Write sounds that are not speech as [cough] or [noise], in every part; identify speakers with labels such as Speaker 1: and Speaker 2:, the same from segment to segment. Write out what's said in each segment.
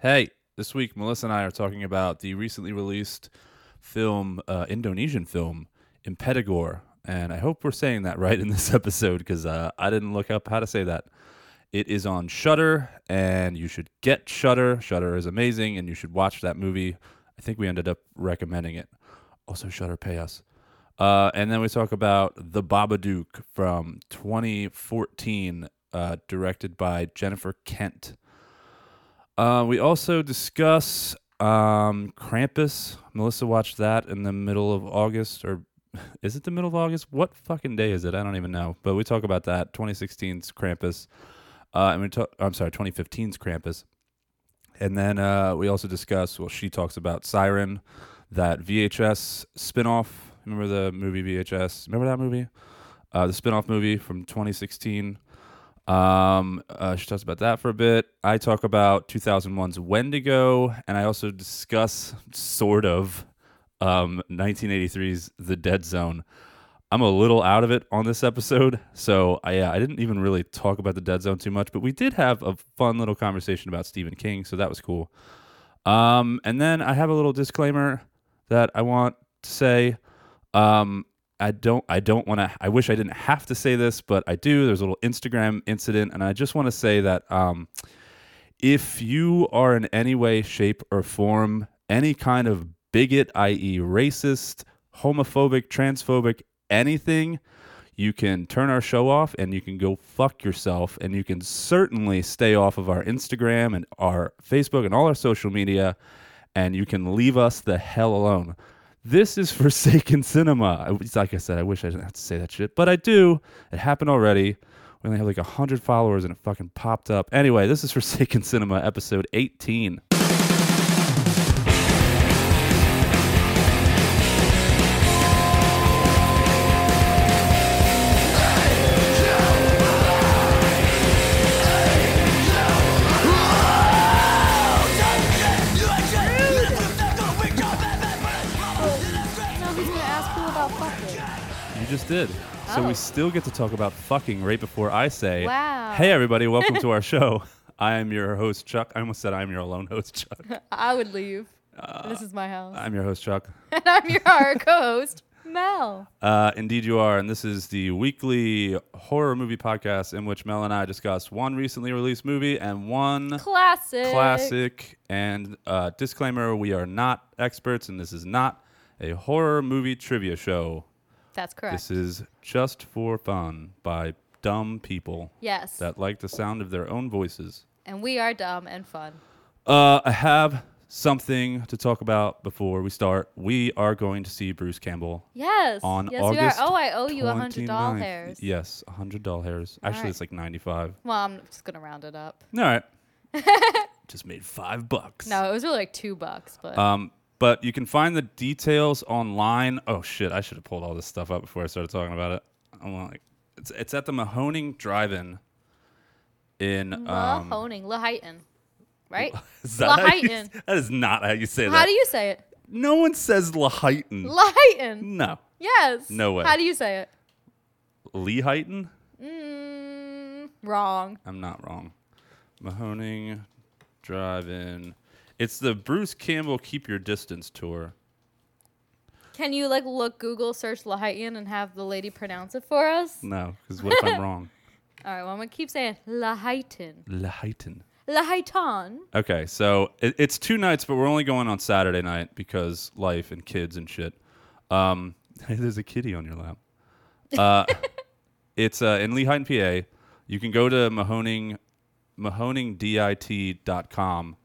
Speaker 1: Hey, this week Melissa and I are talking about the recently released film, uh, Indonesian film, Impedagor, and I hope we're saying that [laughs] right in this episode because uh, I didn't look up how to say that. It is on Shutter, and you should get Shutter. Shutter is amazing, and you should watch that movie. I think we ended up recommending it. Also, Shutter pay us. Uh, and then we talk about The Babadook from 2014, uh, directed by Jennifer Kent. Uh, we also discuss um, Krampus. Melissa watched that in the middle of August, or [laughs] is it the middle of August? What fucking day is it? I don't even know. But we talk about that 2016's Krampus. Uh, and we talk, I'm sorry, 2015's Krampus. And then uh, we also discuss, well, she talks about Siren, that VHS spinoff. Remember the movie VHS? Remember that movie? Uh, the spinoff movie from 2016. Um, uh, she talks about that for a bit. I talk about 2001's Wendigo, and I also discuss sort of um, 1983's The Dead Zone. I'm a little out of it on this episode, so I, yeah, I didn't even really talk about The Dead Zone too much, but we did have a fun little conversation about Stephen King, so that was cool. Um, and then I have a little disclaimer that I want to say. Um, I don't I don't want to I wish I didn't have to say this, but I do. There's a little Instagram incident and I just want to say that um if you are in any way shape or form any kind of bigot i.e. racist, homophobic, transphobic, anything, you can turn our show off and you can go fuck yourself and you can certainly stay off of our Instagram and our Facebook and all our social media and you can leave us the hell alone. This is [laughs] Forsaken Cinema. I- It's like I said, I wish I didn't have to say that shit, but I do. It happened already. We only have like 100 followers and it fucking popped up. Anyway, this is [laughs] Forsaken Cinema, episode 18.
Speaker 2: No, he's gonna ask who about fucking.
Speaker 1: You just did. So
Speaker 2: Oh.
Speaker 1: we still get to talk about fucking right before I say,
Speaker 2: Wow.
Speaker 1: Hey, everybody, welcome
Speaker 2: [laughs]
Speaker 1: to our show. I am your host, Chuck. I almost said I'm your alone host,
Speaker 2: [laughs]
Speaker 1: Chuck.
Speaker 2: I would leave.
Speaker 1: Uh,
Speaker 2: this is my house.
Speaker 1: I'm your host, Chuck.
Speaker 2: and [laughs] I'm
Speaker 1: [laughs]
Speaker 2: your our co-host, Mel.
Speaker 1: Uh, indeed, you are. And this is the weekly horror movie podcast in which Mel and I discuss one recently released movie and one
Speaker 2: Classic.
Speaker 1: classic. And uh, disclaimer we are not experts, and this is not a horror movie trivia show.
Speaker 2: That's correct.
Speaker 1: This is just for fun by dumb people
Speaker 2: yes.
Speaker 1: that like the sound of their own voices.
Speaker 2: and we are dumb and fun.
Speaker 1: Uh, I have something to talk about before we start. We are going to see Bruce Campbell
Speaker 2: Yes.
Speaker 1: on
Speaker 2: yes,
Speaker 1: August.
Speaker 2: we are. Oh, I owe you a hundred
Speaker 1: 29th.
Speaker 2: dollars. hairs.
Speaker 1: Yes, a hundred doll hairs. Actually,
Speaker 2: right.
Speaker 1: it's like ninety-five.
Speaker 2: Well, I'm just gonna round it up.
Speaker 1: All
Speaker 2: [laughs]
Speaker 1: right, just made five bucks.
Speaker 2: No, it was really like two bucks, but
Speaker 1: Um, but you can find the details online. Oh shit, I should have pulled all this stuff up before I started talking about it. I'm like, it's it's at the Mahoning Drive-in. In um,
Speaker 2: Mahoning, Laheighton, right?
Speaker 1: is that how you-
Speaker 2: Laheighton.
Speaker 1: that [laughs] is not how you say
Speaker 2: How
Speaker 1: that.
Speaker 2: do you say it?
Speaker 1: no one says Laheighton.
Speaker 2: Laheighton.
Speaker 1: no.
Speaker 2: Yes.
Speaker 1: No way.
Speaker 2: How do you say it?
Speaker 1: Lehighton?
Speaker 2: Mm, wrong.
Speaker 1: I'm not wrong. Mahoning Drive In. It's the Bruce Campbell Keep Your Distance tour.
Speaker 2: Can you like look Google search Lahaitan and have the lady pronounce it for us?
Speaker 1: No, because what [laughs] if I'm wrong?
Speaker 2: All right, well I'm gonna keep saying Lahaitan,
Speaker 1: Lehighton.
Speaker 2: Lahaitan.
Speaker 1: Okay, so it, it's two nights, but we're only going on Saturday night because life and kids and shit. Um, [laughs] there's a kitty on your lap.
Speaker 2: [laughs]
Speaker 1: Uh, it's uh, in Lehighton, PA. You can go to Mahoning, mahoningdit.com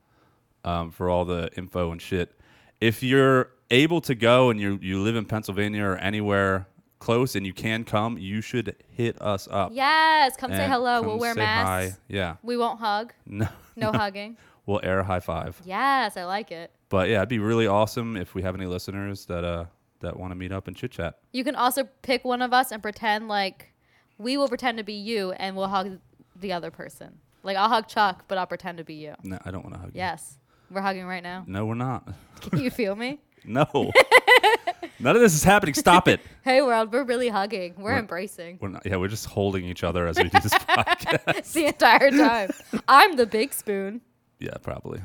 Speaker 1: um, for all the info and shit. If you're able to go and you you live in Pennsylvania or anywhere close and you can come, you should hit us up.
Speaker 2: Yes, come say
Speaker 1: and
Speaker 2: hello.
Speaker 1: come
Speaker 2: we'll wear
Speaker 1: say
Speaker 2: masks.
Speaker 1: Hi. Yeah.
Speaker 2: We won't hug.
Speaker 1: No. [laughs]
Speaker 2: No hugging.
Speaker 1: We'll air a high five.
Speaker 2: Yes, I like it.
Speaker 1: But yeah, it'd be really awesome if we have any listeners that uh that want to meet up and chit chat.
Speaker 2: You can also pick one of us and pretend like we will pretend to be you and we'll hug the other person. Like I'll hug Chuck, but I'll pretend to be you.
Speaker 1: No, I don't want to hug you.
Speaker 2: Yes. We're hugging
Speaker 1: [laughs]
Speaker 2: right now.
Speaker 1: No, we're
Speaker 2: [laughs]
Speaker 1: not.
Speaker 2: Can you feel me?
Speaker 1: No. None of this is happening. Stop it.
Speaker 2: Hey world, we're really hugging. We're,
Speaker 1: We're- [laughs]
Speaker 2: embracing [laughs]
Speaker 1: We're not, yeah, we're just holding each other as we do this [laughs] podcast.
Speaker 2: the entire time. I'm the big spoon.
Speaker 1: Yeah, probably.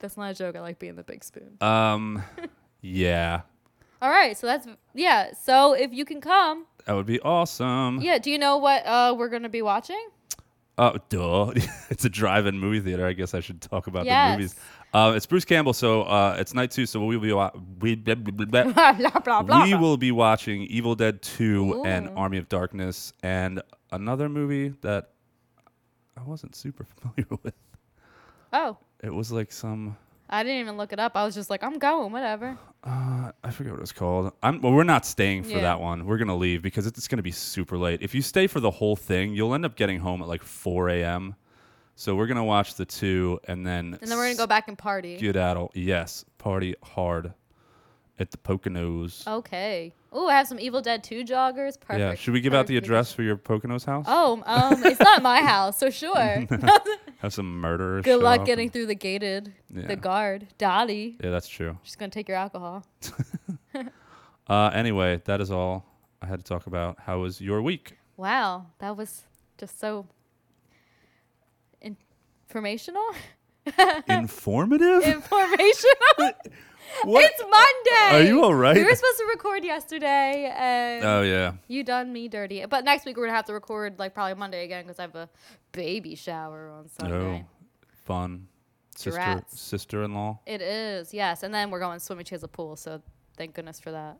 Speaker 2: That's not a joke. I like being the big spoon.
Speaker 1: um, yeah,
Speaker 2: All right. So that's, yeah. So if you can come,
Speaker 1: that would be awesome.
Speaker 2: yeah. Do you know what uh, we're going to be watching? [laughs]
Speaker 1: Oh, duh. [laughs] it's a drive-in movie theater. I guess I should talk about
Speaker 2: Yes.
Speaker 1: the movies. Uh, it's Bruce Campbell, so uh, it's night two. So we'll be wa- we, blah, blah, blah, blah.
Speaker 2: blah, blah, blah, blah.
Speaker 1: we will be watching Evil Dead Two and
Speaker 2: Ooh.
Speaker 1: Army of Darkness, and another movie that I wasn't super [laughs] familiar with.
Speaker 2: Oh,
Speaker 1: It was like some
Speaker 2: I didn't even look it up. I was just like, I'm going, whatever.
Speaker 1: uh, I forget what it was called. I'm well, we're not staying for
Speaker 2: Yeah.
Speaker 1: that one. We're gonna leave because it's gonna be super late. If you stay for the whole thing, you'll end up getting home at like 4 a.m. So we're gonna watch the two, and then
Speaker 2: And then we're going to go back and party.
Speaker 1: skedaddle. Yes, party hard at the Poconos.
Speaker 2: Okay. Oh, I have some Evil Dead 2 joggers. Perfect.
Speaker 1: yeah, should we give out the address for your Poconos house?
Speaker 2: Oh, um, it's not my house,
Speaker 1: [laughs]
Speaker 2: so sure.
Speaker 1: Have some murderers.
Speaker 2: Good
Speaker 1: show
Speaker 2: luck
Speaker 1: up
Speaker 2: getting through the gated,
Speaker 1: Yeah.
Speaker 2: the guard, Dottie.
Speaker 1: and- Yeah, that's true.
Speaker 2: She's gonna take your alcohol.
Speaker 1: Uh, anyway, that is all I had to talk about. How was your week?
Speaker 2: [laughs] Wow, that was just so in- informational. [laughs]
Speaker 1: Informative.
Speaker 2: informational.
Speaker 1: what?
Speaker 2: it's Monday.
Speaker 1: Are you all right?
Speaker 2: We were supposed to record yesterday, and
Speaker 1: Oh yeah.
Speaker 2: you done me dirty. But next week we're gonna have to record like probably Monday again because I have a baby shower
Speaker 1: Oh.
Speaker 2: on Sunday.
Speaker 1: No. Fun. Sister
Speaker 2: Drats.
Speaker 1: sister in law.
Speaker 2: It is yes, and then we're going swimming. She has a pool, so thank goodness for that.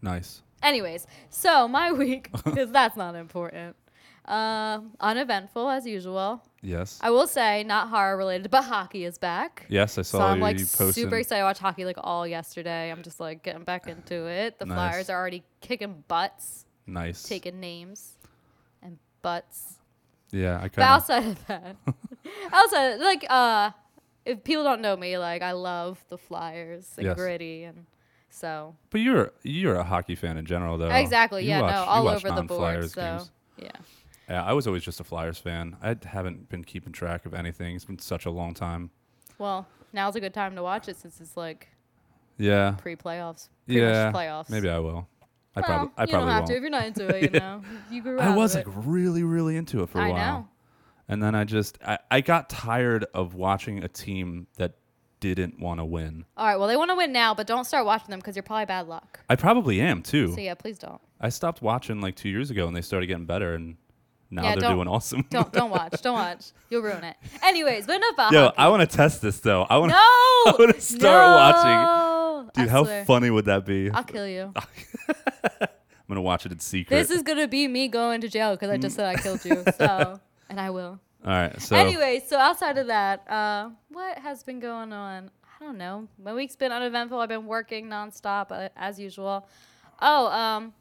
Speaker 1: Nice.
Speaker 2: Anyways, so
Speaker 1: [laughs]
Speaker 2: my [laughs] week, because that's not important. Um, uneventful as usual.
Speaker 1: Yes.
Speaker 2: I will say, not horror related, but hockey is back.
Speaker 1: yes, I saw
Speaker 2: So I'm
Speaker 1: you
Speaker 2: like
Speaker 1: posting.
Speaker 2: super excited. I watched hockey like all yesterday. I'm just like getting back into it. The
Speaker 1: Nice.
Speaker 2: Flyers are already kicking butts,
Speaker 1: Nice.
Speaker 2: taking names and butts.
Speaker 1: Yeah, I
Speaker 2: But
Speaker 1: kind of.
Speaker 2: outside of that, [laughs] outside like uh, if people don't know me, like I love the Flyers and
Speaker 1: Yes.
Speaker 2: gritty and so
Speaker 1: But you're you're a hockey fan in general, though. Oh,
Speaker 2: exactly
Speaker 1: You
Speaker 2: yeah
Speaker 1: watch-
Speaker 2: no
Speaker 1: you
Speaker 2: all
Speaker 1: watch
Speaker 2: over the board.
Speaker 1: non-Flyers
Speaker 2: So
Speaker 1: games.
Speaker 2: yeah.
Speaker 1: Yeah, I was always just a Flyers fan. I haven't been keeping track of anything. It's been such a long time.
Speaker 2: Well, now's a good time to watch it since it's like
Speaker 1: Yeah.
Speaker 2: pre-playoffs. Pretty
Speaker 1: Yeah.
Speaker 2: much playoffs.
Speaker 1: Maybe I will. I
Speaker 2: Well,
Speaker 1: probably. I
Speaker 2: you
Speaker 1: probably
Speaker 2: don't have
Speaker 1: won't.
Speaker 2: to if you're
Speaker 1: [laughs]
Speaker 2: not into it. You know, you grew out
Speaker 1: I
Speaker 2: of
Speaker 1: was like
Speaker 2: it.
Speaker 1: really, really into it for a
Speaker 2: I
Speaker 1: while.
Speaker 2: know.
Speaker 1: And then I just I, I got tired of watching a team that didn't want to win.
Speaker 2: All right. Well, they want to win now, but don't start watching them because you're probably bad luck.
Speaker 1: I probably am too.
Speaker 2: So yeah, please don't.
Speaker 1: I stopped watching like two years ago and they started getting better and now
Speaker 2: Yeah,
Speaker 1: they're
Speaker 2: don't-
Speaker 1: doing awesome.
Speaker 2: Don't don't watch. Don't watch. You'll ruin it. Anyways, but enough
Speaker 1: [laughs]
Speaker 2: about
Speaker 1: Yo,
Speaker 2: hockey.
Speaker 1: I want to test this though. [laughs] I want to
Speaker 2: no.
Speaker 1: wanna start watching.
Speaker 2: watching.
Speaker 1: [laughs] Dude, how funny would that be?
Speaker 2: I'll kill you.
Speaker 1: I'm gonna watch it in secret.
Speaker 2: This is gonna be me going to jail because I just said I
Speaker 1: [laughs]
Speaker 2: killed you. So, and I will.
Speaker 1: All right, so
Speaker 2: Anyway, so outside of that, uh, what has been going on? I don't know. My week's been uneventful. I've been working nonstop uh, as usual. Oh, um,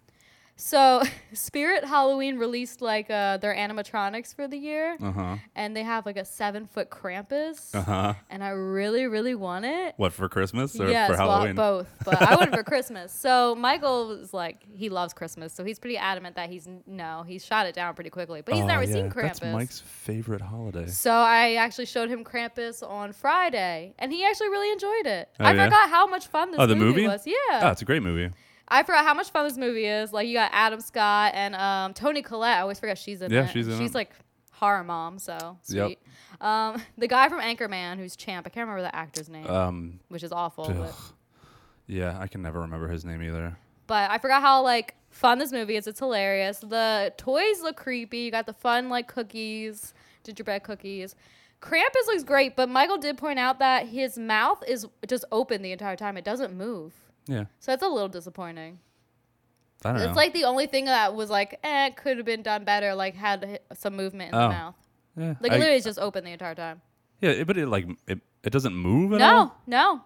Speaker 2: so [laughs] Spirit Halloween released like uh, their animatronics for the year,
Speaker 1: uh huh,
Speaker 2: and they have like a seven foot Krampus,
Speaker 1: uh huh.
Speaker 2: and I really, really want it.
Speaker 1: What for Christmas or
Speaker 2: yes,
Speaker 1: for
Speaker 2: well,
Speaker 1: Halloween?
Speaker 2: both, but I
Speaker 1: [laughs]
Speaker 2: want it for Christmas. So Michael is like he loves Christmas, so he's pretty adamant that he's no, he's shot it down pretty quickly, but he's
Speaker 1: Oh,
Speaker 2: never
Speaker 1: yeah,
Speaker 2: seen Krampus.
Speaker 1: That's Mike's favorite holiday.
Speaker 2: So I actually showed him Krampus on Friday, and he actually really enjoyed it.
Speaker 1: Oh,
Speaker 2: I
Speaker 1: yeah?
Speaker 2: forgot how much fun this
Speaker 1: Oh, the
Speaker 2: movie,
Speaker 1: movie?
Speaker 2: was. Yeah,
Speaker 1: Oh, it's a great movie.
Speaker 2: I forgot how much fun this movie is. Like you got Adam Scott and um, Tony Collette. I always forget she's in
Speaker 1: Yeah,
Speaker 2: it.
Speaker 1: she's in
Speaker 2: she's
Speaker 1: it.
Speaker 2: like horror mom, so sweet. Um, the guy from Anchorman, who's Champ. I can't remember the actor's name,
Speaker 1: Um,
Speaker 2: which is awful.
Speaker 1: ugh.
Speaker 2: But,
Speaker 1: yeah, I can never remember his name either.
Speaker 2: but I forgot how like fun this movie is. It's hilarious. The toys look creepy. You got the fun like cookies, gingerbread cookies. Krampus looks great, but Michael did point out that his mouth is just open the entire time. It doesn't move.
Speaker 1: Yeah,
Speaker 2: So that's a little disappointing.
Speaker 1: I don't know.
Speaker 2: It's like the only thing that was like, eh, could have been done better, like had h- some movement in
Speaker 1: Oh.
Speaker 2: the mouth.
Speaker 1: yeah,
Speaker 2: Like
Speaker 1: I-
Speaker 2: literally it's just open the entire time.
Speaker 1: yeah, it- but it like it, it doesn't move at all.
Speaker 2: No, no.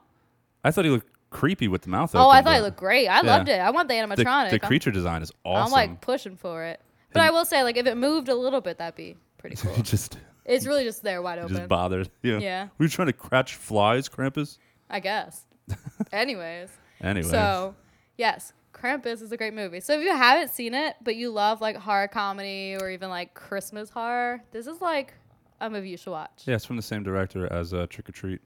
Speaker 1: I thought he looked creepy with the mouth.
Speaker 2: Oh, I
Speaker 1: open,
Speaker 2: thought it
Speaker 1: but
Speaker 2: looked great. I
Speaker 1: Yeah.
Speaker 2: loved it. I want the
Speaker 1: the,
Speaker 2: animatronic.
Speaker 1: the
Speaker 2: I'm-
Speaker 1: creature design is awesome. [laughs]
Speaker 2: I'm like pushing for it. But I will say, like, if it moved a little bit, that'd be pretty cool.
Speaker 1: it just
Speaker 2: It's really just there wide
Speaker 1: it
Speaker 2: open.
Speaker 1: just bothered. Yeah. [laughs]
Speaker 2: Yeah.
Speaker 1: Were you trying to catch flies, Krampus? [laughs]
Speaker 2: I guess. Anyways.
Speaker 1: Anyway.
Speaker 2: So, yes, Krampus is a great movie. So if you haven't seen it, but you love like horror comedy or even like Christmas horror, this is like a movie you should watch. Yeah,
Speaker 1: Yeah, it's from the same director as uh, Trick or Treat.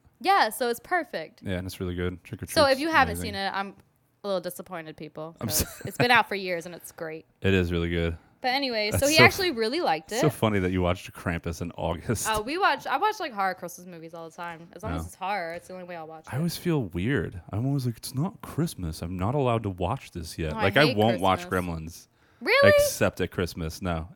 Speaker 2: so it's perfect.
Speaker 1: Yeah, and it's really good. Trick or Treat.
Speaker 2: so if you haven't [laughs] seen it, I'm a little disappointed, people. 'cause it's been out for years and it's great.
Speaker 1: it is really good.
Speaker 2: But anyway, so
Speaker 1: That's
Speaker 2: he
Speaker 1: so-
Speaker 2: actually really liked it.
Speaker 1: So funny that you watched Krampus in August.
Speaker 2: Uh, we watch. I watch like horror Christmas movies all the time. As long as
Speaker 1: Yeah.
Speaker 2: it's horror, it's the only way I'll watch.
Speaker 1: [laughs] I
Speaker 2: it.
Speaker 1: always feel weird. I'm always like, it's not Christmas. I'm not allowed to watch this yet.
Speaker 2: Oh, I
Speaker 1: like, I,
Speaker 2: hate
Speaker 1: won't watch
Speaker 2: Christmas.
Speaker 1: Gremlins
Speaker 2: really?
Speaker 1: except at Christmas. No,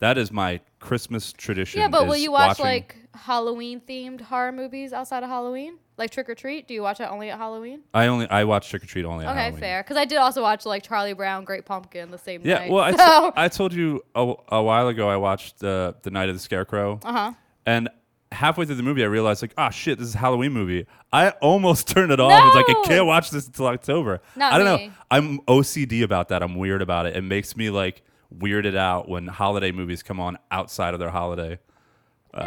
Speaker 1: that is my Christmas tradition.
Speaker 2: yeah, but will
Speaker 1: is
Speaker 2: you watch
Speaker 1: watching-
Speaker 2: like Halloween themed horror movies outside of Halloween? Like Trick or Treat? Do you watch it only at Halloween?
Speaker 1: I only I watch Trick or Treat only. at
Speaker 2: Okay,
Speaker 1: Halloween.
Speaker 2: fair. Because I did also watch like Charlie Brown, Great Pumpkin the same
Speaker 1: Yeah,
Speaker 2: night.
Speaker 1: well, I, t-
Speaker 2: so,
Speaker 1: I told you a, a while ago I watched uh, the Night of the Scarecrow,
Speaker 2: uh huh.
Speaker 1: and halfway through the movie I realized like, ah, shit, this is a Halloween movie. I almost [laughs] turned it off. It's like I
Speaker 2: No!
Speaker 1: can't watch this until October.
Speaker 2: Not
Speaker 1: I don't
Speaker 2: me.
Speaker 1: know. I'm OCD about that. I'm weird about it. It makes me like weirded out when holiday movies come on outside of their holiday.
Speaker 2: eh,
Speaker 1: Uh,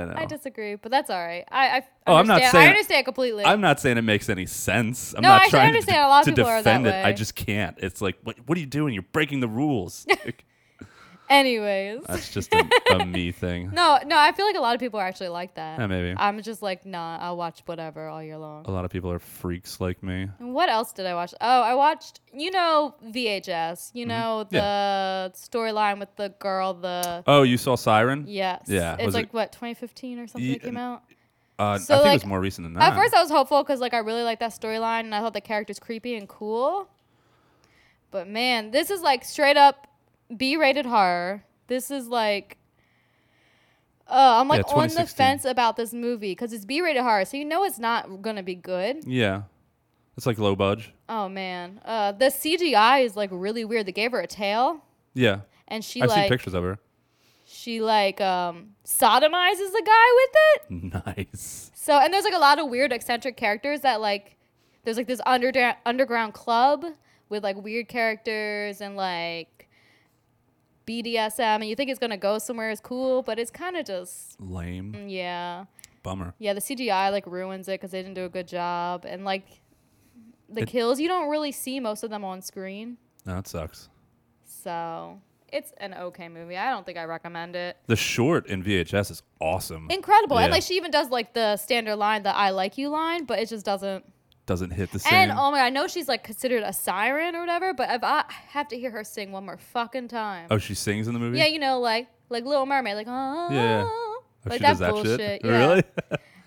Speaker 1: I know.
Speaker 2: I disagree, but that's all right. I, I
Speaker 1: Oh, I'm not
Speaker 2: understand- I
Speaker 1: saying-
Speaker 2: understand completely.
Speaker 1: I'm not saying it makes any sense. I'm
Speaker 2: No,
Speaker 1: not
Speaker 2: I should
Speaker 1: trying to,
Speaker 2: understand a lot of
Speaker 1: to
Speaker 2: people are that
Speaker 1: defend it. I
Speaker 2: way.
Speaker 1: just can't. It's like, what, what are you doing? You're breaking the
Speaker 2: [laughs]
Speaker 1: rules. Like,
Speaker 2: Anyways.
Speaker 1: That's just a, a me thing.
Speaker 2: [laughs] No, no, I feel like a lot of people are actually like that.
Speaker 1: Yeah, maybe.
Speaker 2: I'm just like, nah, I'll watch whatever all year long.
Speaker 1: A lot of people are freaks like me.
Speaker 2: And What else did I watch? Oh, I watched, you know, VHS.
Speaker 1: Mm-hmm.
Speaker 2: You know, the storyline with the girl, the.
Speaker 1: Oh, you saw Siren?
Speaker 2: Yes.
Speaker 1: Yeah,
Speaker 2: It's
Speaker 1: was
Speaker 2: like,
Speaker 1: it-
Speaker 2: what, 2015 or something
Speaker 1: Ye-
Speaker 2: that came out?
Speaker 1: Uh, I
Speaker 2: So,
Speaker 1: think
Speaker 2: like,
Speaker 1: it was more recent than that.
Speaker 2: At first, I was hopeful because, like, I really liked that storyline and I thought the character's creepy and cool. But man, this is like straight up B rated horror. This is like. Uh, I'm like
Speaker 1: Yeah,
Speaker 2: on the
Speaker 1: 2016.
Speaker 2: fence about this movie because it's B-rated horror, so you know it's not gonna be good.
Speaker 1: yeah, it's like low budge.
Speaker 2: Oh man, uh, the CGI is like really weird. They gave her a tail,
Speaker 1: Yeah,
Speaker 2: and she
Speaker 1: I've seen
Speaker 2: like
Speaker 1: pictures of her.
Speaker 2: she like um, sodomizes the guy with it.
Speaker 1: Nice.
Speaker 2: So and there's like a lot of weird eccentric characters that like there's like this underground underground club with like weird characters and like BDSM, and you think it's gonna go somewhere is cool, but it's kind of just Mm.
Speaker 1: Lame.
Speaker 2: yeah,
Speaker 1: Bummer.
Speaker 2: yeah. The CGI like ruins it because they didn't do a good job, and like the
Speaker 1: It-
Speaker 2: kills you don't really see most of them on screen.
Speaker 1: No, that sucks.
Speaker 2: So it's an okay movie. I don't think I recommend it.
Speaker 1: The short in VHS is awesome.
Speaker 2: Incredible. And
Speaker 1: Yeah.
Speaker 2: like she even does like the standard line, the I like you line, but it just doesn't.
Speaker 1: Doesn't hit the
Speaker 2: And
Speaker 1: same.
Speaker 2: oh my, I know she's like considered a siren or whatever, but if I I have to hear her sing one more fucking time.
Speaker 1: oh, she sings in the movie.
Speaker 2: Yeah, you know, like like Little Mermaid, like oh,
Speaker 1: yeah. Oh,
Speaker 2: like
Speaker 1: she
Speaker 2: that
Speaker 1: does that
Speaker 2: bullshit.
Speaker 1: shit.
Speaker 2: Yeah. [laughs]
Speaker 1: Really?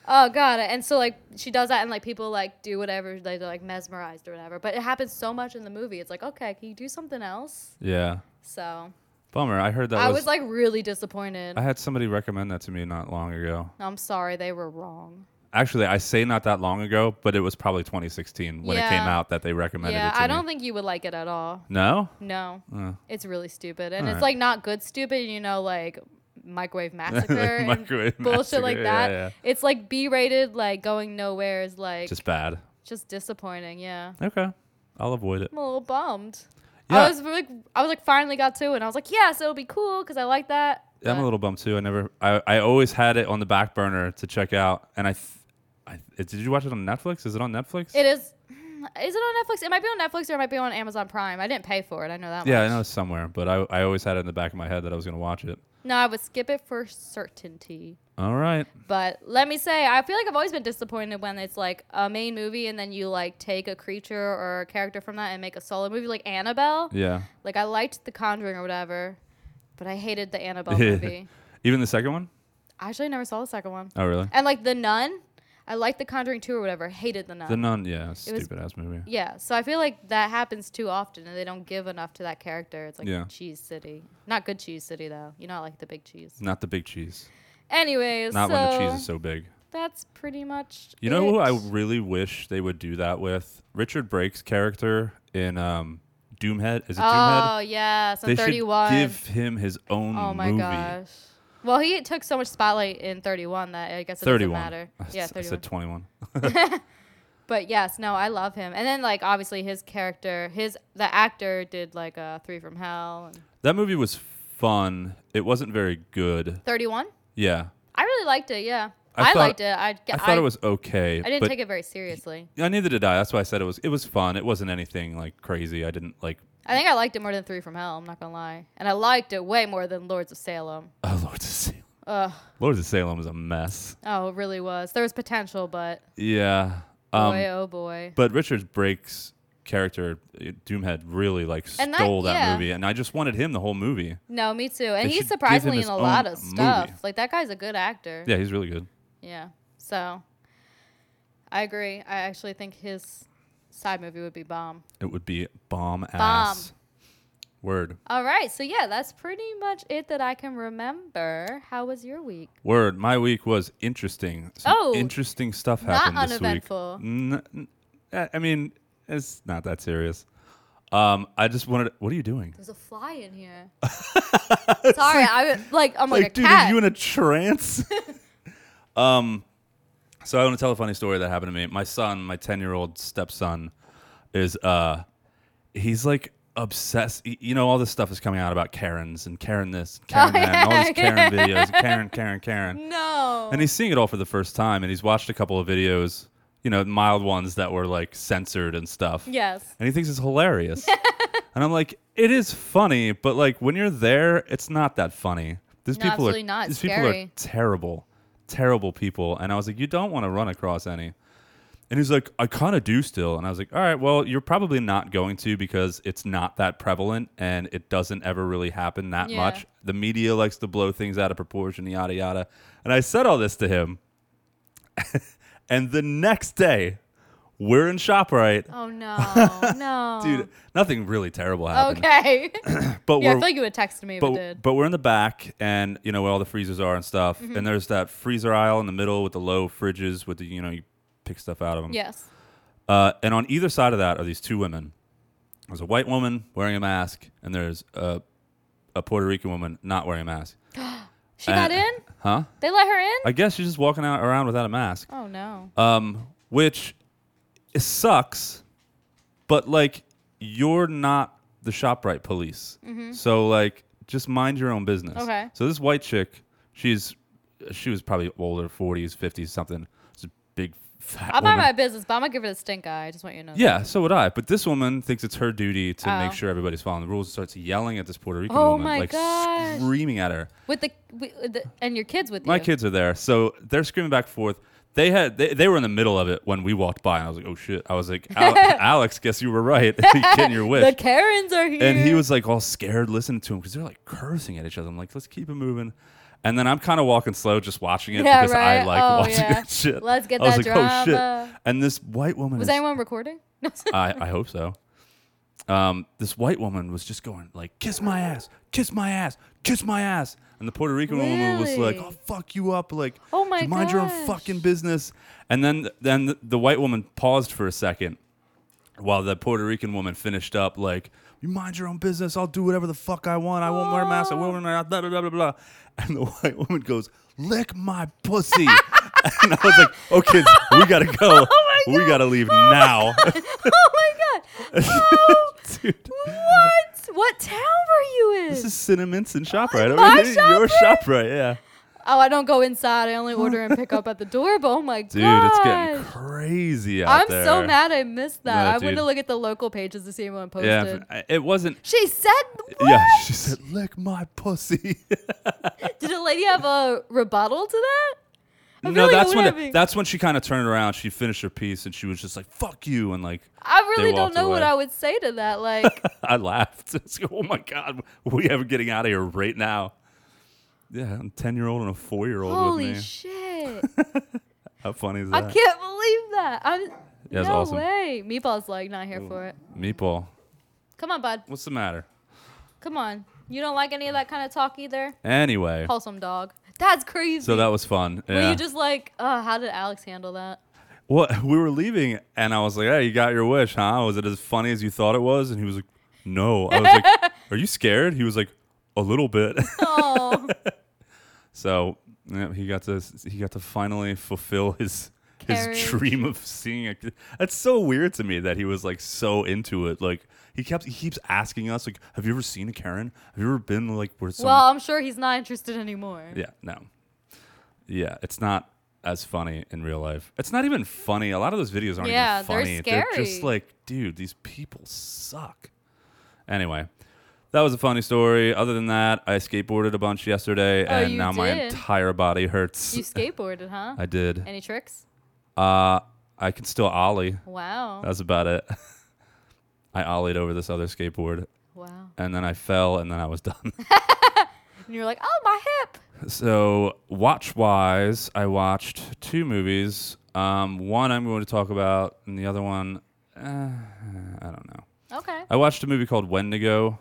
Speaker 2: Oh god. And so like she does that, and like people like do whatever, like, they're like mesmerized or whatever. But it happens so much in the movie. It's like okay, can you do something else?
Speaker 1: yeah.
Speaker 2: So
Speaker 1: Bummer. I heard that
Speaker 2: I
Speaker 1: was.
Speaker 2: was like really disappointed.
Speaker 1: I had somebody recommend that to me not long ago.
Speaker 2: I'm sorry, they were wrong.
Speaker 1: Actually, I say not that long ago, but it was probably 2016 when it came
Speaker 2: Yeah.
Speaker 1: out that they recommended
Speaker 2: Yeah,
Speaker 1: it to
Speaker 2: I
Speaker 1: me.
Speaker 2: don't think you would like it at all.
Speaker 1: no.
Speaker 2: No,
Speaker 1: Uh,
Speaker 2: it's really stupid, and
Speaker 1: All
Speaker 2: it's
Speaker 1: right.
Speaker 2: like not good stupid. You know, like
Speaker 1: [laughs]
Speaker 2: microwave massacre, and
Speaker 1: Microwave
Speaker 2: [laughs] bullshit like
Speaker 1: Massacre, yeah,
Speaker 2: that.
Speaker 1: yeah.
Speaker 2: It's like B rated, like going nowhere is like
Speaker 1: just
Speaker 2: just,
Speaker 1: bad.
Speaker 2: disappointing. Yeah,
Speaker 1: Okay. I'll avoid it.
Speaker 2: I'm a little bummed.
Speaker 1: Yeah.
Speaker 2: I was like, I was like, finally got to, it, and I was like, yes, it'll be cool because I like that.
Speaker 1: I'm
Speaker 2: but-
Speaker 1: a little bummed too. I never, I, I always had it on the back burner to check out, and I, th- I it- did you watch it on Netflix? Is it on Netflix?
Speaker 2: It is. Is it on Netflix? It might be on Netflix or it might be on Amazon Prime. I didn't pay for it. I know that.
Speaker 1: yeah, I
Speaker 2: much.
Speaker 1: know it's somewhere, but I, I always had it in the back of my head that I was gonna watch it.
Speaker 2: No, I would skip it for certainty.
Speaker 1: All right,
Speaker 2: But let me say, I feel like I've always been disappointed when it's like a main movie and then you like take a creature or a character from that and make a solo movie, like Annabelle.
Speaker 1: yeah.
Speaker 2: Like I liked The Conjuring or whatever, but I hated the Annabelle movie.
Speaker 1: Even the second one?
Speaker 2: I actually never saw the second one.
Speaker 1: Oh, really?
Speaker 2: And like The Nun, I liked The Conjuring 2 or whatever, hated The Nun.
Speaker 1: The Nun? Yeah,
Speaker 2: Uh, It was-
Speaker 1: stupid ass movie.
Speaker 2: yeah, so I feel like that happens too often and they don't give enough to that character. It's like
Speaker 1: Yeah.
Speaker 2: Cheese City. Not good Cheese City though. You know, I like the big cheese.
Speaker 1: Not the big cheese.
Speaker 2: Anyways,
Speaker 1: Not
Speaker 2: so
Speaker 1: when the cheese is so big.
Speaker 2: that's pretty much
Speaker 1: You know who I
Speaker 2: it.
Speaker 1: really wish they would do that with? Richard Brake's character in um, Doomhead. Is it Doomhead?
Speaker 2: Oh yes,
Speaker 1: they
Speaker 2: in 31.
Speaker 1: should give him his own
Speaker 2: oh my
Speaker 1: movie.
Speaker 2: gosh. Well, he took so much spotlight in 31 that I guess it
Speaker 1: 31.
Speaker 2: doesn't matter.
Speaker 1: [laughs] I
Speaker 2: Yeah,
Speaker 1: s- I
Speaker 2: 31.
Speaker 1: said 21.
Speaker 2: but yes, no, I love him. And then like obviously his character, his the actor did like uh, Three from Hell and
Speaker 1: That movie was fun. It wasn't very good.
Speaker 2: 31.
Speaker 1: Yeah.
Speaker 2: I really liked it. Yeah,
Speaker 1: I
Speaker 2: I,
Speaker 1: thought-
Speaker 2: liked it. I,
Speaker 1: I thought it was okay.
Speaker 2: I didn't
Speaker 1: but
Speaker 2: take it very seriously.
Speaker 1: Yeah, neither did I. That's why I said it was it was fun. It wasn't anything like crazy. I didn't like [laughs]
Speaker 2: I think I liked it more than Three from Hell. I'm not gonna lie, and I liked it way more than Lords of Salem.
Speaker 1: oh, Lords of Salem.
Speaker 2: Ugh,
Speaker 1: Lords of Salem is a mess.
Speaker 2: oh, it really was. There was potential, but
Speaker 1: Yeah. Um,
Speaker 2: boy, oh boy.
Speaker 1: but Richard Brake's character uh, Doomhead really like
Speaker 2: And that-
Speaker 1: stole that,
Speaker 2: yeah.
Speaker 1: movie, and I just wanted him the whole movie.
Speaker 2: No, me too. And
Speaker 1: They should give
Speaker 2: he's
Speaker 1: him
Speaker 2: surprisingly in
Speaker 1: his
Speaker 2: a lot
Speaker 1: own
Speaker 2: of stuff.
Speaker 1: movie.
Speaker 2: Like that guy's a good actor.
Speaker 1: Yeah, he's really good.
Speaker 2: Yeah. So I agree. I actually think his side movie would be bomb.
Speaker 1: It would be bomb ass. Word.
Speaker 2: All right. So yeah, that's pretty much it that I can remember. How was your week?
Speaker 1: Word. My week was interesting. Some
Speaker 2: Oh,
Speaker 1: interesting stuff
Speaker 2: not
Speaker 1: happened this
Speaker 2: uneventful.
Speaker 1: week. N- n- I I mean, it's not that serious. Um, I just wanted. What are you doing?
Speaker 2: There's a fly in here.
Speaker 1: [laughs]
Speaker 2: Sorry, I'm like I'm like,
Speaker 1: like,
Speaker 2: a
Speaker 1: dude,
Speaker 2: cat.
Speaker 1: are you in a
Speaker 2: [laughs]
Speaker 1: trance? [laughs] um, so I want to tell a funny story that happened to me. My son, my ten-year-old stepson, is uh, he's like obsessed. y- You know, all this stuff is coming out about Karens and Karen this, Karen that, and all these
Speaker 2: [laughs]
Speaker 1: Karen videos, Karen, Karen, Karen.
Speaker 2: Oh, no.
Speaker 1: And he's seeing it all for the first time, and he's watched a couple of videos, you know, mild ones that were like censored and stuff.
Speaker 2: yes.
Speaker 1: And he thinks it's
Speaker 2: [laughs]
Speaker 1: hilarious. and I'm like, it is funny, but like when you're there, it's not that funny. These
Speaker 2: No,
Speaker 1: people are
Speaker 2: absolutely not. It's
Speaker 1: these people are
Speaker 2: scary.
Speaker 1: terrible, terrible people. And I was like, you don't want to run across any. And he's like, I kind of do still. And I was like, all right, well, you're probably not going to because it's not that prevalent and it doesn't ever really happen that
Speaker 2: Yeah.
Speaker 1: much. The media likes to blow things out of proportion, yada, yada. And I said all this to him. [laughs] and the next day, we're in ShopRite. [laughs]
Speaker 2: Oh no. No.
Speaker 1: Dude, nothing really terrible happened. [coughs]
Speaker 2: Um, Okay.
Speaker 1: But
Speaker 2: yeah, I
Speaker 1: we're
Speaker 2: feel like you would text me if it
Speaker 1: but,
Speaker 2: did. Mm-hmm.
Speaker 1: but we're in the back and you know where all the freezers are and stuff. And there's that freezer aisle in the middle with the low fridges with the you know you pick stuff out of them.
Speaker 2: yes.
Speaker 1: Uh, and on either side of that are these two women. There's a white woman wearing a mask and there's a a Puerto Rican woman not wearing a mask.
Speaker 2: She got
Speaker 1: Uh,
Speaker 2: in?
Speaker 1: Huh?
Speaker 2: They let her in?
Speaker 1: I guess she's just walking out around without a mask.
Speaker 2: oh no.
Speaker 1: um, which it sucks, but like you're not the Shoprite police, so like just mind your own business.
Speaker 2: Mm-hmm. Okay.
Speaker 1: So this white chick, she's she was probably older, forties, fifties, something. It's a big fat
Speaker 2: I'll mind
Speaker 1: woman.
Speaker 2: my business, but I'm gonna give her the stink eye. I just want you to know. that.
Speaker 1: yeah, so would I. But this woman thinks it's her duty to
Speaker 2: Oh.
Speaker 1: make sure everybody's following the rules. and Starts yelling at this Puerto Rican
Speaker 2: Oh
Speaker 1: woman,
Speaker 2: my
Speaker 1: like
Speaker 2: gosh.
Speaker 1: screaming at her.
Speaker 2: With the, wi- with the and your kids with
Speaker 1: My
Speaker 2: you.
Speaker 1: kids are there, so they're screaming back and forth. They had they, they were in the middle of it when we walked by, and I was like, "Oh shit!" I was like,
Speaker 2: [laughs]
Speaker 1: "Al- "Alex, guess you were right. [laughs] You're getting your
Speaker 2: The
Speaker 1: wish."
Speaker 2: Karens are here.
Speaker 1: And he was like all scared listening to him because they're like cursing at each other. I'm like, "Let's keep it moving." And then I'm kind of walking slow, just watching it
Speaker 2: Yeah,
Speaker 1: because I
Speaker 2: right.
Speaker 1: like
Speaker 2: Oh,
Speaker 1: watching
Speaker 2: yeah.
Speaker 1: that [laughs] shit.
Speaker 2: Let's get
Speaker 1: I was like,
Speaker 2: that
Speaker 1: "Oh shit!"
Speaker 2: drama.
Speaker 1: And this white woman
Speaker 2: Was
Speaker 1: is-
Speaker 2: anyone recording? [laughs] No.
Speaker 1: I, I hope so. Um, this white woman was just going like, "Kiss my ass, kiss my ass, kiss my ass," and the Puerto Rican woman was like,
Speaker 2: Really?
Speaker 1: "I'll fuck you up, like,
Speaker 2: Oh my
Speaker 1: mind your own
Speaker 2: gosh.
Speaker 1: fucking business." And then then the, the white woman paused for a second while the Puerto Rican woman finished up like, "You mind your own business. I'll do whatever the fuck I want. I won't wear a mask. I will wear a mask." Blah blah blah blah blah. And the [laughs] white woman goes, "Lick my
Speaker 2: [laughs]
Speaker 1: pussy." and I was like, "Oh kids, we gotta go.
Speaker 2: Oh my
Speaker 1: we gotta leave now."
Speaker 2: [laughs] oh my god. Oh,
Speaker 1: [laughs] Dude,
Speaker 2: what? What town were you in?
Speaker 1: this is Cinnamon's and ShopRite.
Speaker 2: my
Speaker 1: I mean, your ShopRite, yeah.
Speaker 2: oh, I don't go inside.
Speaker 1: [gasps]
Speaker 2: I only order and pick up at the door. But oh my
Speaker 1: Dude,
Speaker 2: god.
Speaker 1: it's getting crazy out
Speaker 2: I'm
Speaker 1: there.
Speaker 2: so mad I missed that.
Speaker 1: No,
Speaker 2: I went
Speaker 1: dude.
Speaker 2: to look at the local pages to see anyone posted.
Speaker 1: Yeah, I- it wasn't. [laughs]
Speaker 2: She said what?
Speaker 1: Yeah, she said, [laughs] "Lick my pussy."
Speaker 2: Did a lady have a rebuttal to that? I
Speaker 1: [laughs]
Speaker 2: feel
Speaker 1: no,
Speaker 2: like it
Speaker 1: that's
Speaker 2: would
Speaker 1: when
Speaker 2: have
Speaker 1: it-
Speaker 2: been-
Speaker 1: that's when she kind of turned around. She finished her piece and she was just like, "Fuck you," and like [laughs]
Speaker 2: I really don't
Speaker 1: walked
Speaker 2: know what
Speaker 1: away.
Speaker 2: I would say
Speaker 1: [laughs]
Speaker 2: to that. Like,
Speaker 1: I laughed. [laughs] It's like, oh my god, we are getting out of here right now. Yeah, a ten year old and a four year old with
Speaker 2: holy
Speaker 1: me.
Speaker 2: shit.
Speaker 1: How funny is
Speaker 2: I
Speaker 1: that?
Speaker 2: can't believe that. I'm,
Speaker 1: Yeah, it's
Speaker 2: no
Speaker 1: awesome.
Speaker 2: way. Meatball's like not here for it.
Speaker 1: Meatball,
Speaker 2: Come on, bud.
Speaker 1: what's the matter?
Speaker 2: Come on. You don't like any of that kind of talk either.
Speaker 1: Anyway,
Speaker 2: Wholesome dog. That's crazy.
Speaker 1: so that was fun.
Speaker 2: Were
Speaker 1: yeah.
Speaker 2: you just like, oh, how did Alex handle that?
Speaker 1: [laughs] Well, we were leaving, and I was like, "Hey, you got your wish, huh? Was it as funny as you thought it was?" And he was like, "No." I was
Speaker 2: [laughs]
Speaker 1: like, "Are you scared?" He was like, "A little bit." [laughs]
Speaker 2: Oh,
Speaker 1: so yeah, he got to he got to finally fulfill his
Speaker 2: Carriage.
Speaker 1: his dream of seeing a. That's so weird to me that he was like so into it. Like he kept he keeps asking us like, "Have you ever seen a Karen? Have you ever been like where someone?"
Speaker 2: well, I'm sure he's not interested anymore.
Speaker 1: yeah, no, yeah, it's not. As funny in real life. It's not even funny. A lot of those videos aren't
Speaker 2: Yeah,
Speaker 1: even
Speaker 2: they're
Speaker 1: funny. just
Speaker 2: scary.
Speaker 1: like, dude, these people suck. Anyway, that was a funny story. Other than that, I skateboarded a bunch yesterday, and
Speaker 2: Oh, you
Speaker 1: now my
Speaker 2: did?
Speaker 1: entire body hurts.
Speaker 2: You skateboarded, huh?
Speaker 1: I did.
Speaker 2: Any tricks?
Speaker 1: Uh, I can still ollie.
Speaker 2: Wow.
Speaker 1: That's about it. [laughs] I ollied over this other skateboard,
Speaker 2: Wow.
Speaker 1: and then I fell, and then I was [laughs] done.
Speaker 2: And you were like, oh, my hip.
Speaker 1: so watch wise, I watched two movies. Um, one I'm going to talk about, and the other one, uh, I don't know.
Speaker 2: Okay.
Speaker 1: I watched a movie called Wendigo.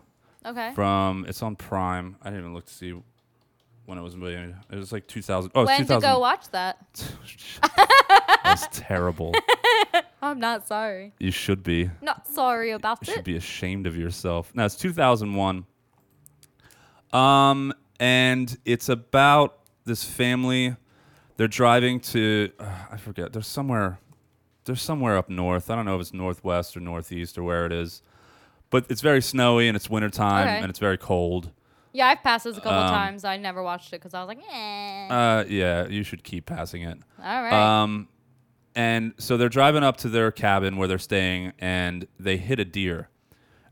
Speaker 2: Okay.
Speaker 1: from it's on Prime. I didn't even look to see when it was made. It was like 2000. Oh, it's
Speaker 2: when to
Speaker 1: 2000.
Speaker 2: go watch that?
Speaker 1: [laughs] that was terrible.
Speaker 2: I'm not sorry.
Speaker 1: You should be.
Speaker 2: Not sorry about
Speaker 1: You should
Speaker 2: it.
Speaker 1: be ashamed of yourself. No, it's 2001. Um, and it's about this family. They're driving to uh, I forget. There's somewhere. There's somewhere up north. I don't know if it's northwest or northeast or where it is. But it's very snowy and it's wintertime
Speaker 2: Okay.
Speaker 1: and it's very cold.
Speaker 2: yeah, I've passed this a couple
Speaker 1: Um,
Speaker 2: times. I never watched it because I was like, eh.
Speaker 1: Uh, yeah, you should keep passing it.
Speaker 2: All right.
Speaker 1: Um, and so they're driving up to their cabin where they're staying, and they hit a deer.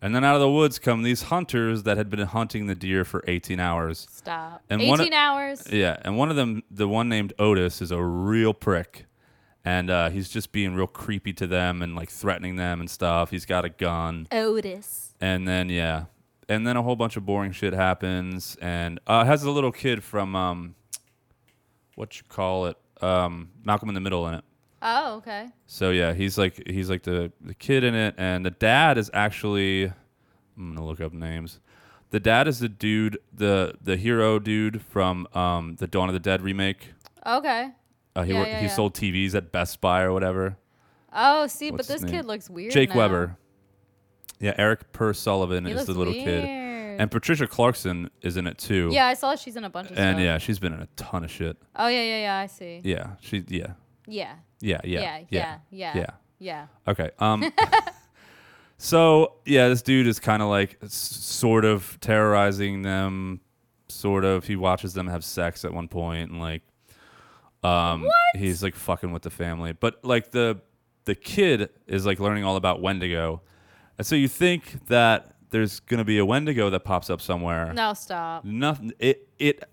Speaker 1: And then out of the woods come these hunters that had been hunting the deer for 18 hours.
Speaker 2: Stop.
Speaker 1: and
Speaker 2: 18
Speaker 1: one of-
Speaker 2: hours.
Speaker 1: Yeah, and one of them, the one named Otis, is a real prick, and uh, he's just being real creepy to them and like threatening them and stuff. He's got a gun,
Speaker 2: Otis.
Speaker 1: and then yeah, and then a whole bunch of boring shit happens, and uh, it has a little kid from um, what you call it, um, Malcolm in the Middle in it.
Speaker 2: Oh, okay.
Speaker 1: So yeah, he's like he's like the the kid in it, and the dad is actually I'm gonna look up names. The dad is the dude, the the hero dude from um, the Dawn of the Dead remake.
Speaker 2: Okay.
Speaker 1: Uh, he
Speaker 2: Yeah,
Speaker 1: wor-
Speaker 2: yeah,
Speaker 1: he
Speaker 2: yeah.
Speaker 1: sold TVs at Best Buy or whatever.
Speaker 2: Oh, see,
Speaker 1: What's
Speaker 2: but
Speaker 1: his
Speaker 2: this
Speaker 1: name?
Speaker 2: kid looks weird.
Speaker 1: Jake
Speaker 2: now.
Speaker 1: Weber. Yeah, Eric Per Sullivan
Speaker 2: He
Speaker 1: is
Speaker 2: looks
Speaker 1: the little kid,
Speaker 2: weird.
Speaker 1: and Patricia Clarkson is in it too.
Speaker 2: yeah, I saw she's in a bunch of stuff.
Speaker 1: and yeah, she's been in a ton of shit.
Speaker 2: Oh, yeah, yeah, yeah. I see.
Speaker 1: Yeah, she yeah
Speaker 2: Yeah.
Speaker 1: yeah yeah
Speaker 2: Yeah. Yeah. Yeah.
Speaker 1: yeah.
Speaker 2: Yeah.
Speaker 1: Okay. Um. [laughs] so yeah, this dude is kind of like s- sort of terrorizing them. Sort of, he watches them have sex at one point, and like, um, he's like fucking with the family. But like the the kid is like learning all about Wendigo, and so you think that there's gonna be a Wendigo that pops up somewhere.
Speaker 2: No, stop.
Speaker 1: Nothing. It it.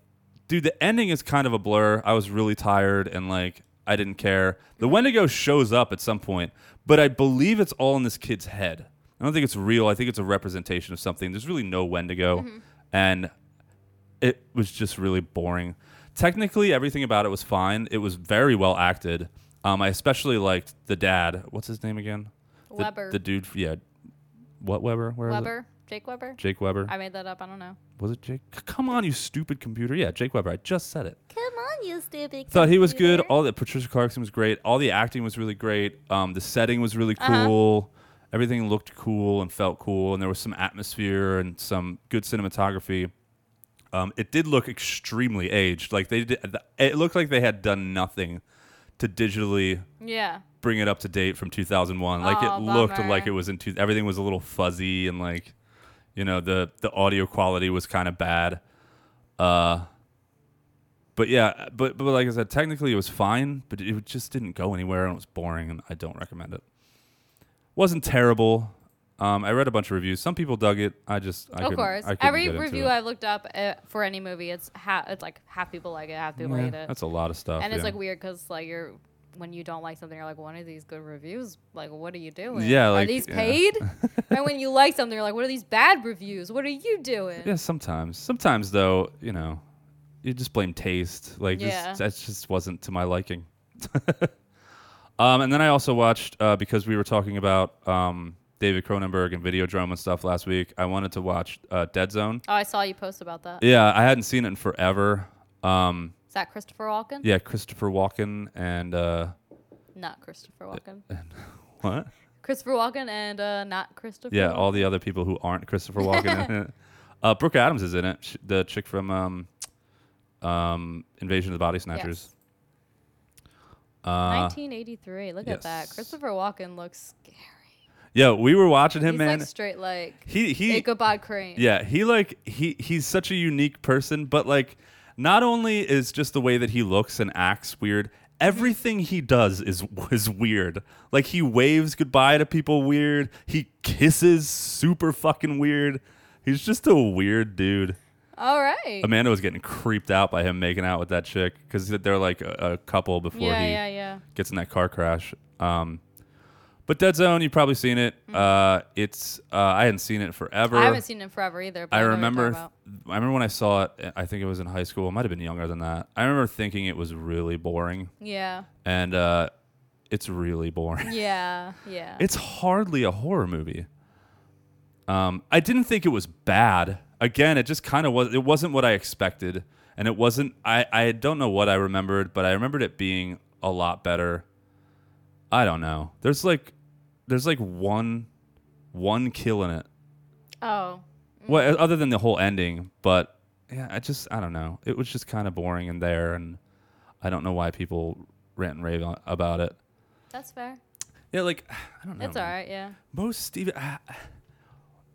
Speaker 1: Dude, the ending is kind of a blur. I was really tired and like I didn't care. The Wendigo shows up at some point, but I believe it's all in this kid's head. I don't think it's real. I think it's a representation of something. There's really no Wendigo,
Speaker 2: Mm-hmm.
Speaker 1: and it was just really boring. Technically, everything about it was fine. It was very well acted. Um, I especially liked the dad. What's his name again? The-
Speaker 2: Weber.
Speaker 1: The, dude. Yeah. What Weber? Where is it?
Speaker 2: Weber. Jake Weber.
Speaker 1: Jake Weber.
Speaker 2: I made that up. I don't know.
Speaker 1: Was it Jake? C- Come on, you stupid computer. Yeah, Jake Weber. I just said it.
Speaker 2: Come on, you stupid.
Speaker 1: Thought he was good. All the Patricia Clarkson was great. All the acting was really great. Um, the setting was really
Speaker 2: Uh-huh.
Speaker 1: cool. Everything looked cool and felt cool, and there was some atmosphere and some good cinematography. Um, it did look extremely aged. Like they did, th- it looked like they had done nothing to digitally
Speaker 2: yeah.
Speaker 1: bring it up to date from 2001. Like
Speaker 2: Aw,
Speaker 1: it looked
Speaker 2: Oh, bummer.
Speaker 1: like it was in two, everything was a little fuzzy and like you know the the audio quality was kind of bad. Uh but yeah, but but like I said technically it was fine, but it just didn't go anywhere and it was boring and I don't recommend it. Wasn't terrible. Um, I read a bunch of reviews. Some people dug it. I just I
Speaker 2: of
Speaker 1: couldn't-
Speaker 2: course.
Speaker 1: I couldn't
Speaker 2: Every
Speaker 1: get into
Speaker 2: review
Speaker 1: it.
Speaker 2: I've looked up uh, for any movie, it's ha- it's like half people like it, half people
Speaker 1: Yeah,
Speaker 2: hate it,
Speaker 1: That's a lot of stuff.
Speaker 2: and it's
Speaker 1: yeah.
Speaker 2: like weird because like you're when you don't like something, you're like, one of these good reviews. Like, what are you doing?
Speaker 1: Yeah,
Speaker 2: are
Speaker 1: like,
Speaker 2: these
Speaker 1: yeah. [laughs]
Speaker 2: paid? and when you like something, you're like, what are these bad reviews? What are you doing?
Speaker 1: Yeah, sometimes. Sometimes though, you know, you just blame taste. Like just-
Speaker 2: Yeah.
Speaker 1: that just wasn't to my liking. [laughs] um, and then I also watched uh, because we were talking about um, David Cronenberg and video drum and stuff last week. I wanted to watch uh, Dead Zone.
Speaker 2: Oh, I saw you post about that. Is
Speaker 1: Yeah, I hadn't seen it in forever. Um,
Speaker 2: that Christopher Walken?
Speaker 1: yeah, Christopher Walken and uh,
Speaker 2: Not Christopher Walken.
Speaker 1: what?
Speaker 2: Christopher Walken and uh, not Christopher.
Speaker 1: Yeah,
Speaker 2: Walken.
Speaker 1: all the other people who aren't Christopher Walken. in it. Uh, Brooke Adams is in it. Sh- The chick from um, um, Invasion of the Body Snatchers. Uh,
Speaker 2: 1983. Look at that.
Speaker 1: yes.
Speaker 2: Christopher Walken looks scary.
Speaker 1: Yeah, we were watching him,
Speaker 2: He's
Speaker 1: man.
Speaker 2: like straight like
Speaker 1: he he
Speaker 2: Ichabod Crane.
Speaker 1: yeah, he like he he's such a unique person, but like not only is just the way that he looks and acts weird,
Speaker 2: Mm-hmm.
Speaker 1: everything he does is is weird. Like he waves goodbye to people weird. He kisses super fucking weird. He's just a weird dude.
Speaker 2: All right.
Speaker 1: Amanda was getting creeped out by him making out with that chick because they're like a, a couple before
Speaker 2: yeah,
Speaker 1: he
Speaker 2: yeah, yeah.
Speaker 1: gets in that car crash. Um, But Dead Zone, you've probably seen it. Uh, it's uh, I hadn't seen it forever.
Speaker 2: Mm-hmm. I haven't seen it in forever either. But
Speaker 1: I
Speaker 2: know what you're
Speaker 1: remember,
Speaker 2: talking about.
Speaker 1: I remember when I saw it. I think it was in high school. I might have been younger than that. I remember thinking it was really boring,
Speaker 2: Yeah,
Speaker 1: and uh, it's really boring.
Speaker 2: yeah, yeah.
Speaker 1: It's hardly a horror movie. Um, I didn't think it was bad. Again, it just kind of was. It wasn't what I expected, and it wasn't. I I don't know what I remembered, but I remembered it being a lot better. I don't know. There's like, there's like one, one kill in it.
Speaker 2: oh,
Speaker 1: Well, other than the whole ending, but yeah, I just I don't know. It was just kind of boring in there, and I don't know why people rant and rave on- about it.
Speaker 2: that's fair.
Speaker 1: Yeah, like [sighs] I don't know.
Speaker 2: That's all
Speaker 1: man.
Speaker 2: right. Yeah.
Speaker 1: Most Stephen. uh,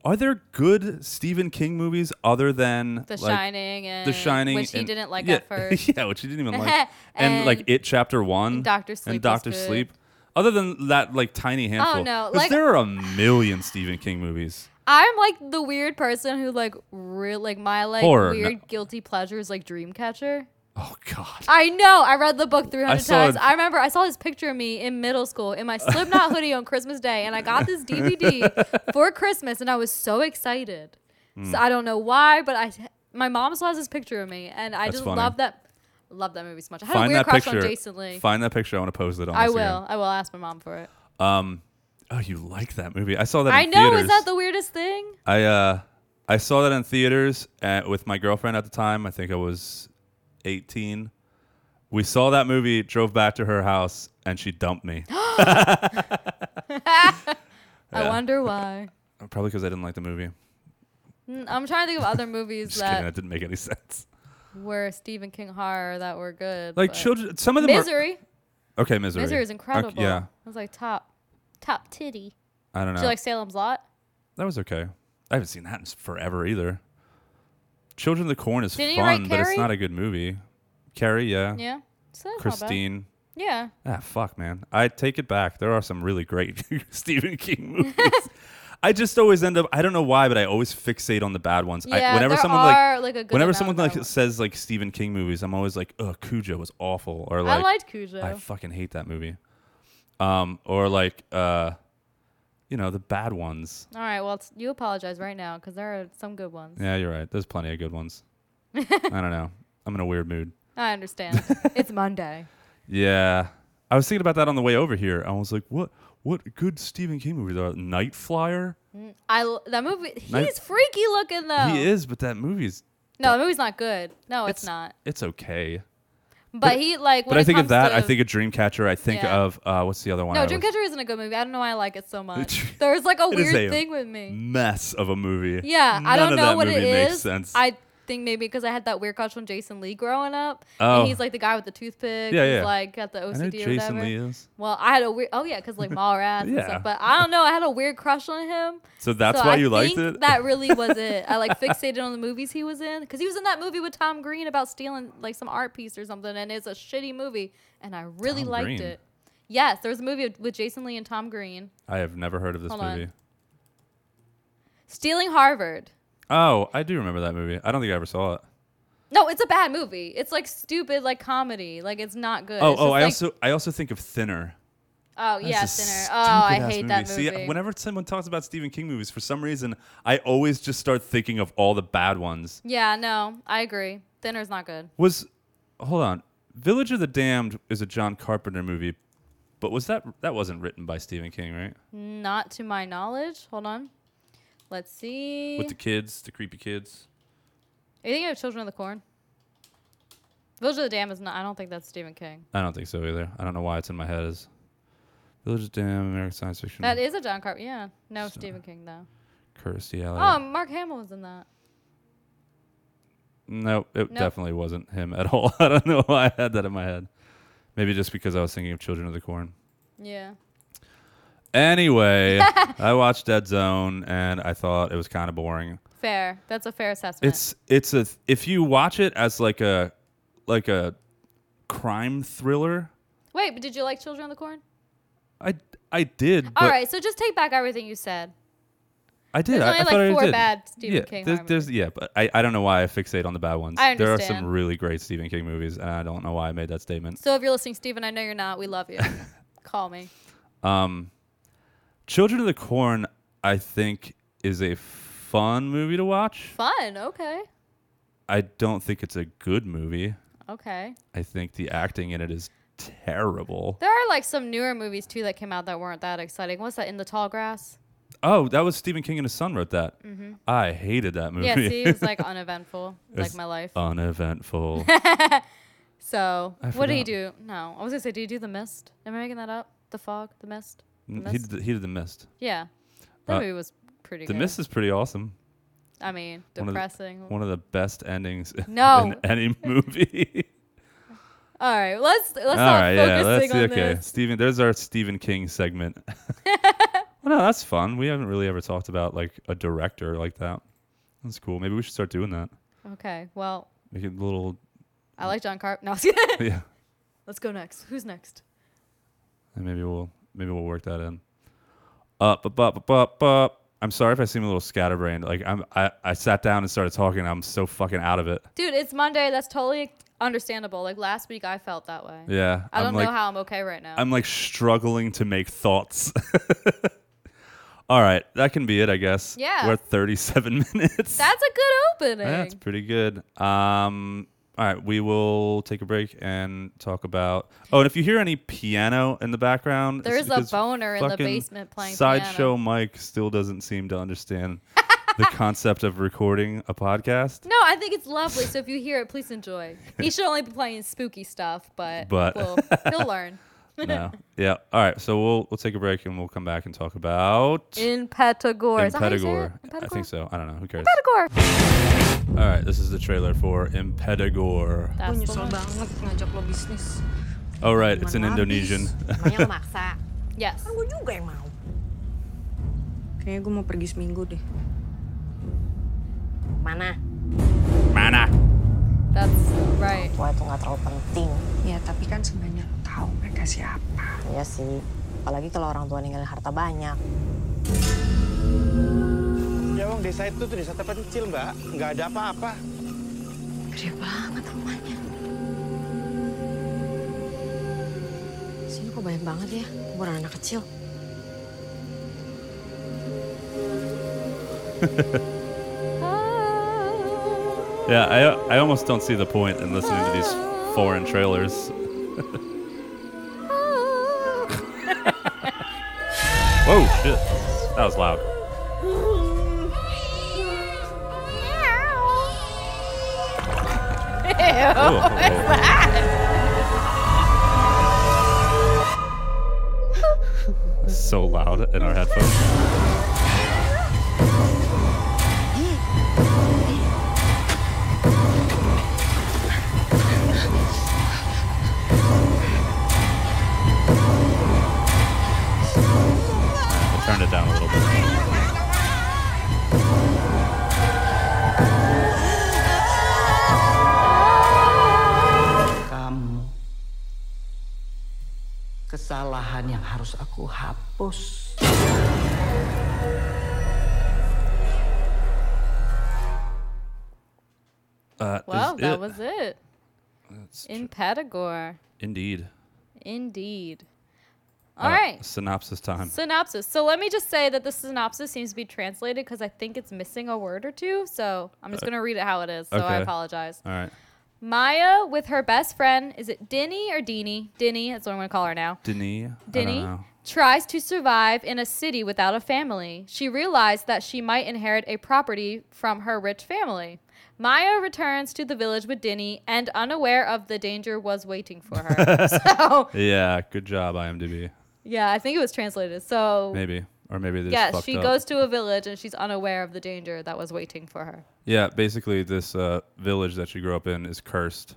Speaker 1: Are there good Stephen King movies other than
Speaker 2: The
Speaker 1: like,
Speaker 2: Shining and
Speaker 1: The Shining,
Speaker 2: which he
Speaker 1: and-
Speaker 2: didn't like
Speaker 1: yeah, [laughs]
Speaker 2: at first.
Speaker 1: yeah, which he didn't even
Speaker 2: [laughs]
Speaker 1: like, and, like
Speaker 2: And
Speaker 1: It Chapter One,
Speaker 2: Dr. Sleep
Speaker 1: and
Speaker 2: was
Speaker 1: Doctor
Speaker 2: good. Oh,
Speaker 1: Sleep. Other than that, like tiny handful.
Speaker 2: no,
Speaker 1: 'Cause
Speaker 2: like-
Speaker 1: there are a million Stephen King movies.
Speaker 2: I'm like the weird person who like real like my like
Speaker 1: Horror, no.
Speaker 2: weird guilty pleasure is like Dreamcatcher.
Speaker 1: Oh God.
Speaker 2: I know. I read the book 300
Speaker 1: I saw
Speaker 2: times.
Speaker 1: it-
Speaker 2: I remember I saw this picture of me in middle school in my Slipknot hoodie on Christmas Day, and I
Speaker 1: [laughs]
Speaker 2: got this DVD for Christmas, and I was so excited.
Speaker 1: Hmm.
Speaker 2: So I don't know why, but I my mom still has this picture of me, and I
Speaker 1: That's
Speaker 2: just
Speaker 1: funny.
Speaker 2: love that love that movie so much. I had a
Speaker 1: Find
Speaker 2: weird
Speaker 1: that
Speaker 2: crush
Speaker 1: picture.
Speaker 2: on Jason Lee.
Speaker 1: Find that picture. I want to post it on.
Speaker 2: I
Speaker 1: Instagram.
Speaker 2: will. I will ask my mom for it.
Speaker 1: Um, oh, you like that movie? I saw that.
Speaker 2: I
Speaker 1: in
Speaker 2: know.
Speaker 1: Theaters.
Speaker 2: Is that the weirdest thing?
Speaker 1: I uh, I saw that in theaters at, with my girlfriend at the time. I think I was eighteen. We saw that movie, drove back to her house, and she dumped
Speaker 2: [gasps]
Speaker 1: me.
Speaker 2: I
Speaker 1: [laughs]
Speaker 2: wonder why.
Speaker 1: Probably because I didn't like the movie.
Speaker 2: Mm, I'm trying to think
Speaker 1: [laughs]
Speaker 2: of other movies
Speaker 1: Just kidding. That
Speaker 2: that
Speaker 1: didn't make any [laughs] sense.
Speaker 2: were Stephen King horror that were good.
Speaker 1: Like
Speaker 2: but-
Speaker 1: children, some of them.
Speaker 2: Misery.
Speaker 1: Are, okay, misery.
Speaker 2: Misery is
Speaker 1: Okay,
Speaker 2: incredible.
Speaker 1: yeah,
Speaker 2: It was like top, top titty.
Speaker 1: I don't know.
Speaker 2: Do you like Salem's Lot?
Speaker 1: that was okay. I haven't seen that in s- forever either. Children of the Corn is
Speaker 2: Didn't he write
Speaker 1: fun, but it's
Speaker 2: Carrie?
Speaker 1: not a good movie. Carrie, yeah.
Speaker 2: Yeah. So that's not bad.
Speaker 1: Christine.
Speaker 2: Yeah.
Speaker 1: Ah, fuck, man. I take it back. There are some really great [laughs] Stephen King movies. I just always end up. I don't know why, but I always fixate on the bad ones.
Speaker 2: Yeah.
Speaker 1: I, whenever
Speaker 2: there
Speaker 1: someone like,
Speaker 2: are like, a good
Speaker 1: whenever
Speaker 2: amount
Speaker 1: someone
Speaker 2: of
Speaker 1: like
Speaker 2: bad ones.
Speaker 1: says like Stephen King movies, I'm always like, "Ugh, Cujo was awful," or
Speaker 2: I
Speaker 1: like,
Speaker 2: liked Cujo.
Speaker 1: "I fucking hate that movie," um, or like, uh, you know, the bad ones.
Speaker 2: All right. Well, it's, you apologize right now because there are some good ones.
Speaker 1: Yeah, you're right. There's plenty of good ones. I don't know.
Speaker 2: [laughs]
Speaker 1: I'm in a weird mood. [laughs]
Speaker 2: I understand. it's Monday.
Speaker 1: Yeah. I was thinking about that on the way over here. I was like, what what good Stephen King movies are? Night Flyer?
Speaker 2: I l- that movie. He's
Speaker 1: Nice.
Speaker 2: freaky looking though.
Speaker 1: He is, but that movie's
Speaker 2: No, the movie's not good. No, it's, not.
Speaker 1: It's okay.
Speaker 2: But he like. When
Speaker 1: But I
Speaker 2: it
Speaker 1: think of
Speaker 2: comes
Speaker 1: that,
Speaker 2: to-
Speaker 1: I think of Dreamcatcher, I think
Speaker 2: Yeah.
Speaker 1: of uh, what's the other one? I
Speaker 2: No,
Speaker 1: was-
Speaker 2: Dreamcatcher isn't a good movie. I don't know why I like it so
Speaker 1: [laughs]
Speaker 2: much.
Speaker 1: It
Speaker 2: There's like a
Speaker 1: is
Speaker 2: weird
Speaker 1: a-
Speaker 2: thing with me.
Speaker 1: mess of a movie.
Speaker 2: Yeah, I
Speaker 1: None
Speaker 2: don't
Speaker 1: of
Speaker 2: know
Speaker 1: that
Speaker 2: what
Speaker 1: movie
Speaker 2: it is.
Speaker 1: makes sense.
Speaker 2: I think maybe because I had that weird crush on Jason Lee growing up,
Speaker 1: Oh.
Speaker 2: and he's like the guy with the toothpick.
Speaker 1: Yeah,
Speaker 2: who's,
Speaker 1: yeah.
Speaker 2: Like got the
Speaker 1: I
Speaker 2: OCD
Speaker 1: know
Speaker 2: or
Speaker 1: Jason
Speaker 2: whatever.
Speaker 1: Lee is.
Speaker 2: Well, I had a weird. Oh yeah,
Speaker 1: [laughs]
Speaker 2: because like Mallrats and
Speaker 1: Yeah.
Speaker 2: stuff. But I don't know. I had a weird crush on him.
Speaker 1: So that's
Speaker 2: so
Speaker 1: why
Speaker 2: I
Speaker 1: you liked
Speaker 2: think
Speaker 1: it? [laughs]
Speaker 2: That really was it. I like fixated on the movies he was in because he was in that movie with Tom Green about stealing like some art piece or something, and it's a shitty movie, and I really
Speaker 1: Tom
Speaker 2: liked
Speaker 1: Green?
Speaker 2: it. Yes, there was a movie with Jason Lee and Tom Green
Speaker 1: I have never heard of this
Speaker 2: Hold on.
Speaker 1: movie.
Speaker 2: stealing Harvard.
Speaker 1: Oh, I do remember that movie. I don't think I ever saw it.
Speaker 2: No, it's a bad movie. It's like stupid, like comedy. Like it's not good.
Speaker 1: Oh,
Speaker 2: It's
Speaker 1: oh,
Speaker 2: just
Speaker 1: I
Speaker 2: like-
Speaker 1: also I also think of Thinner.
Speaker 2: Oh yeah,
Speaker 1: That's a
Speaker 2: Sinner. Oh, I
Speaker 1: stupid-ass
Speaker 2: hate that movie.
Speaker 1: See, whenever someone talks about Stephen King movies, for some reason, I always just start thinking of all the bad ones.
Speaker 2: yeah, no, I agree. Thinner's not good.
Speaker 1: Was, hold on, Village of the Damned is a John Carpenter movie, but was that that wasn't written by Stephen King, right?
Speaker 2: Not to my knowledge. Hold on. Let's see.
Speaker 1: With the kids, the creepy kids.
Speaker 2: Are you thinking of Children of the Corn? Village of the Dam is not. I don't think that's Stephen King.
Speaker 1: I don't think so either. I don't know why it's in my head as Village of the Damned, American science fiction.
Speaker 2: That is a John Carpenter. Yeah, no Stephen King though.
Speaker 1: Kirstie Alley.
Speaker 2: Oh, Mark Hamill was in that.
Speaker 1: no, it
Speaker 2: no.
Speaker 1: definitely wasn't him at [laughs] all. I don't know why I had that in my head. Maybe just because I was thinking of Children of the Corn.
Speaker 2: Yeah. [laughs]
Speaker 1: Anyway, I watched Dead Zone and I thought it was kind of boring.
Speaker 2: Fair. That's a fair assessment.
Speaker 1: It's it's a if you watch it as like a like a crime thriller,
Speaker 2: Wait, but did you like Children of the Corn?
Speaker 1: I I did. But
Speaker 2: All right, so just take back everything you said.
Speaker 1: I did.
Speaker 2: There's
Speaker 1: I,
Speaker 2: only
Speaker 1: I
Speaker 2: like
Speaker 1: thought I
Speaker 2: four
Speaker 1: did.
Speaker 2: bad Stephen
Speaker 1: yeah,
Speaker 2: King
Speaker 1: there's,
Speaker 2: horror
Speaker 1: there's yeah, but I, I don't know why I fixate on the bad ones.
Speaker 2: I
Speaker 1: There are some
Speaker 2: understand.
Speaker 1: really great Stephen King movies, and I don't know why I made that statement. [laughs]
Speaker 2: So if you're listening, Stephen, I know you're not. We love you. Call me.
Speaker 1: Um, Children of the Corn, I think, is a fun movie to watch.
Speaker 2: Fun. Okay.
Speaker 1: I don't think it's a good movie.
Speaker 2: Okay.
Speaker 1: I think the acting in it is terrible.
Speaker 2: There are like some newer movies too that came out that weren't that exciting. What's that? In the Tall Grass.
Speaker 1: Oh, that was Stephen King and his son wrote that.
Speaker 2: Mm-hmm.
Speaker 1: I hated that movie.
Speaker 2: Yeah. See,
Speaker 1: [laughs]
Speaker 2: it's like uneventful, like
Speaker 1: It's
Speaker 2: my life. [laughs]
Speaker 1: Uneventful.
Speaker 2: So
Speaker 1: I
Speaker 2: what do you do?
Speaker 1: forgot.
Speaker 2: No, I was gonna say, do you do the mist? Am I making that up? The fog, the mist, the
Speaker 1: he,
Speaker 2: mist.
Speaker 1: did, the- he did The Mist.
Speaker 2: yeah, that
Speaker 1: uh,
Speaker 2: movie was pretty.
Speaker 1: The
Speaker 2: good.
Speaker 1: Mist is pretty awesome.
Speaker 2: I mean,
Speaker 1: one of the-
Speaker 2: depressing.
Speaker 1: One of the best endings [laughs]
Speaker 2: No.
Speaker 1: in
Speaker 2: [laughs]
Speaker 1: any movie.
Speaker 2: All right, let's let's
Speaker 1: All
Speaker 2: not
Speaker 1: right, yeah,
Speaker 2: focusing
Speaker 1: let's see.
Speaker 2: on
Speaker 1: Okay,
Speaker 2: this.
Speaker 1: Stephen, there's our Stephen King
Speaker 2: [laughs]
Speaker 1: segment. [laughs] well, no, that's fun. We haven't really ever talked about like a director like that. That's cool. Maybe we should start doing that.
Speaker 2: Okay, well,
Speaker 1: Make it a little. [laughs]
Speaker 2: I like John Carp. No, [laughs] I was kidding.
Speaker 1: Yeah,
Speaker 2: let's go next. Who's next?
Speaker 1: and maybe we'll maybe we'll work that in. Uh, Up, up, up, up, up, up. I'm sorry if I seem a little scatterbrained. Like I'm, I, I sat down and started talking. I'm so fucking out of it.
Speaker 2: Dude, it's Monday. That's totally understandable. Like last week, I felt that way.
Speaker 1: Yeah,
Speaker 2: I
Speaker 1: am
Speaker 2: don't
Speaker 1: like,
Speaker 2: know how I'm okay right now.
Speaker 1: I'm like struggling to make thoughts. [laughs] All right, that can be it, I guess.
Speaker 2: Yeah.
Speaker 1: We're at 37 [laughs] minutes.
Speaker 2: That's a good opening.
Speaker 1: That's pretty good. Um, all right, we will take a break and talk about. Oh, and if you hear any piano in the background,
Speaker 2: There's a
Speaker 1: because
Speaker 2: boner in the
Speaker 1: fucking
Speaker 2: basement playing
Speaker 1: Sideshow
Speaker 2: piano.
Speaker 1: Mike still doesn't seem to
Speaker 2: [laughs]
Speaker 1: understand the concept of recording a podcast.
Speaker 2: No, I think it's lovely. So if you hear it, please enjoy. He should only be playing spooky stuff, but,
Speaker 1: But- [laughs]
Speaker 2: we'll, he'll learn.
Speaker 1: No. Yeah. All right. So we'll we'll take a break and we'll come back and talk about
Speaker 2: In Petagore. Is that how you say
Speaker 1: Impedagore.
Speaker 2: it?
Speaker 1: I think so. I don't know. Who cares?
Speaker 2: Petagore.
Speaker 1: All right. This is the trailer for Impedagore.
Speaker 2: That's the one.
Speaker 1: Oh right, it's in
Speaker 2: [laughs]
Speaker 1: Indonesian. [laughs]
Speaker 3: Mamanya maksa. [laughs]
Speaker 2: Yes.
Speaker 3: Gue juga yang mau. Kayaknya gue mau pergi seminggu deh. Mana?
Speaker 2: That's right.
Speaker 4: Wah itu nggak terlalu penting.
Speaker 5: Ya, tapi kan sebenarnya lo tahu mereka siapa.
Speaker 4: Iya sih. Apalagi kalau orang tua ninggalin harta banyak.
Speaker 6: Ya Wong, desa itu tuh desa terpencil, Mbak. Nggak ada apa-apa.
Speaker 5: Gede banget rumahnya.
Speaker 3: Sini kok banyak banget ya kuburan anak kecil.
Speaker 1: Yeah, I I almost don't see the point in listening to these foreign
Speaker 2: [laughs]
Speaker 1: trailers. Whoa, shit. That was loud. Ew, so loud in our headphones. I turned it down a little bit.
Speaker 7: kamu. Kesalahan yang harus aku hapus.
Speaker 1: Uh, is
Speaker 2: Well, that
Speaker 1: it.
Speaker 2: was it. In Petagore.
Speaker 1: indeed.
Speaker 2: Indeed. All
Speaker 1: Uh,
Speaker 2: right.
Speaker 1: Synopsis time.
Speaker 2: Synopsis. So let me just say that the synopsis seems to be translated because I think it's missing a word or two. So I'm just going to read it how it is. So I
Speaker 1: Uh, okay.
Speaker 2: apologize.
Speaker 1: All right.
Speaker 2: Maya with her best friend, is it Dinny or Deanie? Dinny, that's what I'm going to call her now.
Speaker 1: Denis. I don't
Speaker 2: Dinny
Speaker 1: know.
Speaker 2: tries to survive in a city without a family. She realized that she might inherit a property from her rich family. Maya returns to the village with Dinny and unaware of the danger was waiting for
Speaker 1: [laughs]
Speaker 2: her. so,
Speaker 1: Yeah, good job, IMDb.
Speaker 2: yeah, I think it was translated. So,
Speaker 1: Maybe. Or maybe this.
Speaker 2: yes, she goes to a village and she's unaware of the danger that was waiting for her.
Speaker 1: Yeah, basically, this uh, village that she grew up in is cursed,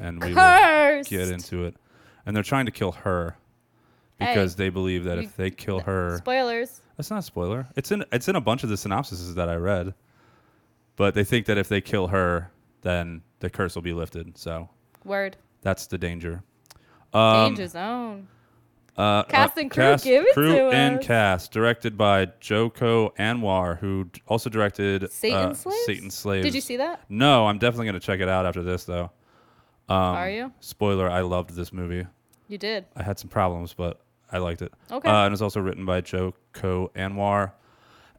Speaker 1: and we
Speaker 2: Cursed!
Speaker 1: will get into it. And they're trying to kill her
Speaker 2: Hey.
Speaker 1: because they believe that
Speaker 2: We-
Speaker 1: if they kill her,
Speaker 2: Spoilers.
Speaker 1: that's not a spoiler. It's in it's in a bunch of the synopses that I read, but they think that if they kill her, then the curse will be lifted. So
Speaker 2: Word.
Speaker 1: that's the danger. Um,
Speaker 2: danger zone.
Speaker 1: Uh,
Speaker 2: Cast and crew, give it
Speaker 1: crew
Speaker 2: to
Speaker 1: and
Speaker 2: us.
Speaker 1: cast, directed by Joko Anwar, who d- also directed
Speaker 2: Satan
Speaker 1: uh,
Speaker 2: slaves?
Speaker 1: Satan Slaves.
Speaker 2: Did you see that?
Speaker 1: No, I'm definitely gonna check it out after this though.
Speaker 2: Are you?
Speaker 1: um, Spoiler: I loved this movie.
Speaker 2: You did.
Speaker 1: I had some problems, but I liked it.
Speaker 2: Okay.
Speaker 1: Uh, and it's also written by Joko Anwar,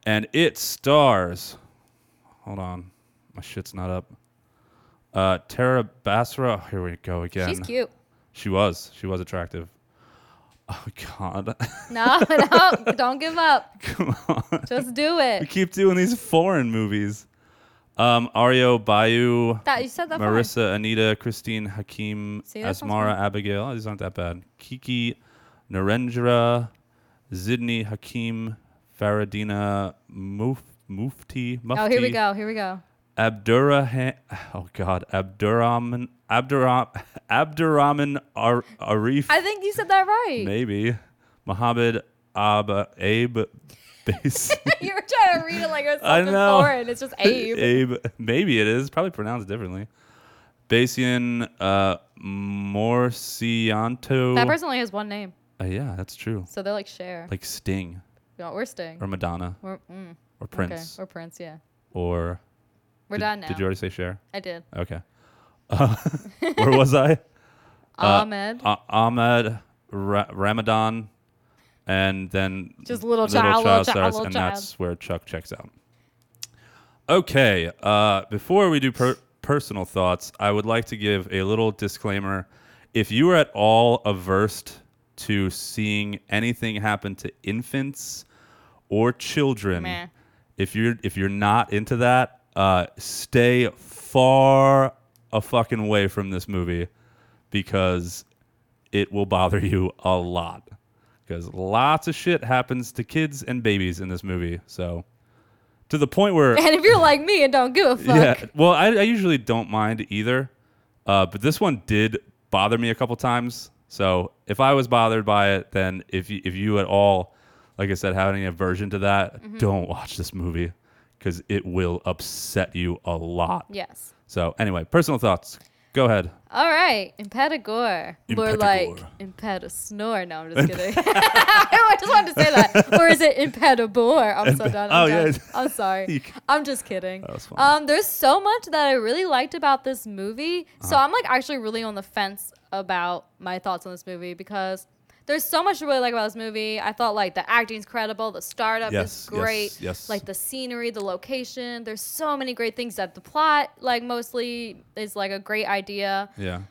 Speaker 1: and it stars. Hold on, my shit's not up. Uh, Tara Basra. oh, Here we go again.
Speaker 2: She's cute.
Speaker 1: She was. She was attractive. Oh God. [laughs]
Speaker 2: No, [laughs] no, don't give up.
Speaker 1: Come on.
Speaker 2: Just do
Speaker 1: We
Speaker 2: it.
Speaker 1: keep doing these foreign movies. Um, Ario Bayou.
Speaker 2: That you said that. fine.
Speaker 1: Marissa, Anita, Christine, Hakim,
Speaker 2: See, that sounds
Speaker 1: Asmara, Abigail. Oh, these aren't that bad. Kiki, Narendra, Zidni, Hakim, Faradina, Muf, Mufti, Mufti.
Speaker 2: Oh, here we go. Here we go.
Speaker 1: Abdurrahman. [laughs] Oh God, Abdurrahman. Abdurrahman. [laughs] Abdurrahman Ar- Arif.
Speaker 2: I think you said that right.
Speaker 1: maybe. Mohammed Ab Abe. [laughs] Basi.
Speaker 2: [laughs] you were trying to read it like it was
Speaker 1: I
Speaker 2: something
Speaker 1: know. [laughs]
Speaker 2: foreign. It's just [laughs] Abe.
Speaker 1: Abe. Maybe it is. Probably pronounced differently. Basian uh, Morcianto.
Speaker 2: That person only has one name,
Speaker 1: Uh, yeah, that's true.
Speaker 2: so they're like share.
Speaker 1: Like Sting
Speaker 2: no, we're staying.
Speaker 1: or Madonna
Speaker 2: We're, mm,
Speaker 1: or
Speaker 2: okay,
Speaker 1: Prince
Speaker 2: we're Prince. Yeah,
Speaker 1: or.
Speaker 2: we're
Speaker 1: did,
Speaker 2: done now.
Speaker 1: Did you already say Cher?
Speaker 2: I did.
Speaker 1: Okay. Uh, [laughs] where was
Speaker 2: [laughs]
Speaker 1: I?
Speaker 2: Ahmed.
Speaker 1: Ah- Ahmed Ra- Ramadan, and then
Speaker 2: Just little child, little child, little
Speaker 1: and
Speaker 2: child.
Speaker 1: that's where Chuck checks out. Okay, uh, before we do per- personal thoughts, I would like to give a little disclaimer. If you are at all averse to seeing anything happen to infants or children,
Speaker 2: Meh. [laughs]
Speaker 1: if you're if you're not into that, uh, stay far a fucking way from this movie because it will bother [laughs] you a lot because lots of shit happens to kids and babies in this movie. So to the point
Speaker 2: [laughs]
Speaker 1: where
Speaker 2: and if you're like me and don't give a fuck,
Speaker 1: [laughs] yeah, well, I, I usually don't mind either, uh, but this one did bother me a couple times. So if I was bothered by it, then if you, if you at all, like I said, have any aversion to that,
Speaker 2: Mm-hmm.
Speaker 1: don't watch this movie because it will upset you a lot.
Speaker 2: yes.
Speaker 1: So anyway, personal thoughts. Go ahead.
Speaker 2: All right, Impetigore. We're like
Speaker 1: Impetigore.
Speaker 2: Impedisnore. No, I'm just kidding. [laughs] I just wanted to say that. Or is it Impedibore? I'm so
Speaker 1: Impe-
Speaker 2: done.
Speaker 1: Oh,
Speaker 2: I'm
Speaker 1: yeah.
Speaker 2: done.
Speaker 1: [laughs]
Speaker 2: I'm
Speaker 1: You
Speaker 2: sorry.
Speaker 1: c-
Speaker 2: I'm just kidding.
Speaker 1: That was funny.
Speaker 2: Um, there's so much that I really liked about this movie. So
Speaker 1: Uh-huh.
Speaker 2: I'm like actually really on the fence about my thoughts on this movie because there's so much to really like about this movie. I thought like the acting's credible, the startup
Speaker 1: Yes,
Speaker 2: is great,
Speaker 1: yes, yes.
Speaker 2: like the scenery, the location. There's so many great things that the plot like mostly is like a great idea.
Speaker 1: Yeah.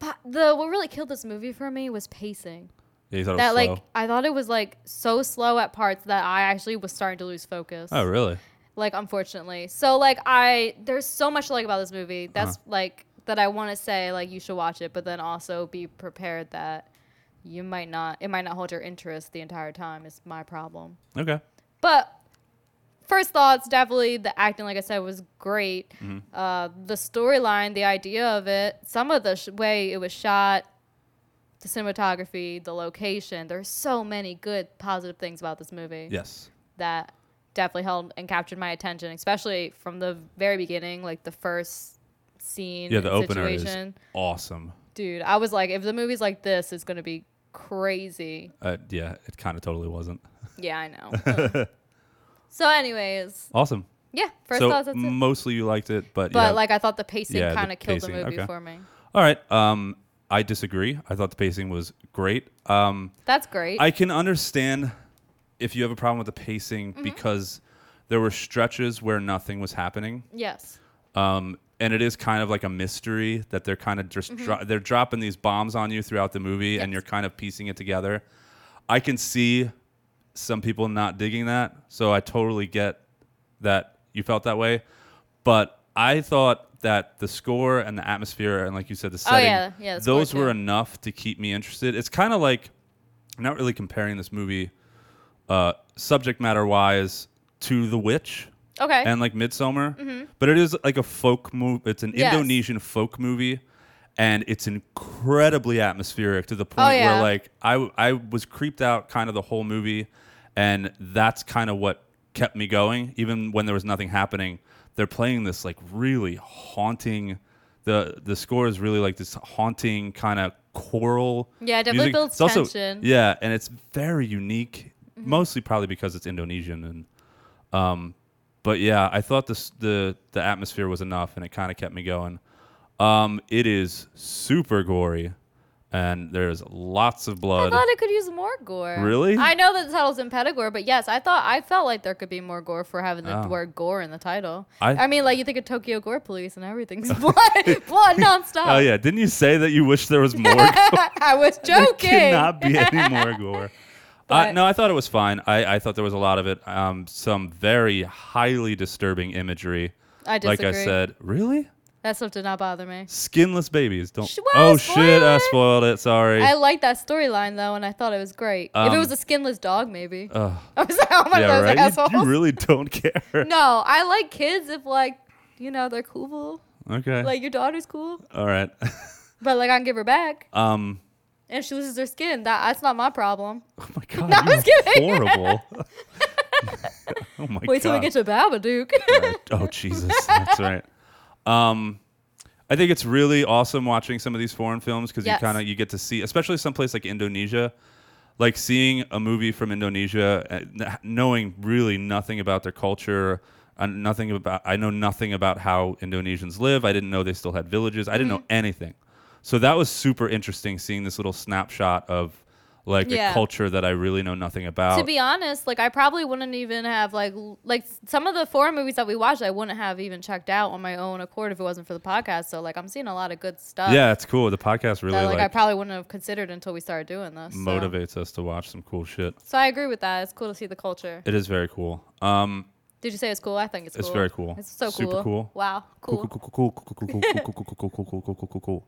Speaker 2: But the what really killed this movie for me was pacing.
Speaker 1: Yeah, you thought it was
Speaker 2: That
Speaker 1: Oh, slow.
Speaker 2: like I thought it was like so slow at parts that I actually was starting to lose focus.
Speaker 1: Oh, really?
Speaker 2: Like unfortunately. So like I there's so much to like about this movie. That's
Speaker 1: Uh-huh.
Speaker 2: like that I want to say like you should watch it, but then also be prepared that you might not it might not hold your interest the entire time is my problem.
Speaker 1: Okay.
Speaker 2: But first thoughts, definitely the acting, like I said, was great.
Speaker 1: Mm-hmm.
Speaker 2: Uh, the storyline, the idea of it, some of the sh- way it was shot, the cinematography, the location. There's so many good positive things about this movie
Speaker 1: Yes.
Speaker 2: that definitely held and captured my attention, especially from the very beginning, like the first scene.
Speaker 1: Yeah, the
Speaker 2: and
Speaker 1: opener
Speaker 2: situation.
Speaker 1: is awesome.
Speaker 2: Dude, I was like, if the movie's like this, it's gonna be crazy.
Speaker 1: Uh, yeah, it kind of totally wasn't.
Speaker 2: Yeah,
Speaker 1: [laughs]
Speaker 2: I know. Ugh. so, anyways,
Speaker 1: Awesome.
Speaker 2: yeah, first
Speaker 1: so
Speaker 2: thoughts. That's it.
Speaker 1: mostly you liked it, but
Speaker 2: But
Speaker 1: yeah.
Speaker 2: like I thought the pacing
Speaker 1: Yeah, the
Speaker 2: kind of killed the
Speaker 1: pacing,
Speaker 2: movie
Speaker 1: okay.
Speaker 2: for me.
Speaker 1: all right. Um, I disagree. I thought the pacing was great. Um,
Speaker 2: That's great.
Speaker 1: I can understand if you have a problem with the pacing because there were stretches where nothing was happening.
Speaker 2: yes.
Speaker 1: Um, and it is kind of like a mystery that they're kind of
Speaker 2: Mm-hmm.
Speaker 1: just dro- they're dropping these bombs on you throughout the movie, and you're kind of piecing it together. I can see some people not digging that, so I totally get that you felt that way. But I thought that the score and the atmosphere and, like you said, the setting,
Speaker 2: Oh, yeah. Yeah, the score
Speaker 1: those were
Speaker 2: too.
Speaker 1: enough to keep me interested. It's kind of like I'm not really comparing this movie uh, subject matter wise to The Witch
Speaker 2: Okay. Mm-hmm.
Speaker 1: and like Midsummer, but it is like a folk movie. It's an
Speaker 2: Yes.
Speaker 1: Indonesian folk movie, and it's incredibly atmospheric to the point
Speaker 2: Oh, yeah.
Speaker 1: where like I w- I was creeped out kind of the whole movie, and that's kind of what kept me going even when there was nothing happening. They're playing this like really haunting. The, the score is really like this haunting kind of choral.
Speaker 2: Yeah, it
Speaker 1: music.
Speaker 2: definitely builds
Speaker 1: It's also-
Speaker 2: tension. Mm-hmm.
Speaker 1: yeah, and it's very unique, mostly probably because it's Indonesian and um, but yeah, I thought this the the atmosphere was enough, and it kind of kept me going. Um, it is super gory. and there's lots of
Speaker 2: I
Speaker 1: blood.
Speaker 2: thought it could use more gore.
Speaker 1: Really?
Speaker 2: I know that the title's in Pedagore, but yes, I thought I felt like there could be more gore for having the
Speaker 1: Oh.
Speaker 2: word gore in the title.
Speaker 1: I-
Speaker 2: I, mean, like you think of Tokyo Gore Police and everything's [laughs] blood, blood nonstop.
Speaker 1: [laughs] Oh yeah, didn't you say that you wish
Speaker 2: [laughs]
Speaker 1: there was more? gore? [laughs]
Speaker 2: I was joking.
Speaker 1: There cannot be
Speaker 2: [laughs]
Speaker 1: any more gore. uh,
Speaker 2: But-
Speaker 1: no, I thought it was fine. I, I thought there was a lot of it. Um, some very highly disturbing imagery.
Speaker 2: I
Speaker 1: Like I
Speaker 2: disagree.
Speaker 1: said, really
Speaker 2: that stuff did not bother me.
Speaker 1: skinless babies don't.
Speaker 2: Sh- well,
Speaker 1: oh shit! I
Speaker 2: spoiler!
Speaker 1: spoiled it. Sorry.
Speaker 2: I liked that storyline though, and I thought it was great. if
Speaker 1: Um,
Speaker 2: it was a skinless dog, maybe.
Speaker 1: Ugh.
Speaker 2: [laughs] I was like, oh my
Speaker 1: yeah,
Speaker 2: those
Speaker 1: right. You-
Speaker 2: assholes.
Speaker 1: You, really don't care.
Speaker 2: no, I like kids if like you know they're cool.
Speaker 1: Okay.
Speaker 2: [laughs] Like your daughter's cool,
Speaker 1: All right. [laughs] Oh
Speaker 2: but like I can give her back,
Speaker 1: um.
Speaker 2: and if she loses her skin. That that's not my problem.
Speaker 1: Oh my god.
Speaker 2: [laughs] No, I
Speaker 1: you
Speaker 2: was
Speaker 1: are
Speaker 2: kidding. [laughs]
Speaker 1: Horrible. [laughs] oh my god.
Speaker 2: Wait till we get
Speaker 1: [laughs]
Speaker 2: to Babadook. [laughs]
Speaker 1: Right. oh Jesus, that's right. Um, I think it's really awesome watching some of these foreign films because
Speaker 2: Yes.
Speaker 1: you kind of you get to see, especially someplace like Indonesia, like seeing a movie from Indonesia, uh, n- knowing really nothing about their culture. And nothing about I know nothing about how Indonesians live. I didn't know they still had villages. I didn't
Speaker 2: Mm-hmm.
Speaker 1: know anything. So that was super interesting seeing this little snapshot of like a
Speaker 2: Yeah.
Speaker 1: culture that I really know nothing about.
Speaker 2: to be honest, like I probably wouldn't even have like l- like s- some of the foreign movies that we watched, I wouldn't have even checked out on my own accord if it wasn't for the podcast. So like I'm seeing a lot of good stuff.
Speaker 1: yeah, it's cool. The podcast really
Speaker 2: That, uh, like, I
Speaker 1: like
Speaker 2: probably wouldn't have considered until we started doing this. so.
Speaker 1: motivates us to watch some cool shit.
Speaker 2: So I agree with that. It's cool to see the culture.
Speaker 1: It is very cool. Um,
Speaker 2: Did you say it's cool? I think it's cool.
Speaker 1: It's very cool.
Speaker 2: It's so
Speaker 1: Super cool.
Speaker 2: cool. Wow. Cool.
Speaker 1: cool, cool, cool, cool, cool, cool, cool, cool, cool, cool, cool, cool, cool, cool, cool, cool, cool,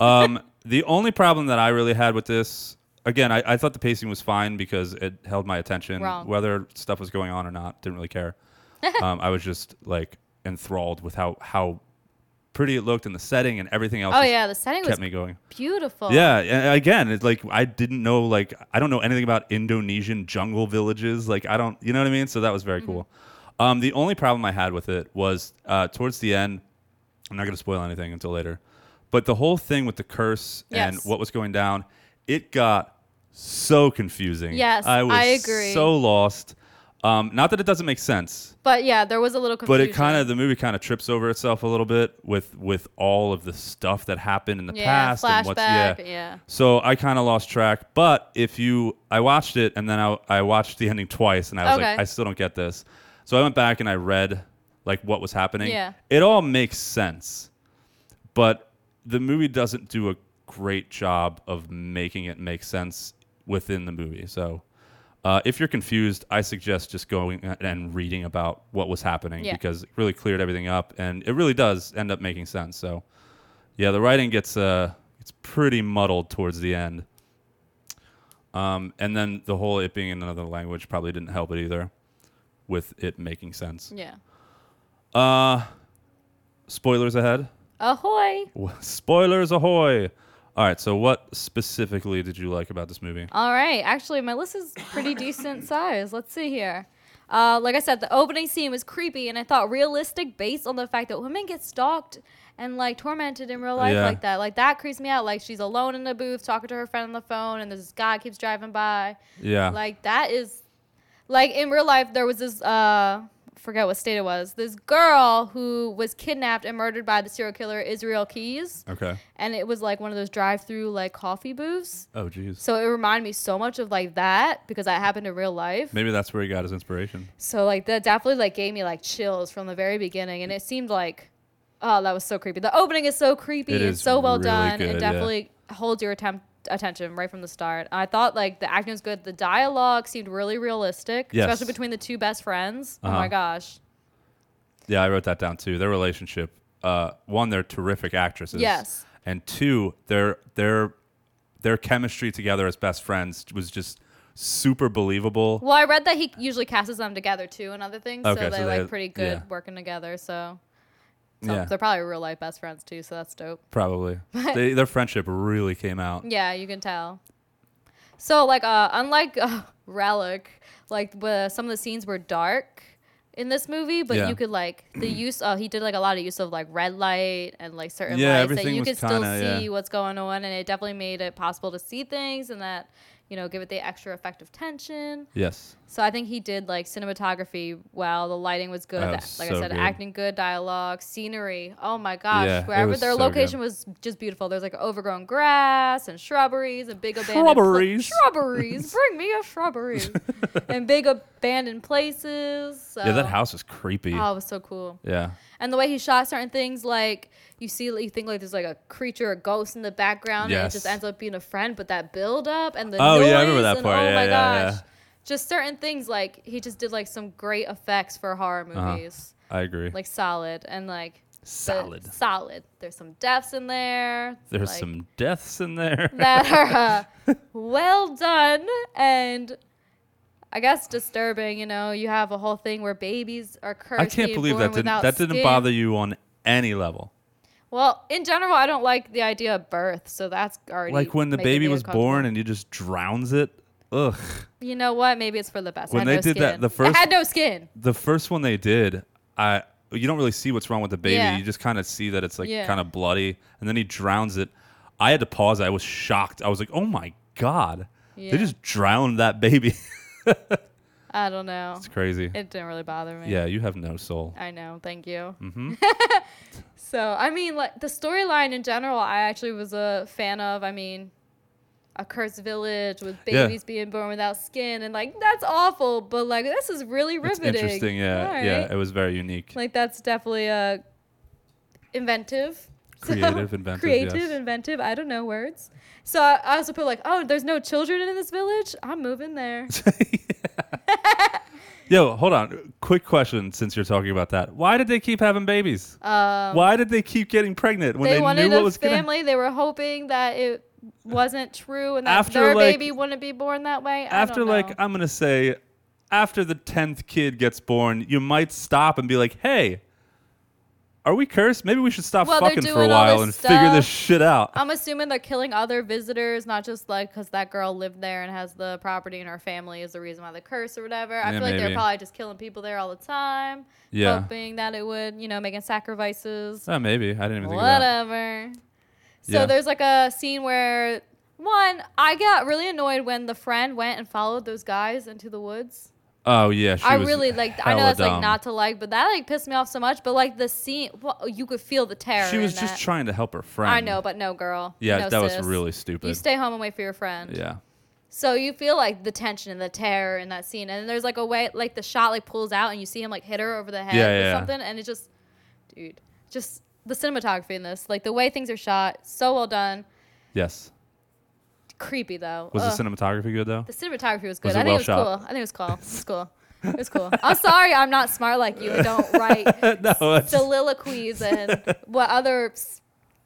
Speaker 1: cool. Um, the only problem that I really had with this, again, I, I thought the pacing was fine because it held my attention,
Speaker 2: Wrong.
Speaker 1: whether stuff was going on or not. Didn't really
Speaker 2: [laughs]
Speaker 1: care. um, I was just like enthralled with how how pretty it looked and the setting and everything else.
Speaker 2: Oh
Speaker 1: just
Speaker 2: yeah, the setting was
Speaker 1: kept me going.
Speaker 2: beautiful.
Speaker 1: Yeah, and again, it's like I didn't know like I don't know anything about Indonesian jungle villages. Like I don't, you know what I mean? So that was
Speaker 2: Mm-hmm.
Speaker 1: very cool. Um, the only problem I had with it was uh, towards the end. I'm not going to spoil anything until later, but the whole thing with the curse and
Speaker 2: Yes.
Speaker 1: what was going down, it got so confusing.
Speaker 2: Yes,
Speaker 1: I was
Speaker 2: I agree.
Speaker 1: so lost. Um, not that it doesn't make sense,
Speaker 2: But yeah, there was a little
Speaker 1: but
Speaker 2: confusion.
Speaker 1: it kind of the movie kind of trips over itself a little bit with with all of the stuff that happened in the
Speaker 2: yeah,
Speaker 1: past and
Speaker 2: flashback.
Speaker 1: what's yeah.
Speaker 2: yeah.
Speaker 1: So I kind of lost track. But if you, I watched it and then I, I watched the ending twice and I was like,
Speaker 2: Okay.
Speaker 1: I still don't get this. So I went back and I read like what was happening.
Speaker 2: Yeah.
Speaker 1: It all makes sense. But the movie doesn't do a great job of making it make sense within the movie. So uh, if you're confused, I suggest just going a- and reading about what was happening
Speaker 2: Yeah.
Speaker 1: because it really cleared everything up and it really does end up making sense. So. Yeah, the writing gets uh it's pretty muddled towards the end. Um, and then the whole it being in another language probably didn't help it either with it making sense.
Speaker 2: Yeah.
Speaker 1: Uh spoilers ahead.
Speaker 2: Ahoy.
Speaker 1: [laughs] spoilers ahoy. All right, so what specifically did you like about this movie?
Speaker 2: All right. Actually, my list is
Speaker 1: [laughs]
Speaker 2: pretty decent size. Let's see here. Uh, like I said, the opening scene was creepy, and I thought realistic based on the fact that women get stalked and like tormented in real life
Speaker 1: Yeah.
Speaker 2: like that. Like that creeps me out. Like she's alone in the booth talking to her friend on the phone, and this guy keeps driving by.
Speaker 1: Yeah.
Speaker 2: Like that is like in real life there was this uh forget what state it was. This girl who was kidnapped and murdered by the serial killer Israel Keys.
Speaker 1: okay.
Speaker 2: And it was like one of those drive-through like coffee booths.
Speaker 1: Oh jeez.
Speaker 2: So it reminded me so much of like that because that happened in real life.
Speaker 1: Maybe that's where he got his inspiration.
Speaker 2: So like that definitely like gave me like chills from the very beginning, and it seemed like, oh, that was so creepy. The opening is so creepy.
Speaker 1: It
Speaker 2: it's
Speaker 1: is
Speaker 2: so well
Speaker 1: really
Speaker 2: done.
Speaker 1: good, yeah.
Speaker 2: it definitely holds your attempt attention right from the start. I thought like the acting was good. The dialogue seemed really realistic,
Speaker 1: Yes.
Speaker 2: especially between the two best friends. Oh
Speaker 1: Uh-huh.
Speaker 2: my gosh.
Speaker 1: Yeah, I wrote that down too. Their relationship. Uh, one, they're terrific actresses.
Speaker 2: Yes.
Speaker 1: And two, their their their chemistry together as best friends was just super believable.
Speaker 2: Well, I read that he usually casts them together too and other things,
Speaker 1: Okay,
Speaker 2: so
Speaker 1: so
Speaker 2: they're
Speaker 1: they-
Speaker 2: like pretty good
Speaker 1: yeah.
Speaker 2: working together. So. so
Speaker 1: yeah,
Speaker 2: They're probably real life best friends too, so that's dope. [laughs]
Speaker 1: probably. they, their friendship really came out.
Speaker 2: Yeah, you can tell. So like uh unlike [laughs] uh, Relic, like the, some of the scenes were dark in this movie, but
Speaker 1: Yeah.
Speaker 2: you could like
Speaker 1: [clears throat]
Speaker 2: the use uh, he did like a lot of use of like red light and like certain
Speaker 1: Yeah,
Speaker 2: lights that
Speaker 1: everything
Speaker 2: you
Speaker 1: was
Speaker 2: could still
Speaker 1: kinda,
Speaker 2: see
Speaker 1: yeah.
Speaker 2: what's going on and it definitely made it possible to see things and that you know, give it the extra effect of tension.
Speaker 1: Yes.
Speaker 2: So I think he did like cinematography wow. The lighting was good.
Speaker 1: That
Speaker 2: the-
Speaker 1: was
Speaker 2: like
Speaker 1: so
Speaker 2: I said,
Speaker 1: good.
Speaker 2: acting good, dialogue, scenery. Oh my gosh.
Speaker 1: Yeah, it
Speaker 2: Wherever
Speaker 1: was
Speaker 2: their
Speaker 1: so good.
Speaker 2: location was just beautiful. There's like overgrown grass and shrubberies and big abandoned pla-
Speaker 1: Shrubberies. [laughs]
Speaker 2: shrubberies. Bring me a shrubbery. and big abandoned places.
Speaker 1: Yeah, that
Speaker 2: so-
Speaker 1: house is creepy.
Speaker 2: Oh, it was so cool.
Speaker 1: Yeah.
Speaker 2: And the way he shot certain things, like you see, you think like there's like a creature, a ghost in the background, and
Speaker 1: Yes.
Speaker 2: it just ends up being a friend. But that build up and the
Speaker 1: Oh,
Speaker 2: noise
Speaker 1: yeah, I remember that
Speaker 2: and
Speaker 1: part.
Speaker 2: oh
Speaker 1: Yeah,
Speaker 2: my
Speaker 1: yeah,
Speaker 2: gosh,
Speaker 1: yeah.
Speaker 2: just certain things. Like he just did like some great effects for horror
Speaker 1: Uh-huh.
Speaker 2: movies,
Speaker 1: I agree.
Speaker 2: like solid and like the-
Speaker 1: Solid.
Speaker 2: solid. There's some depths in there.
Speaker 1: There's
Speaker 2: like,
Speaker 1: some deaths in there.
Speaker 2: [laughs] that are uh, well done and. I guess disturbing, you know. You have a whole thing where babies are cursed.
Speaker 1: I can't
Speaker 2: being
Speaker 1: believe
Speaker 2: born
Speaker 1: that didn't
Speaker 2: without
Speaker 1: that didn't
Speaker 2: skin.
Speaker 1: bother you on any level.
Speaker 2: Well, in general, I don't like the idea of birth, so that's already
Speaker 1: Like when the
Speaker 2: making
Speaker 1: baby
Speaker 2: me
Speaker 1: was born and you just drowns it. Ugh.
Speaker 2: uncomfortable. you know what? Maybe it's for the best. I
Speaker 1: When
Speaker 2: had
Speaker 1: they
Speaker 2: no
Speaker 1: did that-
Speaker 2: skin.
Speaker 1: the first-
Speaker 2: I [laughs] had no skin.
Speaker 1: The first one they did, I you don't really see what's wrong with the baby.
Speaker 2: Yeah.
Speaker 1: You just kind of see that it's like
Speaker 2: Yeah.
Speaker 1: kind of bloody and then he drowns it. I had to pause. I was shocked. I was like, "Oh my god.
Speaker 2: Yeah.
Speaker 1: They just drowned that baby." [laughs]
Speaker 2: I don't know.
Speaker 1: it's crazy.
Speaker 2: It didn't really bother me.
Speaker 1: yeah, Mm-hmm. you have no soul.
Speaker 2: I know. Thank you. [laughs] so, I mean, like the storyline in general, I actually was a fan of. I mean, a cursed village with
Speaker 1: Yeah.
Speaker 2: babies being born without skin, and like that's awful. But like, this is really
Speaker 1: It's
Speaker 2: riveting.
Speaker 1: interesting. Yeah.
Speaker 2: All
Speaker 1: Yeah,
Speaker 2: right.
Speaker 1: it was very unique.
Speaker 2: Like [laughs] that's definitely uh, inventive. So-
Speaker 1: Creative,
Speaker 2: [laughs]
Speaker 1: inventive,
Speaker 2: Creative,
Speaker 1: yes.
Speaker 2: inventive. I don't know words. So I I also put like, oh, there's no children in this village. I'm moving there.
Speaker 1: [laughs] Yo, hold on. Quick question since you're talking about that. Why did they keep having babies? Why did they keep getting pregnant [laughs] when
Speaker 2: Um, they
Speaker 1: they,
Speaker 2: wanted
Speaker 1: knew what
Speaker 2: a
Speaker 1: was going to
Speaker 2: family. They were hoping that it wasn't true and that
Speaker 1: After,
Speaker 2: their
Speaker 1: like-
Speaker 2: baby wouldn't be born that way. I
Speaker 1: After
Speaker 2: don't
Speaker 1: like uh,
Speaker 2: know.
Speaker 1: I'm going to say after the 10th kid gets born, you might stop and be like, "Hey, are we cursed? Maybe we should stop
Speaker 2: Well, they're
Speaker 1: fucking for a
Speaker 2: doing all
Speaker 1: while
Speaker 2: this
Speaker 1: and figure this
Speaker 2: stuff. Um,
Speaker 1: shit out."
Speaker 2: I'm assuming they're killing other visitors, not just like because that girl lived there and has the property and her family is the reason why the curse or whatever. I
Speaker 1: Yeah,
Speaker 2: feel like
Speaker 1: maybe.
Speaker 2: they're probably just killing people there all the time,
Speaker 1: Yeah.
Speaker 2: hoping that it would, you know, making sacrifices.
Speaker 1: oh, maybe. I didn't even think of that.
Speaker 2: whatever. So
Speaker 1: Yeah.
Speaker 2: there's like a scene where one, I got really annoyed when the friend went and followed those guys into the woods.
Speaker 1: Oh, yeah. She
Speaker 2: I
Speaker 1: was
Speaker 2: really like. I know
Speaker 1: hella
Speaker 2: that's
Speaker 1: dumb.
Speaker 2: like not to like, but that like pissed me off so much. But like the scene, wha- you could feel the terror.
Speaker 1: She was
Speaker 2: in
Speaker 1: just
Speaker 2: that.
Speaker 1: trying to help her friend.
Speaker 2: I know, but no, girl.
Speaker 1: Yeah,
Speaker 2: No,
Speaker 1: that was
Speaker 2: sis.
Speaker 1: really stupid.
Speaker 2: You stay home and wait for your friend.
Speaker 1: yeah.
Speaker 2: So you feel like the tension and the terror in that scene, and then there's like a way, like the shot like pulls out, and you see him like hit her over the head
Speaker 1: Yeah,
Speaker 2: or
Speaker 1: yeah, yeah.
Speaker 2: something, and it just, dude, just the cinematography in this, like the way things are shot, so well done.
Speaker 1: Yes.
Speaker 2: Creepy though.
Speaker 1: Was
Speaker 2: Ugh.
Speaker 1: the cinematography good though?
Speaker 2: The cinematography was good.
Speaker 1: Was it
Speaker 2: I think
Speaker 1: well
Speaker 2: it was
Speaker 1: shot?
Speaker 2: cool. I think it was cool. It was cool. It was cool. I'm sorry, I'm not smart like you. I
Speaker 1: [laughs]
Speaker 2: don't write
Speaker 1: no, it's
Speaker 2: soliloquies and what other s-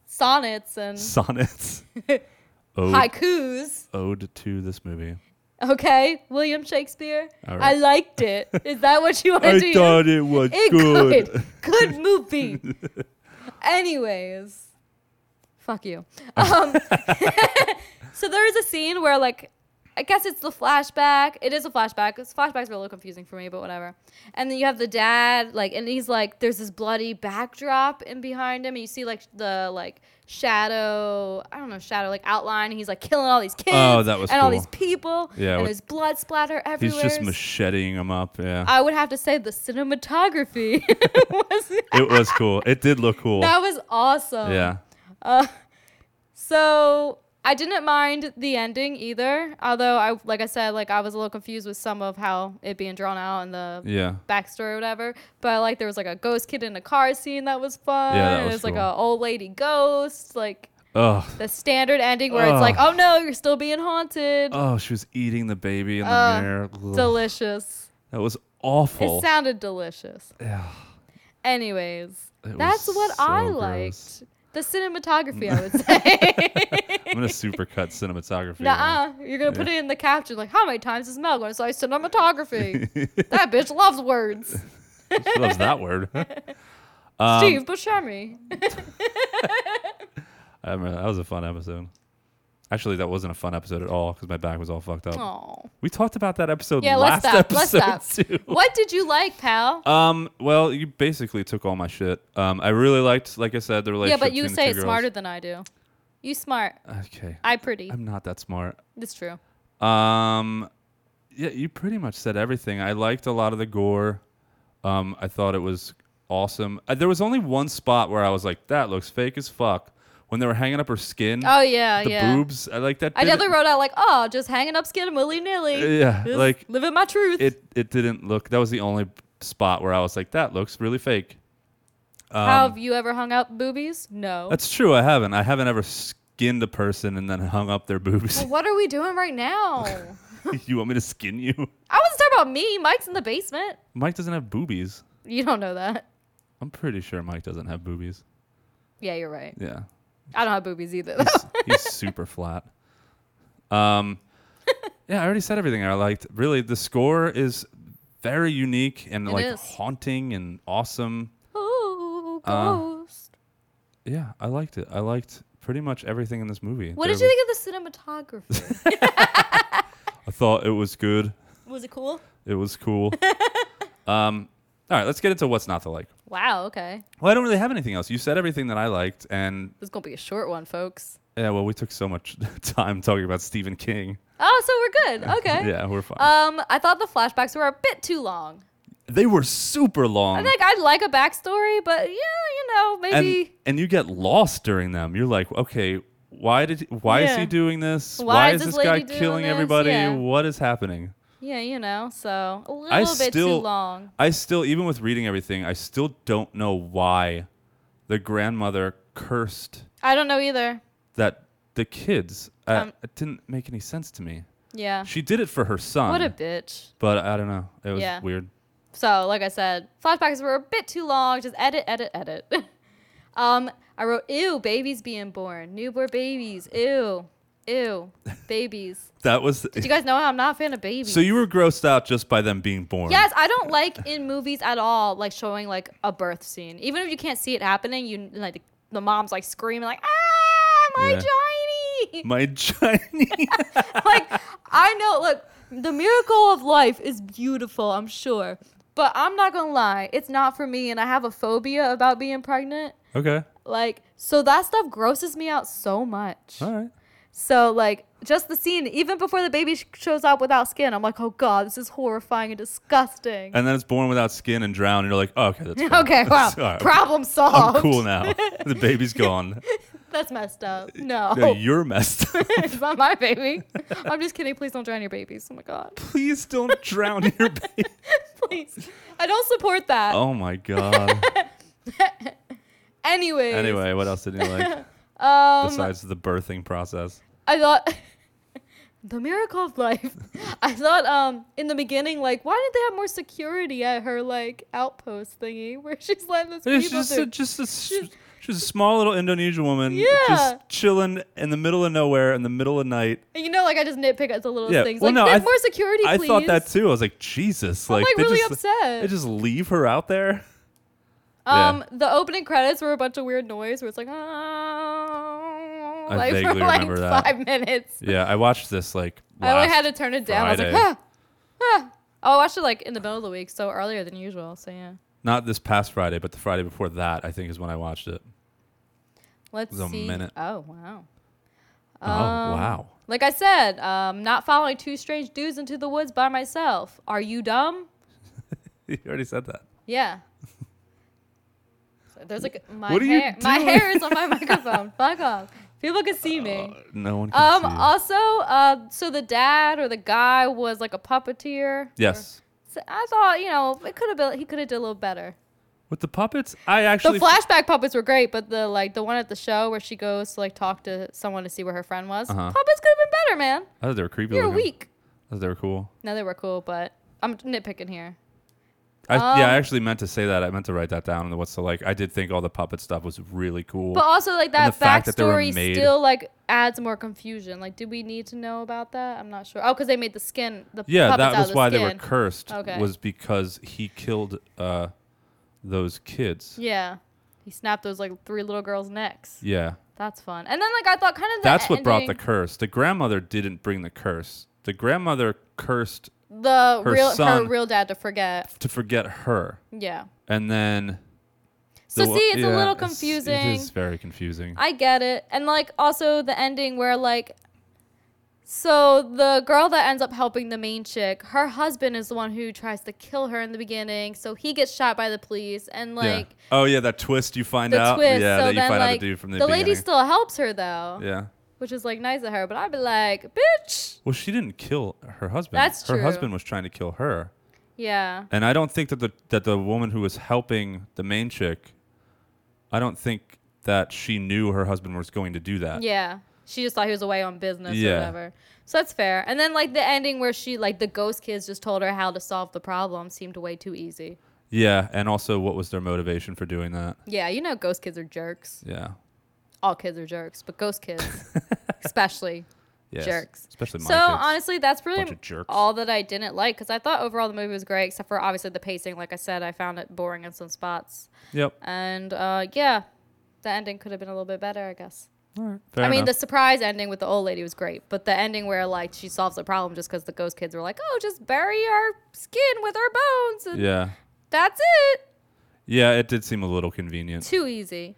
Speaker 2: sonnets and [laughs]
Speaker 1: sonnets. Ode,
Speaker 2: haikus.
Speaker 1: ode to this movie.
Speaker 2: Okay, William Shakespeare.
Speaker 1: All
Speaker 2: I
Speaker 1: right.
Speaker 2: liked it. Is that what you want to [laughs] do?
Speaker 1: it was
Speaker 2: it good. [laughs] Good movie.
Speaker 1: [laughs]
Speaker 2: Anyways,
Speaker 1: [laughs]
Speaker 2: fuck you. Um, [laughs] so there is a scene where, like, I guess it's the flashback. It is a flashback. This flashback's a little confusing for me, but whatever. And then you have the dad, like, and he's like, there's this bloody backdrop in behind him, and you see like the like shadow. I don't know, shadow like outline. and He's like killing all these kids.
Speaker 1: Oh, that was
Speaker 2: and all
Speaker 1: cool.
Speaker 2: these people.
Speaker 1: Yeah,
Speaker 2: and
Speaker 1: with-
Speaker 2: there's blood splatter
Speaker 1: He's
Speaker 2: everywhere.
Speaker 1: just macheting him up. Yeah,
Speaker 2: I would have to say the cinematography [laughs] was
Speaker 1: it was cool. It did look cool.
Speaker 2: that was awesome.
Speaker 1: yeah,
Speaker 2: So I didn't mind the ending either, although I like I said like I was a little confused with some of how it being drawn out and the
Speaker 1: yeah.
Speaker 2: backstory or whatever. But like there was like a ghost kid in a car scene that was fun.
Speaker 1: Yeah, that
Speaker 2: It
Speaker 1: was
Speaker 2: like
Speaker 1: cool.
Speaker 2: a old lady ghost like.
Speaker 1: Oh,
Speaker 2: The standard ending where it's like, oh no, you're still being haunted.
Speaker 1: oh, she was eating the baby in the
Speaker 2: Uh,
Speaker 1: mirror. Ugh,
Speaker 2: Delicious.
Speaker 1: that was
Speaker 2: It
Speaker 1: awful.
Speaker 2: sounded delicious. Anyways,
Speaker 1: It
Speaker 2: that's
Speaker 1: was
Speaker 2: what I
Speaker 1: so
Speaker 2: liked.
Speaker 1: gross.
Speaker 2: The cinematography,
Speaker 1: [laughs]
Speaker 2: I would say.
Speaker 1: I'm gonna supercut cinematography. now.
Speaker 2: Nuh-uh. You're gonna put it in the caption like, how many times is Mel going to
Speaker 1: [laughs]
Speaker 2: say cinematography? that bitch loves words.
Speaker 1: She loves that word. [laughs] Um,
Speaker 2: Steve Buscemi.
Speaker 1: uh, I remember that was a fun episode. Actually, that wasn't a fun episode at all because my back was all fucked up.
Speaker 2: Aw.
Speaker 1: We talked about that episode
Speaker 2: Yeah,
Speaker 1: last
Speaker 2: let's stop.
Speaker 1: episode
Speaker 2: let's
Speaker 1: [laughs]
Speaker 2: stop.
Speaker 1: too.
Speaker 2: What did you like, pal?
Speaker 1: Um. Well, you basically took all my shit. Um. I really liked, like I said, the
Speaker 2: yeah,
Speaker 1: relationship.
Speaker 2: but you
Speaker 1: between the
Speaker 2: say
Speaker 1: two
Speaker 2: it
Speaker 1: girls.
Speaker 2: smarter than I do. You smart.
Speaker 1: Okay.
Speaker 2: I pretty.
Speaker 1: I'm not that smart.
Speaker 2: That's true.
Speaker 1: Um, yeah, you pretty much said everything. I liked a lot of the gore. Um, I thought it was awesome. Uh, there was only one spot where I was like, "That looks fake as fuck." When they were hanging up her skin.
Speaker 2: Oh, yeah,
Speaker 1: the
Speaker 2: yeah.
Speaker 1: boobs. I like that.
Speaker 2: I
Speaker 1: didn't-
Speaker 2: definitely wrote out like, oh, just hanging up skin willy nilly.
Speaker 1: Uh, Yeah, like
Speaker 2: living my truth.
Speaker 1: it. It didn't look. That was the only spot where I was like, "That looks really fake."
Speaker 2: How have you ever hung up boobies? No.
Speaker 1: um, That's true. I haven't. I haven't ever skinned a person and then hung up their boobs.
Speaker 2: Well, what are we doing right now?
Speaker 1: [laughs]
Speaker 2: I
Speaker 1: you want me to skin you?
Speaker 2: wasn't talking about me. Mike's in the basement.
Speaker 1: Mike doesn't have boobies.
Speaker 2: You don't know that.
Speaker 1: I'm pretty sure Mike doesn't have boobies.
Speaker 2: Yeah, you're right.
Speaker 1: Yeah.
Speaker 2: I don't have
Speaker 1: [laughs]
Speaker 2: boobies either. [laughs] Though.
Speaker 1: He's super flat.
Speaker 2: [laughs]
Speaker 1: Um, yeah, I already said everything I liked. Really, the score is very unique and
Speaker 2: It
Speaker 1: like
Speaker 2: is.
Speaker 1: haunting and awesome.
Speaker 2: Ooh,
Speaker 1: Uh,
Speaker 2: Oh, ghost.
Speaker 1: Yeah, I liked it. I liked pretty much everything in this movie.
Speaker 2: what
Speaker 1: There
Speaker 2: did you
Speaker 1: was-
Speaker 2: think of the cinematography?
Speaker 1: I thought it [laughs] was good.
Speaker 2: Was it cool?
Speaker 1: It was
Speaker 2: [laughs]
Speaker 1: cool. um, all right, let's get into what's not to like.
Speaker 2: Wow. Okay.
Speaker 1: Well, I don't really have anything else. You said everything that I liked, and
Speaker 2: This is gonna be a short one, folks.
Speaker 1: yeah, well, we took so much [laughs] time talking about Stephen King.
Speaker 2: Oh, so we're
Speaker 1: [laughs]
Speaker 2: good. Okay.
Speaker 1: yeah, we're fine.
Speaker 2: Um, I thought the flashbacks were a bit too long.
Speaker 1: they were super long.
Speaker 2: I think I'd like a backstory, but yeah, you know, maybe.
Speaker 1: and and you get lost during them. You're like, okay, why did why is
Speaker 2: Yeah.
Speaker 1: he doing this?
Speaker 2: Why
Speaker 1: Why,
Speaker 2: is
Speaker 1: is
Speaker 2: this
Speaker 1: this guy
Speaker 2: lady doing
Speaker 1: killing
Speaker 2: this?
Speaker 1: everybody?
Speaker 2: Yeah.
Speaker 1: What is happening?
Speaker 2: Yeah, you know, so a little
Speaker 1: I
Speaker 2: bit
Speaker 1: still
Speaker 2: too long.
Speaker 1: I still even with reading everything, I still don't know why the grandmother cursed
Speaker 2: I don't know either.
Speaker 1: that the kids. Uh,
Speaker 2: Um,
Speaker 1: it didn't make any sense to me.
Speaker 2: Yeah.
Speaker 1: She did it for her son,
Speaker 2: What a bitch.
Speaker 1: but I don't know. It was
Speaker 2: Yeah.
Speaker 1: weird.
Speaker 2: So, like I said, flashbacks were a bit too long. Just edit, edit, edit. [laughs] um, I wrote, ew, babies being born. Newborn babies. Ew. Ew.
Speaker 1: [laughs]
Speaker 2: Babies.
Speaker 1: That was.
Speaker 2: Did you guys know I'm not a fan of babies?
Speaker 1: so you were grossed out just by them being born.
Speaker 2: Yes, I don't like in movies at all, like showing like a birth scene. Even if you can't see it happening, you like the, the mom's like screaming like ah my
Speaker 1: Yeah.
Speaker 2: Johnny.
Speaker 1: My [laughs] Chinese.
Speaker 2: [laughs] like I know, look, the miracle of life is beautiful, I'm sure. But I'm not gonna lie, it's not for me, and I have a phobia about being pregnant.
Speaker 1: okay.
Speaker 2: Like, so that stuff grosses me out so much.
Speaker 1: All right.
Speaker 2: So, like, just the scene, even before the baby sh- shows up without skin, I'm like, oh god, this is horrifying and disgusting.
Speaker 1: and then it's born without skin and drowned. And you're like, oh, okay, that's fine.
Speaker 2: [laughs]
Speaker 1: [laughs]
Speaker 2: okay, wow,
Speaker 1: It's all right.
Speaker 2: problem solved.
Speaker 1: I'm cool now. the baby's gone.
Speaker 2: [laughs] That's
Speaker 1: [laughs]
Speaker 2: messed up. No,
Speaker 1: No, you're messed. up. [laughs]
Speaker 2: [laughs] it's not my baby. [laughs] I'm just kidding. Please don't drown your babies. Oh my god, [laughs]
Speaker 1: Please don't drown your baby.
Speaker 2: please. I don't support that.
Speaker 1: Oh my god.
Speaker 2: Anyways,
Speaker 1: Anyway, what else did you like
Speaker 2: [laughs] um,
Speaker 1: besides the birthing process?
Speaker 2: I thought [laughs] the miracle of life. [laughs] I thought um in the beginning, like, why did they have more security at her like outpost thingy [laughs] where she's letting this
Speaker 1: It's
Speaker 2: people
Speaker 1: just a,
Speaker 2: through?
Speaker 1: just a s- she's a small little Indonesian woman,
Speaker 2: Yeah.
Speaker 1: just chilling in the middle of nowhere in the middle of night.
Speaker 2: And you know, like I just nitpick at the little
Speaker 1: Yeah,
Speaker 2: things.
Speaker 1: well,
Speaker 2: like,
Speaker 1: no, I
Speaker 2: there's
Speaker 1: th-
Speaker 2: more security,
Speaker 1: I
Speaker 2: please.
Speaker 1: thought that too. I was like, Jesus,
Speaker 2: I'm, like,
Speaker 1: they
Speaker 2: really
Speaker 1: just,
Speaker 2: upset.
Speaker 1: They just leave her out there. Yeah.
Speaker 2: Um, the opening credits were a bunch of weird noise where it's like, oh,
Speaker 1: I
Speaker 2: like [laughs] for
Speaker 1: vaguely
Speaker 2: like
Speaker 1: remember that.
Speaker 2: five minutes.
Speaker 1: Yeah, I watched this like.
Speaker 2: I only
Speaker 1: last
Speaker 2: had to turn it down. I was
Speaker 1: Friday.
Speaker 2: like, ah, ah. Oh, I watched it like in the middle of the week, so earlier than usual. So yeah,
Speaker 1: not this past Friday, but the Friday before that, I think is when I watched it.
Speaker 2: let's
Speaker 1: was a
Speaker 2: see.
Speaker 1: minute.
Speaker 2: Oh wow.
Speaker 1: oh
Speaker 2: [laughs]
Speaker 1: wow!
Speaker 2: Like I said, um, not following two strange dudes into the woods by myself. Are you dumb?
Speaker 1: you already said that.
Speaker 2: Yeah. [laughs] So There's like my
Speaker 1: What are you
Speaker 2: hair. My
Speaker 1: doing?
Speaker 2: hair is on my [laughs] microphone. Fuck off. People can see me.
Speaker 1: No one. Can
Speaker 2: Um.
Speaker 1: see.
Speaker 2: Also, uh, so the dad or the guy was like a puppeteer. or-
Speaker 1: yes,
Speaker 2: So I thought, you know, it could have been. He could have did a little better.
Speaker 1: with the puppets, I
Speaker 2: The
Speaker 1: actually.
Speaker 2: flashback puppets were great, but the like the one at the show where she goes to like talk to someone to see where her friend was.
Speaker 1: Uh-huh.
Speaker 2: Puppets could have been better, man.
Speaker 1: I thought they were creepy.
Speaker 2: You're
Speaker 1: looking.
Speaker 2: weak.
Speaker 1: I thought they were cool.
Speaker 2: No, they were cool, but I'm nitpicking here.
Speaker 1: I, yeah, I
Speaker 2: Um,
Speaker 1: actually meant to say that. I meant to write that down. And what's the like? I did think all the puppet stuff was really cool.
Speaker 2: But also, like
Speaker 1: And
Speaker 2: that
Speaker 1: the fact that they were
Speaker 2: backstory
Speaker 1: made-
Speaker 2: still like adds more confusion. Like, do we need to know about that? I'm not sure. Oh, because they made the skin. The
Speaker 1: yeah,
Speaker 2: puppets
Speaker 1: that
Speaker 2: out of
Speaker 1: was
Speaker 2: the
Speaker 1: why they
Speaker 2: skin.
Speaker 1: were cursed.
Speaker 2: Okay.
Speaker 1: Was because he killed uh, those kids.
Speaker 2: Yeah, he snapped those like three little girls' necks.
Speaker 1: Yeah,
Speaker 2: That's fun. And then like I thought, kind of the
Speaker 1: that's what brought the
Speaker 2: ending-
Speaker 1: curse. The grandmother didn't bring the curse. The grandmother cursed
Speaker 2: the
Speaker 1: her
Speaker 2: real her
Speaker 1: son-
Speaker 2: real dad to forget.
Speaker 1: to forget her,
Speaker 2: Yeah.
Speaker 1: and then
Speaker 2: So
Speaker 1: The-
Speaker 2: see, it's
Speaker 1: yeah,
Speaker 2: a little
Speaker 1: it's-
Speaker 2: confusing.
Speaker 1: it is very confusing.
Speaker 2: I get it. And like also the ending where like So the girl that ends up helping the main chick, her husband is the one who tries to kill her in the beginning. So he gets shot by the police, and like
Speaker 1: yeah. Oh yeah, that twist you find
Speaker 2: the
Speaker 1: out.
Speaker 2: twist.
Speaker 1: yeah,
Speaker 2: so
Speaker 1: that you
Speaker 2: then
Speaker 1: find
Speaker 2: like
Speaker 1: out to do from the,
Speaker 2: lady
Speaker 1: beginning.
Speaker 2: still helps her though,
Speaker 1: yeah.
Speaker 2: which is like nice of her. But I'd be like, bitch.
Speaker 1: Well, she didn't kill her husband.
Speaker 2: That's
Speaker 1: her
Speaker 2: true.
Speaker 1: husband was trying to kill her.
Speaker 2: Yeah.
Speaker 1: And I don't think that the that the woman who was helping the main chick, I don't think that she knew her husband was going to do that.
Speaker 2: Yeah. She just thought he was away on business
Speaker 1: Yeah.
Speaker 2: or whatever. So that's fair. And then like the ending where she like the ghost kids just told her how to solve the problem seemed way too easy.
Speaker 1: Yeah, and also what was their motivation for doing that?
Speaker 2: Yeah, you know ghost kids are jerks.
Speaker 1: Yeah.
Speaker 2: All kids are jerks, but ghost kids
Speaker 1: [laughs]
Speaker 2: especially
Speaker 1: Yes.
Speaker 2: jerks.
Speaker 1: Especially my
Speaker 2: so
Speaker 1: kids.
Speaker 2: honestly, that's
Speaker 1: Bunch
Speaker 2: really
Speaker 1: of jerks.
Speaker 2: all that I didn't like because I thought overall the movie was great, except for obviously the pacing. Like I said, I found it boring in some spots,
Speaker 1: Yep.
Speaker 2: and uh, yeah, the ending could have been a little bit better, I guess.
Speaker 1: Fair
Speaker 2: I mean, the
Speaker 1: enough.
Speaker 2: surprise ending with the old lady was great, but the ending where like she solves the problem just because the ghost kids were like, "Oh, just bury our skin with our bones," and
Speaker 1: Yeah.
Speaker 2: that's it.
Speaker 1: Yeah, it did seem a little convenient.
Speaker 2: Too easy.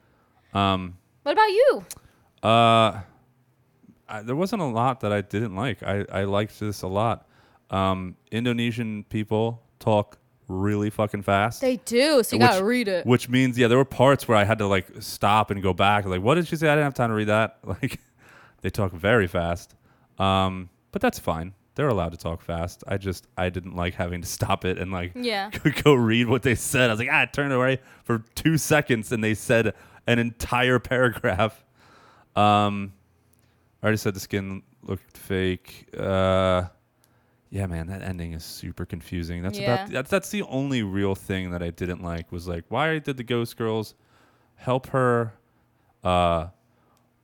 Speaker 1: Um
Speaker 2: What about you?
Speaker 1: Uh, I, there wasn't a lot that I didn't like. I, I liked this a lot. Um, Indonesian people talk really fucking fast.
Speaker 2: They do, so you gotta read it.
Speaker 1: Which means, yeah, there were parts where I had to like stop and go back. Like, what did she say? I didn't have time to read that. [laughs] Like, they talk very fast. Um, but that's fine. They're allowed to talk fast. I just I didn't like having to [laughs] stop it and like
Speaker 2: Yeah.
Speaker 1: [laughs] go, go read what they said. I was like, ah, turn away for two seconds, and they said an entire [laughs] paragraph. Um, I already said the skin looked fake. Uh, yeah, man, that ending is super confusing. That's
Speaker 2: Yeah.
Speaker 1: about that's that's the only real thing that I didn't like was like why did the ghost girls help her? Uh,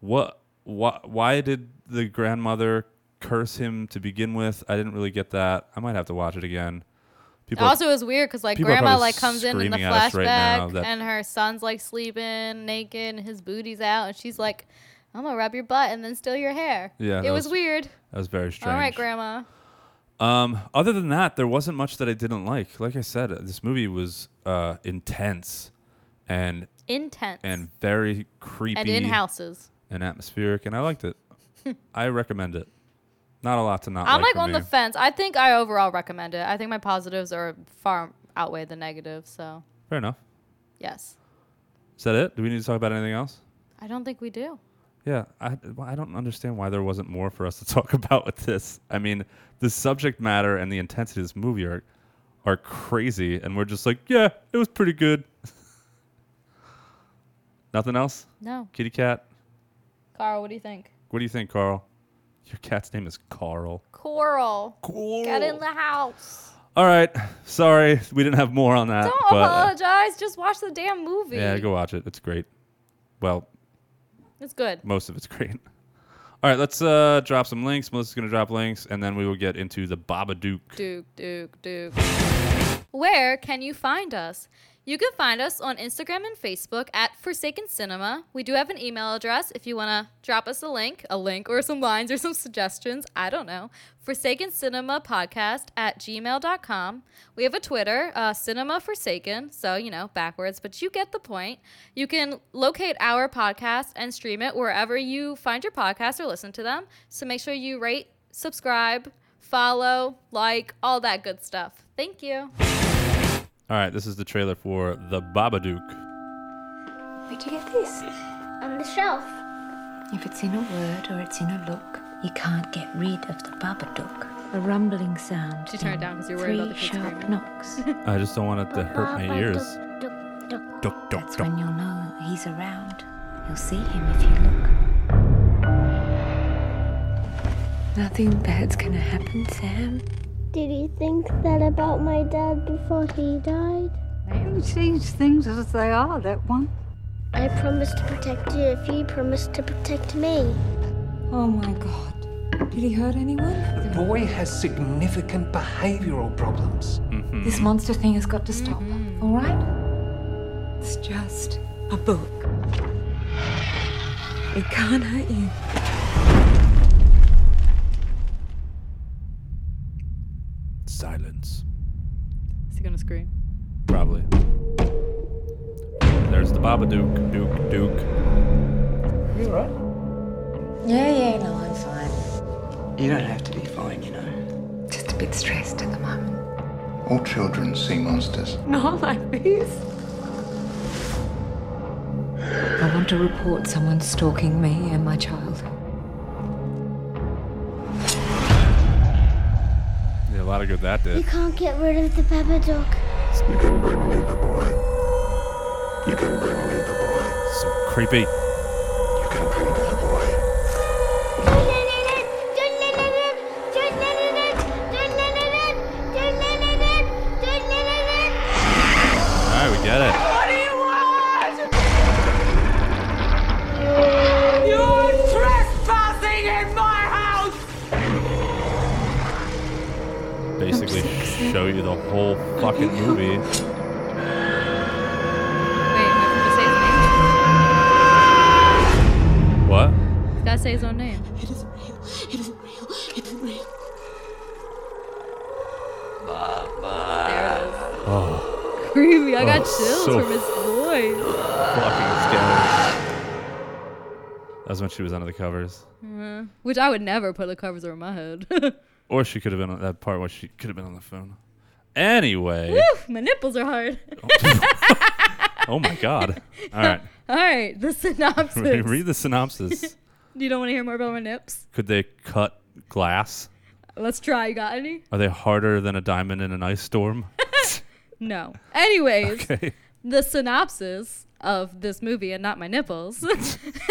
Speaker 1: what why why did the grandmother curse him to begin with? I didn't really get that. I might have to watch it again. People are-
Speaker 2: also, it was weird because like
Speaker 1: people are
Speaker 2: grandma
Speaker 1: probably
Speaker 2: like comes in in the
Speaker 1: screaming at us
Speaker 2: flashback,
Speaker 1: right now that-
Speaker 2: and her son's like sleeping naked, and his booty's out, and she's like, "I'm gonna rub your butt and then steal your hair."
Speaker 1: Yeah,
Speaker 2: it
Speaker 1: that
Speaker 2: was,
Speaker 1: was
Speaker 2: weird.
Speaker 1: that was very strange.
Speaker 2: All right, grandma.
Speaker 1: Um, other than that, there wasn't much that I didn't like. Like I said, uh, this movie was uh, intense and
Speaker 2: Intense
Speaker 1: and very creepy
Speaker 2: and in houses.
Speaker 1: and atmospheric, and I
Speaker 2: [laughs]
Speaker 1: liked it. I recommend it. Not a lot to not.
Speaker 2: I'm like
Speaker 1: from
Speaker 2: on the
Speaker 1: me.
Speaker 2: fence. I think I overall recommend it. I think my positives are far outweigh the negatives. So
Speaker 1: Fair enough.
Speaker 2: yes,
Speaker 1: Is that it? Do we need to talk about anything else?
Speaker 2: I don't think we do.
Speaker 1: Yeah, I, well, I don't understand why there wasn't more for us to [laughs] talk about with this. I mean, the subject matter and the intensity of this movie are are crazy, and we're just like, yeah, it was pretty good. [laughs] Nothing else?
Speaker 2: No,
Speaker 1: Kitty cat?
Speaker 2: Carl, what do you think?
Speaker 1: What do you think, Carl? Your cat's name is Carl.
Speaker 2: Coral,
Speaker 1: Cool.
Speaker 2: get in the house.
Speaker 1: All right. Sorry, we didn't have more on that.
Speaker 2: Don't
Speaker 1: but, uh,
Speaker 2: apologize. Just watch the damn movie.
Speaker 1: yeah, go watch it. It's great. Well,
Speaker 2: It's good.
Speaker 1: most of it's [laughs] great. All right, let's uh, drop some links. Melissa's gonna drop links, and then we will get into the Babadook.
Speaker 2: Duke, Duke, Duke. Where can you find us? You can find us on Instagram and Facebook at Forsaken Cinema. We do have an email address if you want to drop us a link, a link or some lines or some suggestions. I don't know. Forsaken Cinema Podcast at gmail.com. We have a Twitter, uh, Cinema Forsaken. So, you know, backwards, but you get the point. You can locate our podcast and stream it wherever you find your podcast or listen to them. So make sure you rate, subscribe, follow, like, all that good stuff. Thank you.
Speaker 1: All right, this is the trailer for the Babadook.
Speaker 5: Where'd you get this?
Speaker 8: on the shelf.
Speaker 5: If it's in a word or it's in a look, you can't get rid of the babadook. A rumbling sound.
Speaker 2: She turned it
Speaker 5: and
Speaker 2: down 'cause you're worried about the
Speaker 5: three
Speaker 2: kids
Speaker 5: sharp
Speaker 2: screaming. [laughs]
Speaker 5: knocks.
Speaker 1: I just don't want it to hurt my ears. Duk, duk,
Speaker 5: That's
Speaker 1: duk.
Speaker 5: when you'll know he's around. You'll see him if you look. Nothing bad's gonna happen, Sam.
Speaker 8: Did he think that about my dad before he died?
Speaker 9: He sees things as they are, that one.
Speaker 8: I promised to protect you if you promised to protect me.
Speaker 3: Oh my god. Did he hurt anyone?
Speaker 10: The boy has significant behavioral problems.
Speaker 5: This monster thing has got to stop, all right?
Speaker 9: It's just a book. It can't hurt you.
Speaker 1: Silence.
Speaker 2: Is he gonna scream?
Speaker 1: Probably. There's the Babadook. Duke, Duke.
Speaker 10: You
Speaker 4: Iya,
Speaker 10: alright?
Speaker 5: Yeah, yeah, no, I'm fine.
Speaker 7: You don't have to be fine, you know.
Speaker 5: Just a bit stressed at the moment.
Speaker 11: All children see monsters.
Speaker 5: Not like this. I want to report someone stalking me and my child.
Speaker 1: Yeah, a lot of good that
Speaker 8: You
Speaker 1: did.
Speaker 8: can't get rid of the Peppa Dog.
Speaker 11: You can bring me the boy. You can bring me the boy.
Speaker 1: So creepy.
Speaker 11: You can bring me the boy.
Speaker 8: Don't let it in! Don't let it in! Don't let it in! Don't let it in! Don't let it in! Don't let it in!
Speaker 1: All right, we get it. Basically, show you the whole fucking movie.
Speaker 2: Wait, we have to say his name?
Speaker 1: What?
Speaker 2: He's gotta say his own name.
Speaker 1: Oh,
Speaker 2: Creepy. I got
Speaker 1: Oh,
Speaker 2: chills
Speaker 1: so
Speaker 2: from his voice.
Speaker 1: fucking scary. That was when she was under the covers.
Speaker 2: Which I would never put the covers over my head. [laughs]
Speaker 1: Or she could have been on that part where she could have been on the phone. Anyway.
Speaker 2: my nipples are hard. [laughs]
Speaker 1: Oh my god. All right.
Speaker 2: All right, the synopsis.
Speaker 1: Read the synopsis.
Speaker 2: you don't want to hear more about my nips?
Speaker 1: Could they cut glass?
Speaker 2: Let's try. You got any?
Speaker 1: Are they harder than a diamond in an ice
Speaker 2: [laughs]
Speaker 1: storm? [laughs]
Speaker 2: No. Anyways,
Speaker 1: Okay.
Speaker 2: the synopsis of this movie and not my nipples.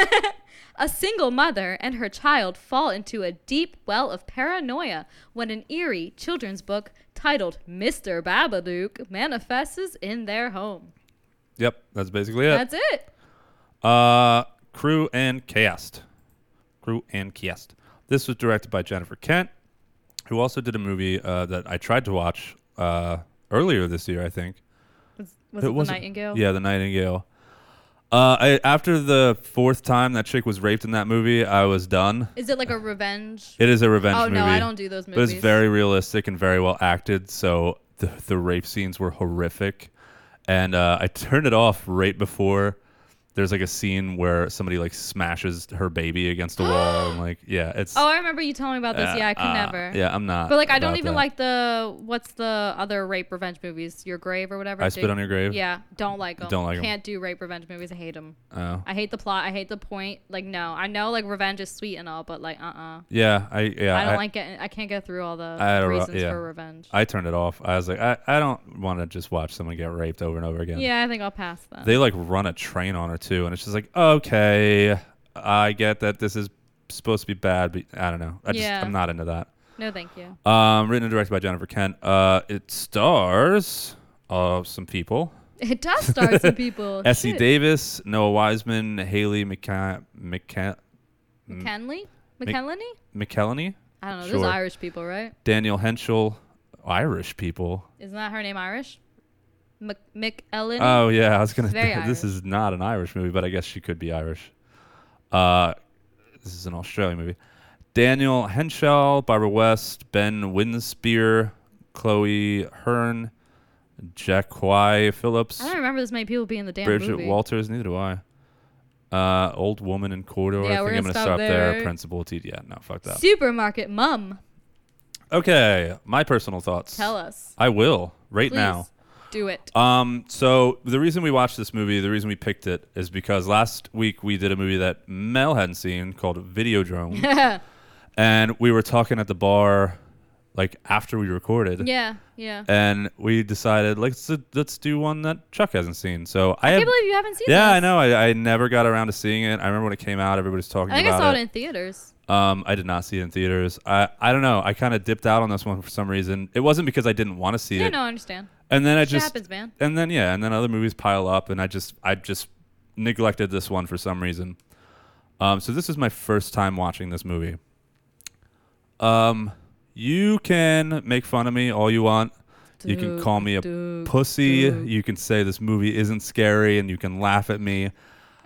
Speaker 2: [laughs] a single mother and her child fall into a deep well of paranoia when an eerie children's book titled Mr. Babadook manifests in their home.
Speaker 1: Yep, that's basically it.
Speaker 2: That's it.
Speaker 1: Uh, crew and cast. Crew and cast. This was directed by Jennifer Kent, who also did a movie uh, that I tried to watch uh, earlier this year, I think.
Speaker 2: Was it, the
Speaker 1: wasn't-
Speaker 2: Nightingale?
Speaker 1: Yeah, the Nightingale. Uh, I, after the fourth time that chick was raped in that movie, I was done.
Speaker 2: Is it like a revenge?
Speaker 1: It is a revenge
Speaker 2: Oh,
Speaker 1: movie.
Speaker 2: no, I don't do those
Speaker 1: But
Speaker 2: movies.
Speaker 1: it's very realistic and very well acted. So the, the rape scenes were horrific, and uh, I turned it off right before. There's like a scene where somebody like smashes her baby against a
Speaker 2: [gasps]
Speaker 1: wall, and like yeah, it's
Speaker 2: Oh, I remember you telling me about this. yeah, I could
Speaker 1: uh,
Speaker 2: never.
Speaker 1: Yeah, I'm not.
Speaker 2: But like, I don't
Speaker 1: about
Speaker 2: even
Speaker 1: that.
Speaker 2: like the what's the other rape revenge movies? Your Grave or whatever.
Speaker 1: I Spit
Speaker 2: Dig-
Speaker 1: on Your Grave?
Speaker 2: Yeah, don't like them.
Speaker 1: Don't like 'em.
Speaker 2: Can't do rape revenge movies. I hate them.
Speaker 1: Oh.
Speaker 2: I hate the plot. I hate the point. Like, no, I know like revenge is sweet and all, but like, uh, uh
Speaker 1: Yeah, I yeah.
Speaker 2: I don't like getting. I can't get through all the
Speaker 1: I had a ro-
Speaker 2: reasons
Speaker 1: yeah.
Speaker 2: for revenge.
Speaker 1: I turned it off. I was like, I, I don't want to just watch someone get raped over and over again.
Speaker 2: yeah, I think I'll pass that.
Speaker 1: They like run a train on her too, and it's just like, okay, I get that this is supposed to be bad, but I don't know. I just
Speaker 2: Yeah.
Speaker 1: I'm not into that.
Speaker 2: no, thank you.
Speaker 1: Um, written and directed by Jennifer Kent. Uh, it stars uh, some people:
Speaker 2: [laughs] It does star
Speaker 1: [laughs]
Speaker 2: some people.
Speaker 1: Essie
Speaker 2: Oh, Shit.
Speaker 1: Davis, Noah Wiseman, Haley McCa- McCa-
Speaker 2: McKinley. McKinley.
Speaker 1: McKellany,
Speaker 2: I don't know.
Speaker 1: Sure.
Speaker 2: There's Irish people, right?
Speaker 1: Daniel Henschel, Irish people.
Speaker 2: Isn't that her name Irish? Mc McElhenney?
Speaker 1: Oh yeah, I was gonna.
Speaker 2: Very
Speaker 1: [laughs] this
Speaker 2: Irish.
Speaker 1: is not an Irish movie, but I guess she could be Irish. Uh, this is an Australian movie. Daniel Henschel, Barbara West, Ben Winspear, Chloe Hearn, Jack Quay Phillips,
Speaker 2: I don't remember this many people being in the damn
Speaker 1: Bridget
Speaker 2: movie.
Speaker 1: Walters. Neither do I. Uh, old woman in corridor.
Speaker 2: Yeah,
Speaker 1: I think
Speaker 2: we're
Speaker 1: I'm
Speaker 2: gonna
Speaker 1: gonna
Speaker 2: stop
Speaker 1: stop there.
Speaker 2: there.
Speaker 1: Principal T. Yeah, no, fuck that.
Speaker 2: Supermarket mum,
Speaker 1: okay, my personal thoughts.
Speaker 2: tell us.
Speaker 1: I will right
Speaker 2: Please
Speaker 1: now.
Speaker 2: do it.
Speaker 1: Um, so the reason we watched this movie, the reason we picked it, is because last week we did a movie that Mel hadn't seen called
Speaker 2: [laughs]
Speaker 1: Videodrome, and we were talking at the bar, like after we recorded.
Speaker 2: yeah, yeah.
Speaker 1: And we decided like let's, let's do one that Chuck hasn't seen. So I,
Speaker 2: I
Speaker 1: have,
Speaker 2: can't believe you haven't seen
Speaker 1: yeah,
Speaker 2: this.
Speaker 1: I know. I, I never got around to seeing it. I remember when it came out, everybody was talking
Speaker 2: I think I
Speaker 1: about
Speaker 2: saw it. in theaters.
Speaker 1: um, I did not see it in theaters. I, I don't know. I kind of dipped out on this one for some reason. It wasn't because I didn't want to see
Speaker 2: No,
Speaker 1: it.
Speaker 2: no, I understand.
Speaker 1: And then I just
Speaker 2: happens, man.
Speaker 1: And then yeah, and then other movies pile up, and I just I just neglected this one for some reason. Um, so this is my first time watching this movie. Um, you can make fun of me all you want. You can call me a pussy. You can say this movie isn't scary, and you can laugh at me.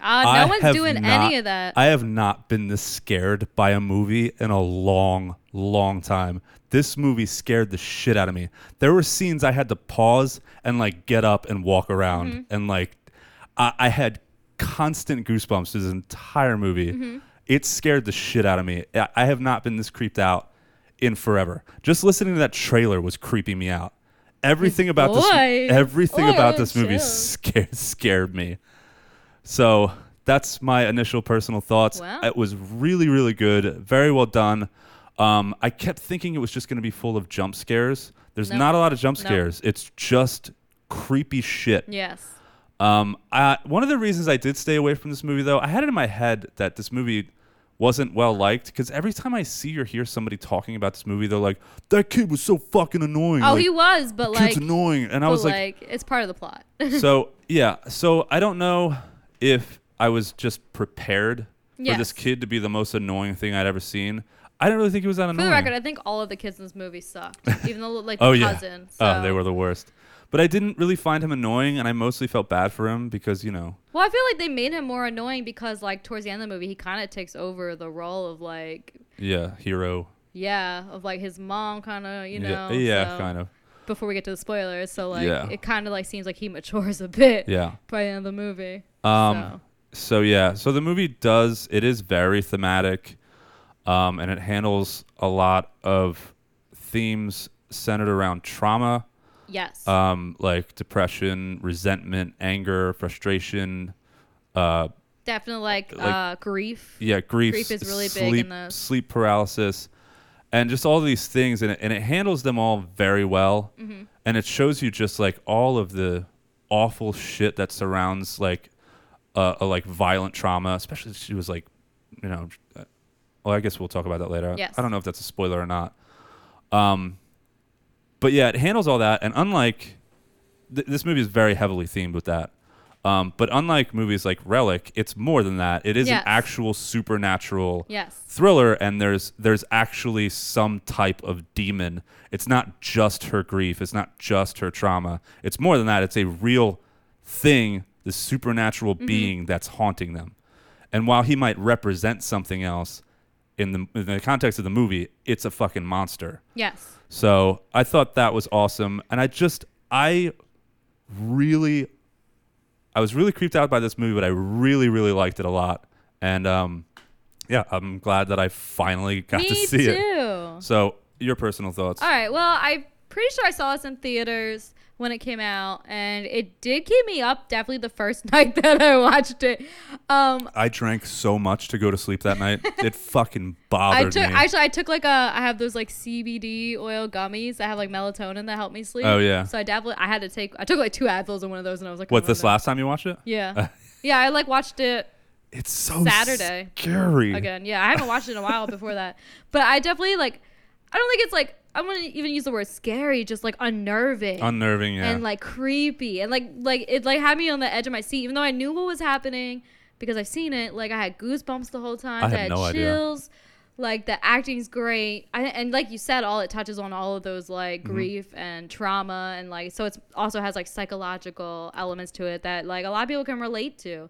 Speaker 2: Uh, no
Speaker 1: I
Speaker 2: one's
Speaker 1: have
Speaker 2: doing
Speaker 1: not-
Speaker 2: any of that.
Speaker 1: I have not been this scared by a movie in a long, long time. This movie scared the shit out of me. There were scenes I had to pause and like get up and walk around,
Speaker 2: Mm-hmm.
Speaker 1: and like I, I had constant
Speaker 2: Mm-hmm.
Speaker 1: goosebumps through this entire movie. It scared the shit out of me. I, I have not been this creeped out in forever. Just listening to that trailer was creeping me out. Everything about this
Speaker 2: Boy.
Speaker 1: everything
Speaker 2: Boy,
Speaker 1: about
Speaker 2: oh,
Speaker 1: this movie
Speaker 2: chills.
Speaker 1: scared scared me. So that's my initial personal thoughts.
Speaker 2: Wow.
Speaker 1: It was really, really good. Very well done. Um, I kept thinking it was just going to be full of jump scares. There's
Speaker 2: No.
Speaker 1: not a lot of jump
Speaker 2: No.
Speaker 1: scares. It's just creepy shit.
Speaker 2: Yes.
Speaker 1: Um, I, one of the reasons I did stay away from this movie, though, I had it in my head that this movie wasn't well liked because every time I see or hear somebody talking about this movie, they're like, "That kid was so fucking annoying."
Speaker 2: Oh,
Speaker 1: Like,
Speaker 2: he was, but
Speaker 1: "The
Speaker 2: like,
Speaker 1: kid's annoying, and I
Speaker 2: but,
Speaker 1: was like,
Speaker 2: it's part of the plot. [laughs]
Speaker 1: so yeah, so I don't know if I was just prepared for
Speaker 2: Yes.
Speaker 1: this kid to be the most annoying thing I'd ever seen. I didn't really think he was that
Speaker 2: For the
Speaker 1: annoying.
Speaker 2: record, I think all of the kids in this movie sucked, even
Speaker 1: [laughs]
Speaker 2: the like the
Speaker 1: oh yeah,
Speaker 2: cousin.
Speaker 1: oh
Speaker 2: so-
Speaker 1: they were the worst. But I didn't really find him annoying, and I mostly felt bad for him because you know
Speaker 2: Well, I feel like they made him more annoying because like towards the end of the movie, he kind of takes over the role of like
Speaker 1: Yeah, hero.
Speaker 2: yeah of like his mom kind of you
Speaker 1: Yeah,
Speaker 2: know
Speaker 1: yeah,
Speaker 2: so-
Speaker 1: kind of.
Speaker 2: before we get to the spoilers so like
Speaker 1: Yeah.
Speaker 2: it kind of like seems like he matures a bit
Speaker 1: Yeah.
Speaker 2: [laughs] by the end of the movie
Speaker 1: Um, so. yeah, so the movie does it is very thematic, um, and it handles a lot of themes centered around trauma.
Speaker 2: Yes.
Speaker 1: Um, like depression, resentment, anger, frustration. Uh,
Speaker 2: definitely like,
Speaker 1: Like-
Speaker 2: uh grief
Speaker 1: yeah, grief.
Speaker 2: grief is really
Speaker 1: sleep,
Speaker 2: big in this
Speaker 1: Sleep paralysis, and just all these things, and it, and it handles them all very well.
Speaker 2: Mhm.
Speaker 1: And it shows you just like all of the awful shit that surrounds like uh, a like violent trauma, especially she was like, you know, uh, well, I guess we'll talk about that later.
Speaker 2: Yes.
Speaker 1: I don't know if that's a spoiler or not. Um, but yeah, it handles all that, and unlike th- this movie is very heavily themed with that. Um, but unlike movies like Relic, it's more than that. It is
Speaker 2: Yes.
Speaker 1: an actual supernatural
Speaker 2: Yes.
Speaker 1: thriller, and there's there's actually some type of demon. It's not just her grief. It's not just her trauma. It's more than that. It's a real thing, the supernatural
Speaker 12: Mhm.
Speaker 1: being that's haunting them. And while he might represent something else in the in the context of the movie, it's a fucking monster.
Speaker 2: Yes.
Speaker 1: So I thought that was awesome, and I just I really I was really creeped out by this movie, but I really really liked it a lot, and um, yeah, I'm glad that I finally got to
Speaker 2: Me
Speaker 1: see
Speaker 2: too.
Speaker 1: it. So your personal thoughts?
Speaker 2: all right well i'm pretty sure i saw this in theaters when it came out and it did keep me up definitely the first [laughs] night that i watched it um
Speaker 1: I drank so much to go to sleep that
Speaker 2: [laughs]
Speaker 1: night. it fucking bothered
Speaker 2: I took
Speaker 1: me.
Speaker 2: actually I took like a I have those like CBD oil gummies that have like melatonin that help me sleep.
Speaker 1: Oh, yeah.
Speaker 2: So I definitely I had to take I took like two Advils and one of those and I was like
Speaker 1: what
Speaker 2: "I'm
Speaker 1: this
Speaker 2: over it."
Speaker 1: last time you watched it? [laughs]
Speaker 2: Yeah. yeah, I like watched it.
Speaker 1: It's so
Speaker 2: Saturday.
Speaker 1: scary.
Speaker 2: Again, yeah, I haven't watched it in a while before that, but I definitely like. I don't think it's like I'm gonna even use the word scary, just like unnerving.
Speaker 1: Unnerving, yeah.
Speaker 2: And like creepy, and like like it like had me on the edge of my seat, even though I knew what was happening because I've seen it. Like I had goosebumps the whole time.
Speaker 1: I
Speaker 2: I
Speaker 1: had
Speaker 2: had
Speaker 1: no idea.
Speaker 2: chills. Like the acting's great, I, and like you said, all it touches on all of those like
Speaker 1: Mhm.
Speaker 2: grief and trauma, and like so it's also has like psychological elements to it that like a lot of people can relate to.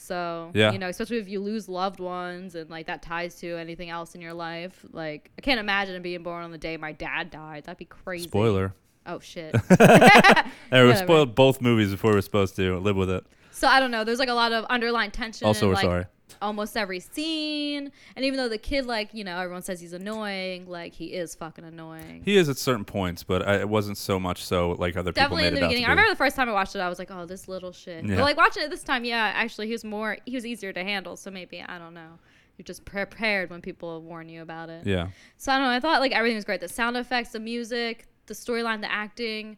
Speaker 2: So
Speaker 1: Yeah.
Speaker 2: you know, especially if you lose loved ones and like that ties to anything else in your life. Like I can't imagine being born on the day my dad died. That'd be crazy.
Speaker 1: Spoiler.
Speaker 2: Oh shit.
Speaker 1: There, we
Speaker 2: Whatever.
Speaker 1: spoiled both movies before we were supposed to. Live with it.
Speaker 2: So I don't know. There's like a lot of underlying tension.
Speaker 1: Also,
Speaker 2: in,
Speaker 1: we're
Speaker 2: like,
Speaker 1: sorry.
Speaker 2: Almost every scene, and even though the kid, like you know, everyone says he's annoying, like he is fucking annoying.
Speaker 1: He is at certain points, but I, it wasn't so much so like other
Speaker 2: Definitely in
Speaker 1: people
Speaker 2: the
Speaker 1: made it
Speaker 2: beginning.
Speaker 1: out
Speaker 2: I
Speaker 1: to be.
Speaker 2: remember the first time I watched it, I was like, "Oh, this little shit."
Speaker 1: Yeah.
Speaker 2: But like watching it this time, yeah, actually, he was more, he was easier to handle. So maybe I don't know. You're just prepared when people warn you about it.
Speaker 1: Yeah.
Speaker 2: So I don't know. I thought like everything was great. The sound effects, the music, the storyline, the acting,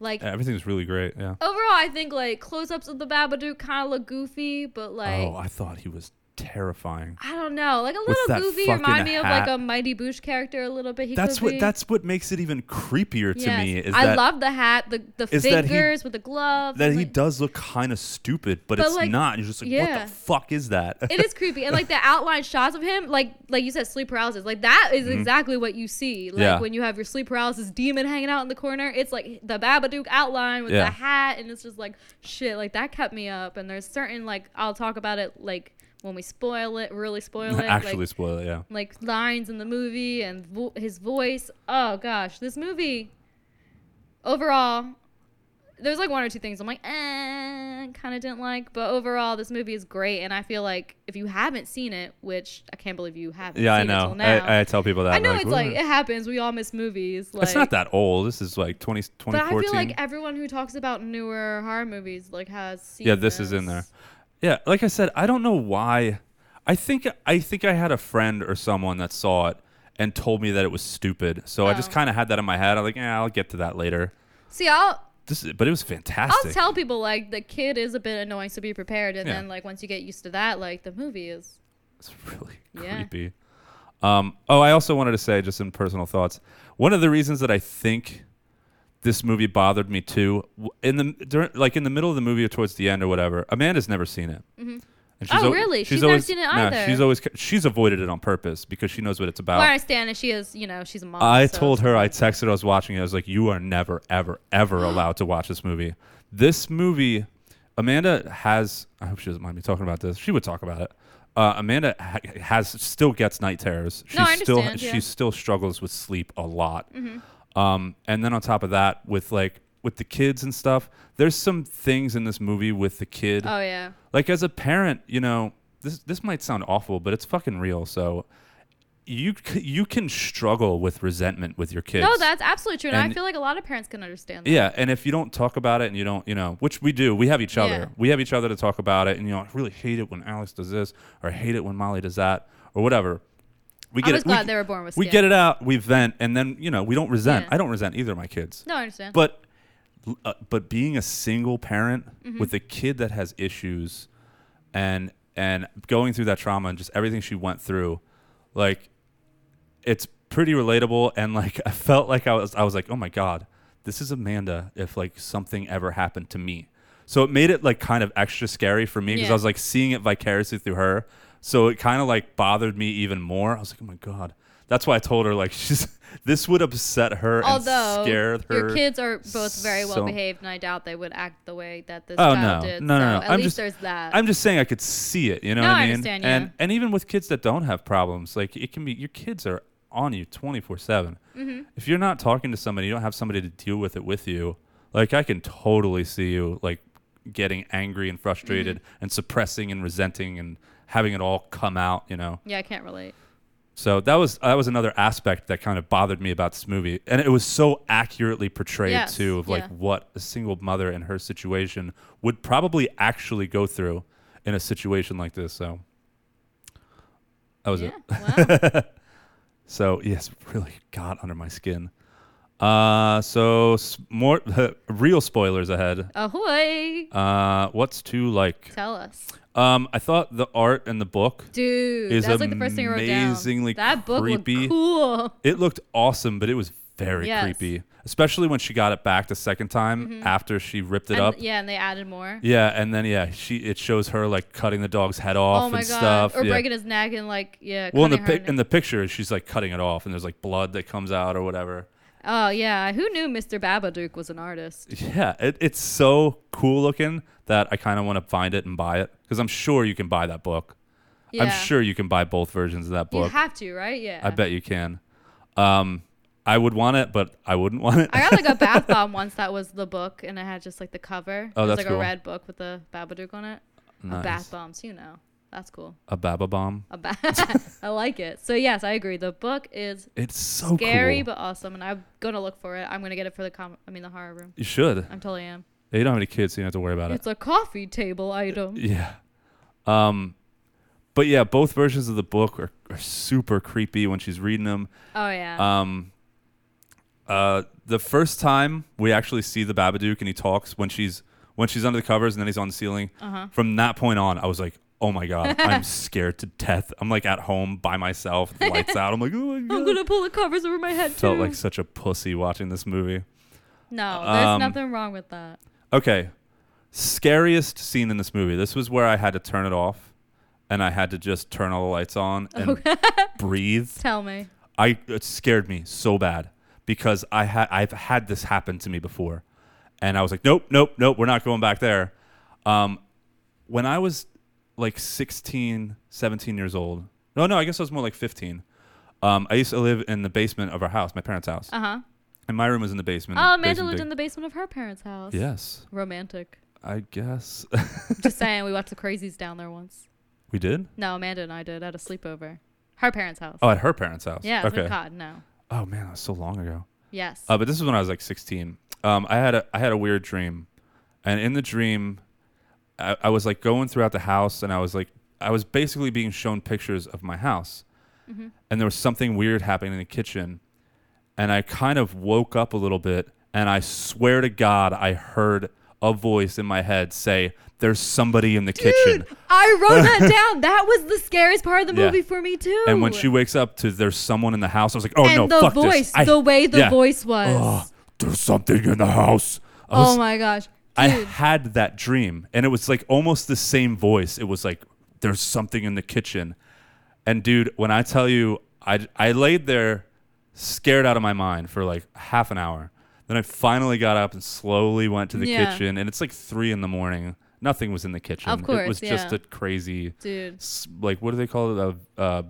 Speaker 2: like
Speaker 1: Everything's really great. Yeah.
Speaker 2: overall, I think like close-ups of the Babadook kind of look goofy, but like
Speaker 1: oh, I thought he was terrifying.
Speaker 2: I don't know. Like a
Speaker 1: With
Speaker 2: little
Speaker 1: that
Speaker 2: goofy
Speaker 1: fucking
Speaker 2: remind me of
Speaker 1: hat.
Speaker 2: like a Mighty Boosh character a little bit. He
Speaker 1: that's
Speaker 2: could
Speaker 1: what
Speaker 2: be.
Speaker 1: that's what makes it even creepier to
Speaker 2: Yes.
Speaker 1: me is
Speaker 2: I
Speaker 1: that
Speaker 2: love the hat, the the
Speaker 1: is that he-
Speaker 2: fingers with the gloves.
Speaker 1: that
Speaker 2: and,
Speaker 1: he
Speaker 2: like-
Speaker 1: does look kind of stupid, but,
Speaker 2: But,
Speaker 1: it's
Speaker 2: like,
Speaker 1: not. You're just like,
Speaker 2: yeah.
Speaker 1: what the fuck is that? [laughs]
Speaker 2: it is creepy and like the outline shots of him like like you said sleep paralysis like that is
Speaker 1: Mhm.
Speaker 2: exactly what you see like
Speaker 1: Yeah.
Speaker 2: when you have your sleep paralysis demon hanging out in the corner it's like the babadook outline with
Speaker 1: Yeah.
Speaker 2: the hat and it's just like shit like that kept me up and there's certain like i'll talk about it like when we spoil it
Speaker 1: [laughs]
Speaker 2: really spoil it
Speaker 1: Actually,
Speaker 2: like,
Speaker 1: spoil it. Yeah.
Speaker 2: like lines in the movie and vo- his voice oh gosh this movie overall there's like one or two things I'm like, eh, kind of didn't like. But overall, this movie is great, and I feel like if you haven't seen it, which I can't believe you haven't.
Speaker 1: Yeah, I
Speaker 2: seen it
Speaker 1: know.
Speaker 2: till now.
Speaker 1: I- I tell people that,
Speaker 2: I
Speaker 1: I'm
Speaker 2: know
Speaker 1: like,
Speaker 2: it's like
Speaker 1: "Ooh."
Speaker 2: it happens. We all miss movies. Like,
Speaker 1: it's not that old. This is like 20,
Speaker 2: But I
Speaker 1: 2014.
Speaker 2: feel like everyone who talks about newer horror movies like has seen.
Speaker 1: yeah, this is in there. Yeah, like I said, I don't know why. I think I think I had a friend or someone that saw it and told me that it was stupid. So I just
Speaker 2: Oh.
Speaker 1: kind of had that in my head. I'm like, yeah, I'll get to that later.
Speaker 2: See, I'll
Speaker 1: This, is, but it was fantastic.
Speaker 2: I'll tell people like the kid is a bit annoying, so be prepared. And
Speaker 1: Yeah.
Speaker 2: then like once you get used to that, like the movie is.
Speaker 1: [laughs]
Speaker 2: Yeah.
Speaker 1: creepy. Um, oh, I also wanted to say, just in personal thoughts, one of the reasons that I think this movie bothered me too, w- in the during, like in the middle of the movie or towards the end or whatever, Amanda's never seen it.
Speaker 2: Mhm.
Speaker 1: And
Speaker 2: Oh,
Speaker 1: al-
Speaker 2: really? She's never
Speaker 1: always-
Speaker 2: seen it
Speaker 1: nah,
Speaker 2: either.
Speaker 1: she's always ca- she's avoided it on purpose because she knows what it's about.
Speaker 2: Where I stand is she is, you know, she's a mom.
Speaker 1: Oh. I
Speaker 2: so-
Speaker 1: told her I texted her I was watching it. I was like, "You are never, ever,
Speaker 2: [gasps]
Speaker 1: ever allowed to watch this movie." This movie, Amanda has. I hope she doesn't mind me talking about this. She would talk about it. Uh, Amanda ha- has still gets night terrors. She
Speaker 2: No, I
Speaker 1: still
Speaker 2: understand, yeah.
Speaker 1: she still struggles with sleep a lot.
Speaker 2: Mhm.
Speaker 1: Um, and then on top of that, with like with the kids and stuff, there's some things in this movie with the kid.
Speaker 2: Oh, yeah.
Speaker 1: Like as a parent, you know, this this might sound awful, but it's fucking real. So you c- you can struggle with resentment with your kids.
Speaker 2: No, that's absolutely true, and, I
Speaker 1: And-
Speaker 2: feel like a lot of parents can understand. That.
Speaker 1: yeah, and if you don't talk about it and you don't, you know, which we do, we have each other.
Speaker 2: Yeah.
Speaker 1: We have each other to talk about it and you know, I really hate it when Alex does this or I hate it when Molly does that or whatever. We
Speaker 2: I
Speaker 1: get
Speaker 2: was
Speaker 1: it, we
Speaker 2: glad
Speaker 1: g-
Speaker 2: they were born with
Speaker 1: We
Speaker 2: skin.
Speaker 1: get it out, we vent and then, you know, we don't resent.
Speaker 2: Yeah.
Speaker 1: I don't resent either of my kids.
Speaker 2: No, I understand.
Speaker 1: But uh, but being a single parent
Speaker 2: Mhm.
Speaker 1: with a kid that has issues and and going through that trauma and just everything she went through, like it's pretty relatable and like I felt like I was I was like, "Oh my god, this is Amanda if like something ever happened to me." So it made it like kind of extra scary for me because I
Speaker 2: Yeah.
Speaker 1: was like seeing it vicariously through her. So it kind of like bothered me even more. I was like, "Oh my god." That's why I told her like [laughs] she's this would upset her
Speaker 2: Although
Speaker 1: and scare her.
Speaker 2: your kids are both very well
Speaker 1: so-
Speaker 2: behaved, and I doubt they would act the way that this
Speaker 1: Oh no.
Speaker 2: child did.
Speaker 1: no, no, no!
Speaker 2: so At
Speaker 1: I'm
Speaker 2: least
Speaker 1: just,
Speaker 2: there's that.
Speaker 1: I'm just saying I could see it. You know
Speaker 2: No,
Speaker 1: what
Speaker 2: I
Speaker 1: I mean?
Speaker 2: understand,
Speaker 1: And
Speaker 2: yeah.
Speaker 1: and even with kids that don't have problems, like it can be your kids are on you 24 seven.
Speaker 2: Mhm.
Speaker 1: If you're not talking to somebody, you don't have somebody to deal with it with you. Like I can totally see you like getting angry and frustrated
Speaker 2: Mm-hmm.
Speaker 1: and suppressing and resenting and having it all come out. You know.
Speaker 2: yeah, I can't relate.
Speaker 1: So that was that was another aspect that kind of bothered me about this movie, and it was so accurately portrayed
Speaker 2: Yes,
Speaker 1: too of like
Speaker 2: yeah.
Speaker 1: what a single mother in her situation would probably actually go through in a situation like this. So that was it. [laughs] so yes, really got under my skin. Uh, so s- more [laughs] real spoilers ahead.
Speaker 2: Ahoy!
Speaker 1: Uh, what's to like?
Speaker 2: Tell us,
Speaker 1: Um, I thought the art and the book
Speaker 2: dude.
Speaker 1: is
Speaker 2: that's like the first thing I wrote down.
Speaker 1: amazingly
Speaker 2: That book
Speaker 1: creepy.
Speaker 2: looked cool.
Speaker 1: It looked awesome, but it was very
Speaker 2: Yes.
Speaker 1: creepy, especially when she got it back the second time
Speaker 2: Mhm.
Speaker 1: after she ripped it
Speaker 2: And-
Speaker 1: up.
Speaker 2: Yeah, and they added more.
Speaker 1: Yeah, and then yeah, she it shows her like cutting the dog's head off
Speaker 2: oh my
Speaker 1: and
Speaker 2: god!
Speaker 1: stuff.
Speaker 2: or
Speaker 1: yeah.
Speaker 2: breaking his neck and like yeah.
Speaker 1: well, in the
Speaker 2: cutting her
Speaker 1: pic- in the picture, she's like cutting it off, and there's like blood that comes out or whatever.
Speaker 2: Oh yeah, who knew Mr. Babadook was an artist?
Speaker 1: Yeah, it, it's so cool looking that I kind of want to find it and buy it because I'm sure you can buy that book.
Speaker 2: Yeah.
Speaker 1: I'm sure you can buy both versions of that
Speaker 2: You
Speaker 1: book.
Speaker 2: have to, right? Yeah.
Speaker 1: I bet you can. Um, I would want it, but I wouldn't want it.
Speaker 2: I got like a bath bomb once that was the book, and it had just like the cover.
Speaker 1: Oh,
Speaker 2: it was
Speaker 1: that's
Speaker 2: like
Speaker 1: cool.
Speaker 2: a red book with the Babadook on it.
Speaker 1: [laughs]
Speaker 2: A
Speaker 1: Nice.
Speaker 2: bath bombs, you know. That's cool.
Speaker 1: a Baba Bomb.
Speaker 2: A ba- [laughs] I like it. So yes, I agree. The book is
Speaker 1: It's so
Speaker 2: scary
Speaker 1: cool.
Speaker 2: but awesome, and I'm gonna look for it. I'm gonna get it for the com- I mean the horror room.
Speaker 1: You should.
Speaker 2: I'm totally am.
Speaker 1: Yeah, you don't have any kids, so you don't have to worry about
Speaker 2: It's a coffee table item.
Speaker 1: it. Yeah. Um, but yeah, both versions of the book are, are super creepy when she's reading them.
Speaker 2: Oh, yeah.
Speaker 1: Um, uh, the first time we actually see the Babadook and he talks when she's when she's under the covers and then he's on the ceiling.
Speaker 2: Uh-huh.
Speaker 1: From that point on, I was like, oh my
Speaker 2: [laughs]
Speaker 1: god, I'm scared to death. I'm like at home by myself, the
Speaker 2: [laughs]
Speaker 1: lights out. I'm like, oh my god.
Speaker 2: I'm gonna pull the covers over my head
Speaker 1: Felt
Speaker 2: too.
Speaker 1: like such a pussy watching this movie.
Speaker 2: no, there's
Speaker 1: Um,
Speaker 2: nothing wrong with that.
Speaker 1: Okay. Scariest scene in this movie. This was where I had to turn it off and I had to just turn all the lights on and
Speaker 2: [laughs]
Speaker 1: breathe.
Speaker 2: Tell me.
Speaker 1: I it scared me so bad because I had I've had this happen to me before. And I was like, "Nope, nope, nope, we're not going back there." Um when I was like 16, 17 years old. No, no, I guess I was more like 15. Um, I used to live in the basement of our house, my parents' house.
Speaker 2: Uh huh.
Speaker 1: And my room was in the basement.
Speaker 2: Oh,
Speaker 1: Amanda
Speaker 2: Amanda lived in the basement of her parents' house.
Speaker 1: Yes.
Speaker 2: Romantic.
Speaker 1: I guess [laughs]
Speaker 2: Just saying, we watched the crazies down there once.
Speaker 1: we did.
Speaker 2: No, Amanda and I did at a sleepover. Her parents' house.
Speaker 1: Oh, at her parents' house.
Speaker 2: Yeah,
Speaker 1: Okay.
Speaker 2: okay. God, no.
Speaker 1: Oh man, that was so long ago.
Speaker 2: Yes.
Speaker 1: Uh, but this was when I was like 16. Um, I had a I had a weird dream, and in the dream, I, I was like going throughout the house, and I was like I was basically being shown pictures of my house,
Speaker 2: Mm-hmm.
Speaker 12: Mhm.
Speaker 1: and there was something weird happening in the kitchen, and I kind of woke up a little bit, and I swear to God, I heard a voice in my head say, "There's somebody in the kitchen."
Speaker 2: I
Speaker 1: [laughs]
Speaker 2: wrote that down. That was the scariest part of the
Speaker 1: Yeah.
Speaker 2: movie for me too.
Speaker 1: And when she wakes up to there's someone in the house, I was like, oh
Speaker 2: and
Speaker 1: no,
Speaker 2: the
Speaker 1: fuck this.
Speaker 2: voice,
Speaker 1: I-
Speaker 2: the way the
Speaker 1: yeah.
Speaker 2: voice was.
Speaker 1: Ugh, there's something in the house. I
Speaker 2: oh
Speaker 1: was-
Speaker 2: my gosh.
Speaker 1: I had that dream, and it was like almost the same voice. It was like, "There's something in the kitchen," and dude, when I tell you, I I laid there, scared out of my mind for like half an hour. Then I finally got up and slowly went to the
Speaker 2: Yeah.
Speaker 1: kitchen, and it's like three in the morning. Nothing was in the kitchen.
Speaker 2: Of course,
Speaker 1: it was just
Speaker 2: yeah.
Speaker 1: a crazy
Speaker 2: Dude.
Speaker 1: s- Like what do they call it? Uh,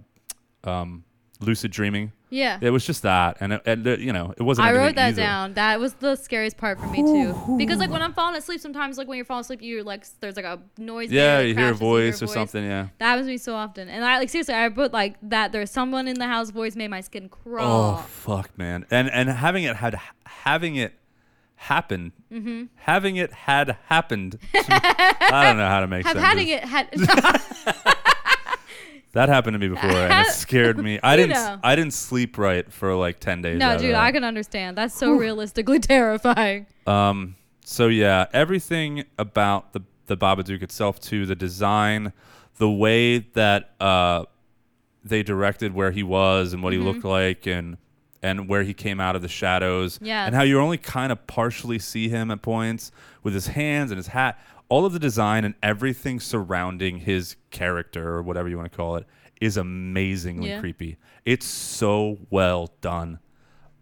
Speaker 1: uh, um, lucid dreaming.
Speaker 2: Yeah.
Speaker 1: It was just that, and it, and it- you know, it wasn't.
Speaker 2: I
Speaker 1: anything
Speaker 2: wrote that
Speaker 1: either.
Speaker 2: down. That was the scariest part for me too. Because like when I'm falling asleep, sometimes like when you're falling asleep, you like s- there's like a noise.
Speaker 1: Yeah,
Speaker 2: there that
Speaker 1: you hear a
Speaker 2: crashes, you
Speaker 1: voice or something. Yeah.
Speaker 2: That happens to me so often, and I like seriously, I put like that. There's someone in the house. Voice made my skin
Speaker 1: Oh
Speaker 2: crawl.
Speaker 1: fuck, man! And and having it had having it happen,
Speaker 2: Mhm.
Speaker 1: having it had
Speaker 2: [laughs]
Speaker 1: happened. I don't know how to make
Speaker 2: Have
Speaker 1: sense.
Speaker 2: had
Speaker 1: of-
Speaker 2: it had.
Speaker 1: [laughs]
Speaker 2: [laughs]
Speaker 1: That happened to me before,
Speaker 2: [laughs]
Speaker 1: and it scared me. I
Speaker 2: You
Speaker 1: didn't.
Speaker 2: know.
Speaker 1: I didn't sleep right for like ten days.
Speaker 2: no,
Speaker 1: out of
Speaker 2: dude,
Speaker 1: that.
Speaker 2: I can understand. That's so realistically [laughs] terrifying.
Speaker 1: Um. So yeah, everything about the the Babadook itself, too, the design, the way that uh, they directed where he was and what
Speaker 12: Mhm.
Speaker 1: he looked like, and and where he came out of the shadows,
Speaker 12: Yes.
Speaker 1: and how you only kind of partially see him at points with his hands and his hat. All of the design and everything surrounding his character, or whatever you want to call it, is amazingly
Speaker 12: Yeah.
Speaker 1: creepy. It's so well done.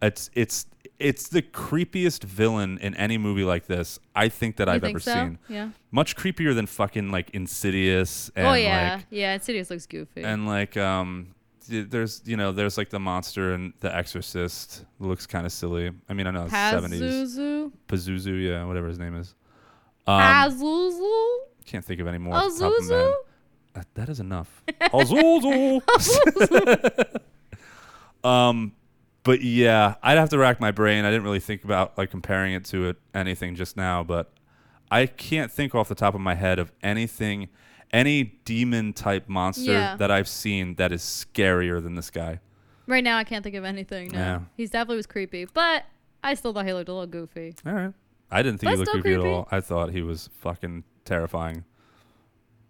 Speaker 1: It's it's it's the creepiest villain in any movie like this I think that
Speaker 2: You
Speaker 1: I've
Speaker 2: think
Speaker 1: ever
Speaker 2: so?
Speaker 1: seen.
Speaker 2: Yeah.
Speaker 1: Much creepier than fucking like Insidious and
Speaker 2: oh yeah,
Speaker 1: like
Speaker 2: yeah. Insidious looks goofy.
Speaker 1: and like um th- there's you know there's like the monster and the exorcist looks kind of silly. I mean I know it's 70s.
Speaker 2: Pazuzu?
Speaker 1: Pazuzu, yeah, whatever his name is. Um,
Speaker 2: Azuzu.
Speaker 1: Can't think of any more. off the top of my head.
Speaker 2: Azuzu?
Speaker 1: Uh, That is enough. [laughs] Azuzu. [laughs] um, but yeah, I'd have to rack my brain. I didn't really think about like comparing it to it, anything just now, but I can't think off the top of my head of anything, any demon type monster
Speaker 2: Yeah.
Speaker 1: that I've seen that is scarier than this guy.
Speaker 2: Right now, I can't think of anything. No,
Speaker 1: Yeah.
Speaker 2: he's definitely was creepy, but I still thought he looked a little goofy.
Speaker 1: All right. I didn't think
Speaker 2: But
Speaker 1: he looked
Speaker 2: still
Speaker 1: creepy, at
Speaker 2: creepy.
Speaker 1: all. I thought he was fucking terrifying.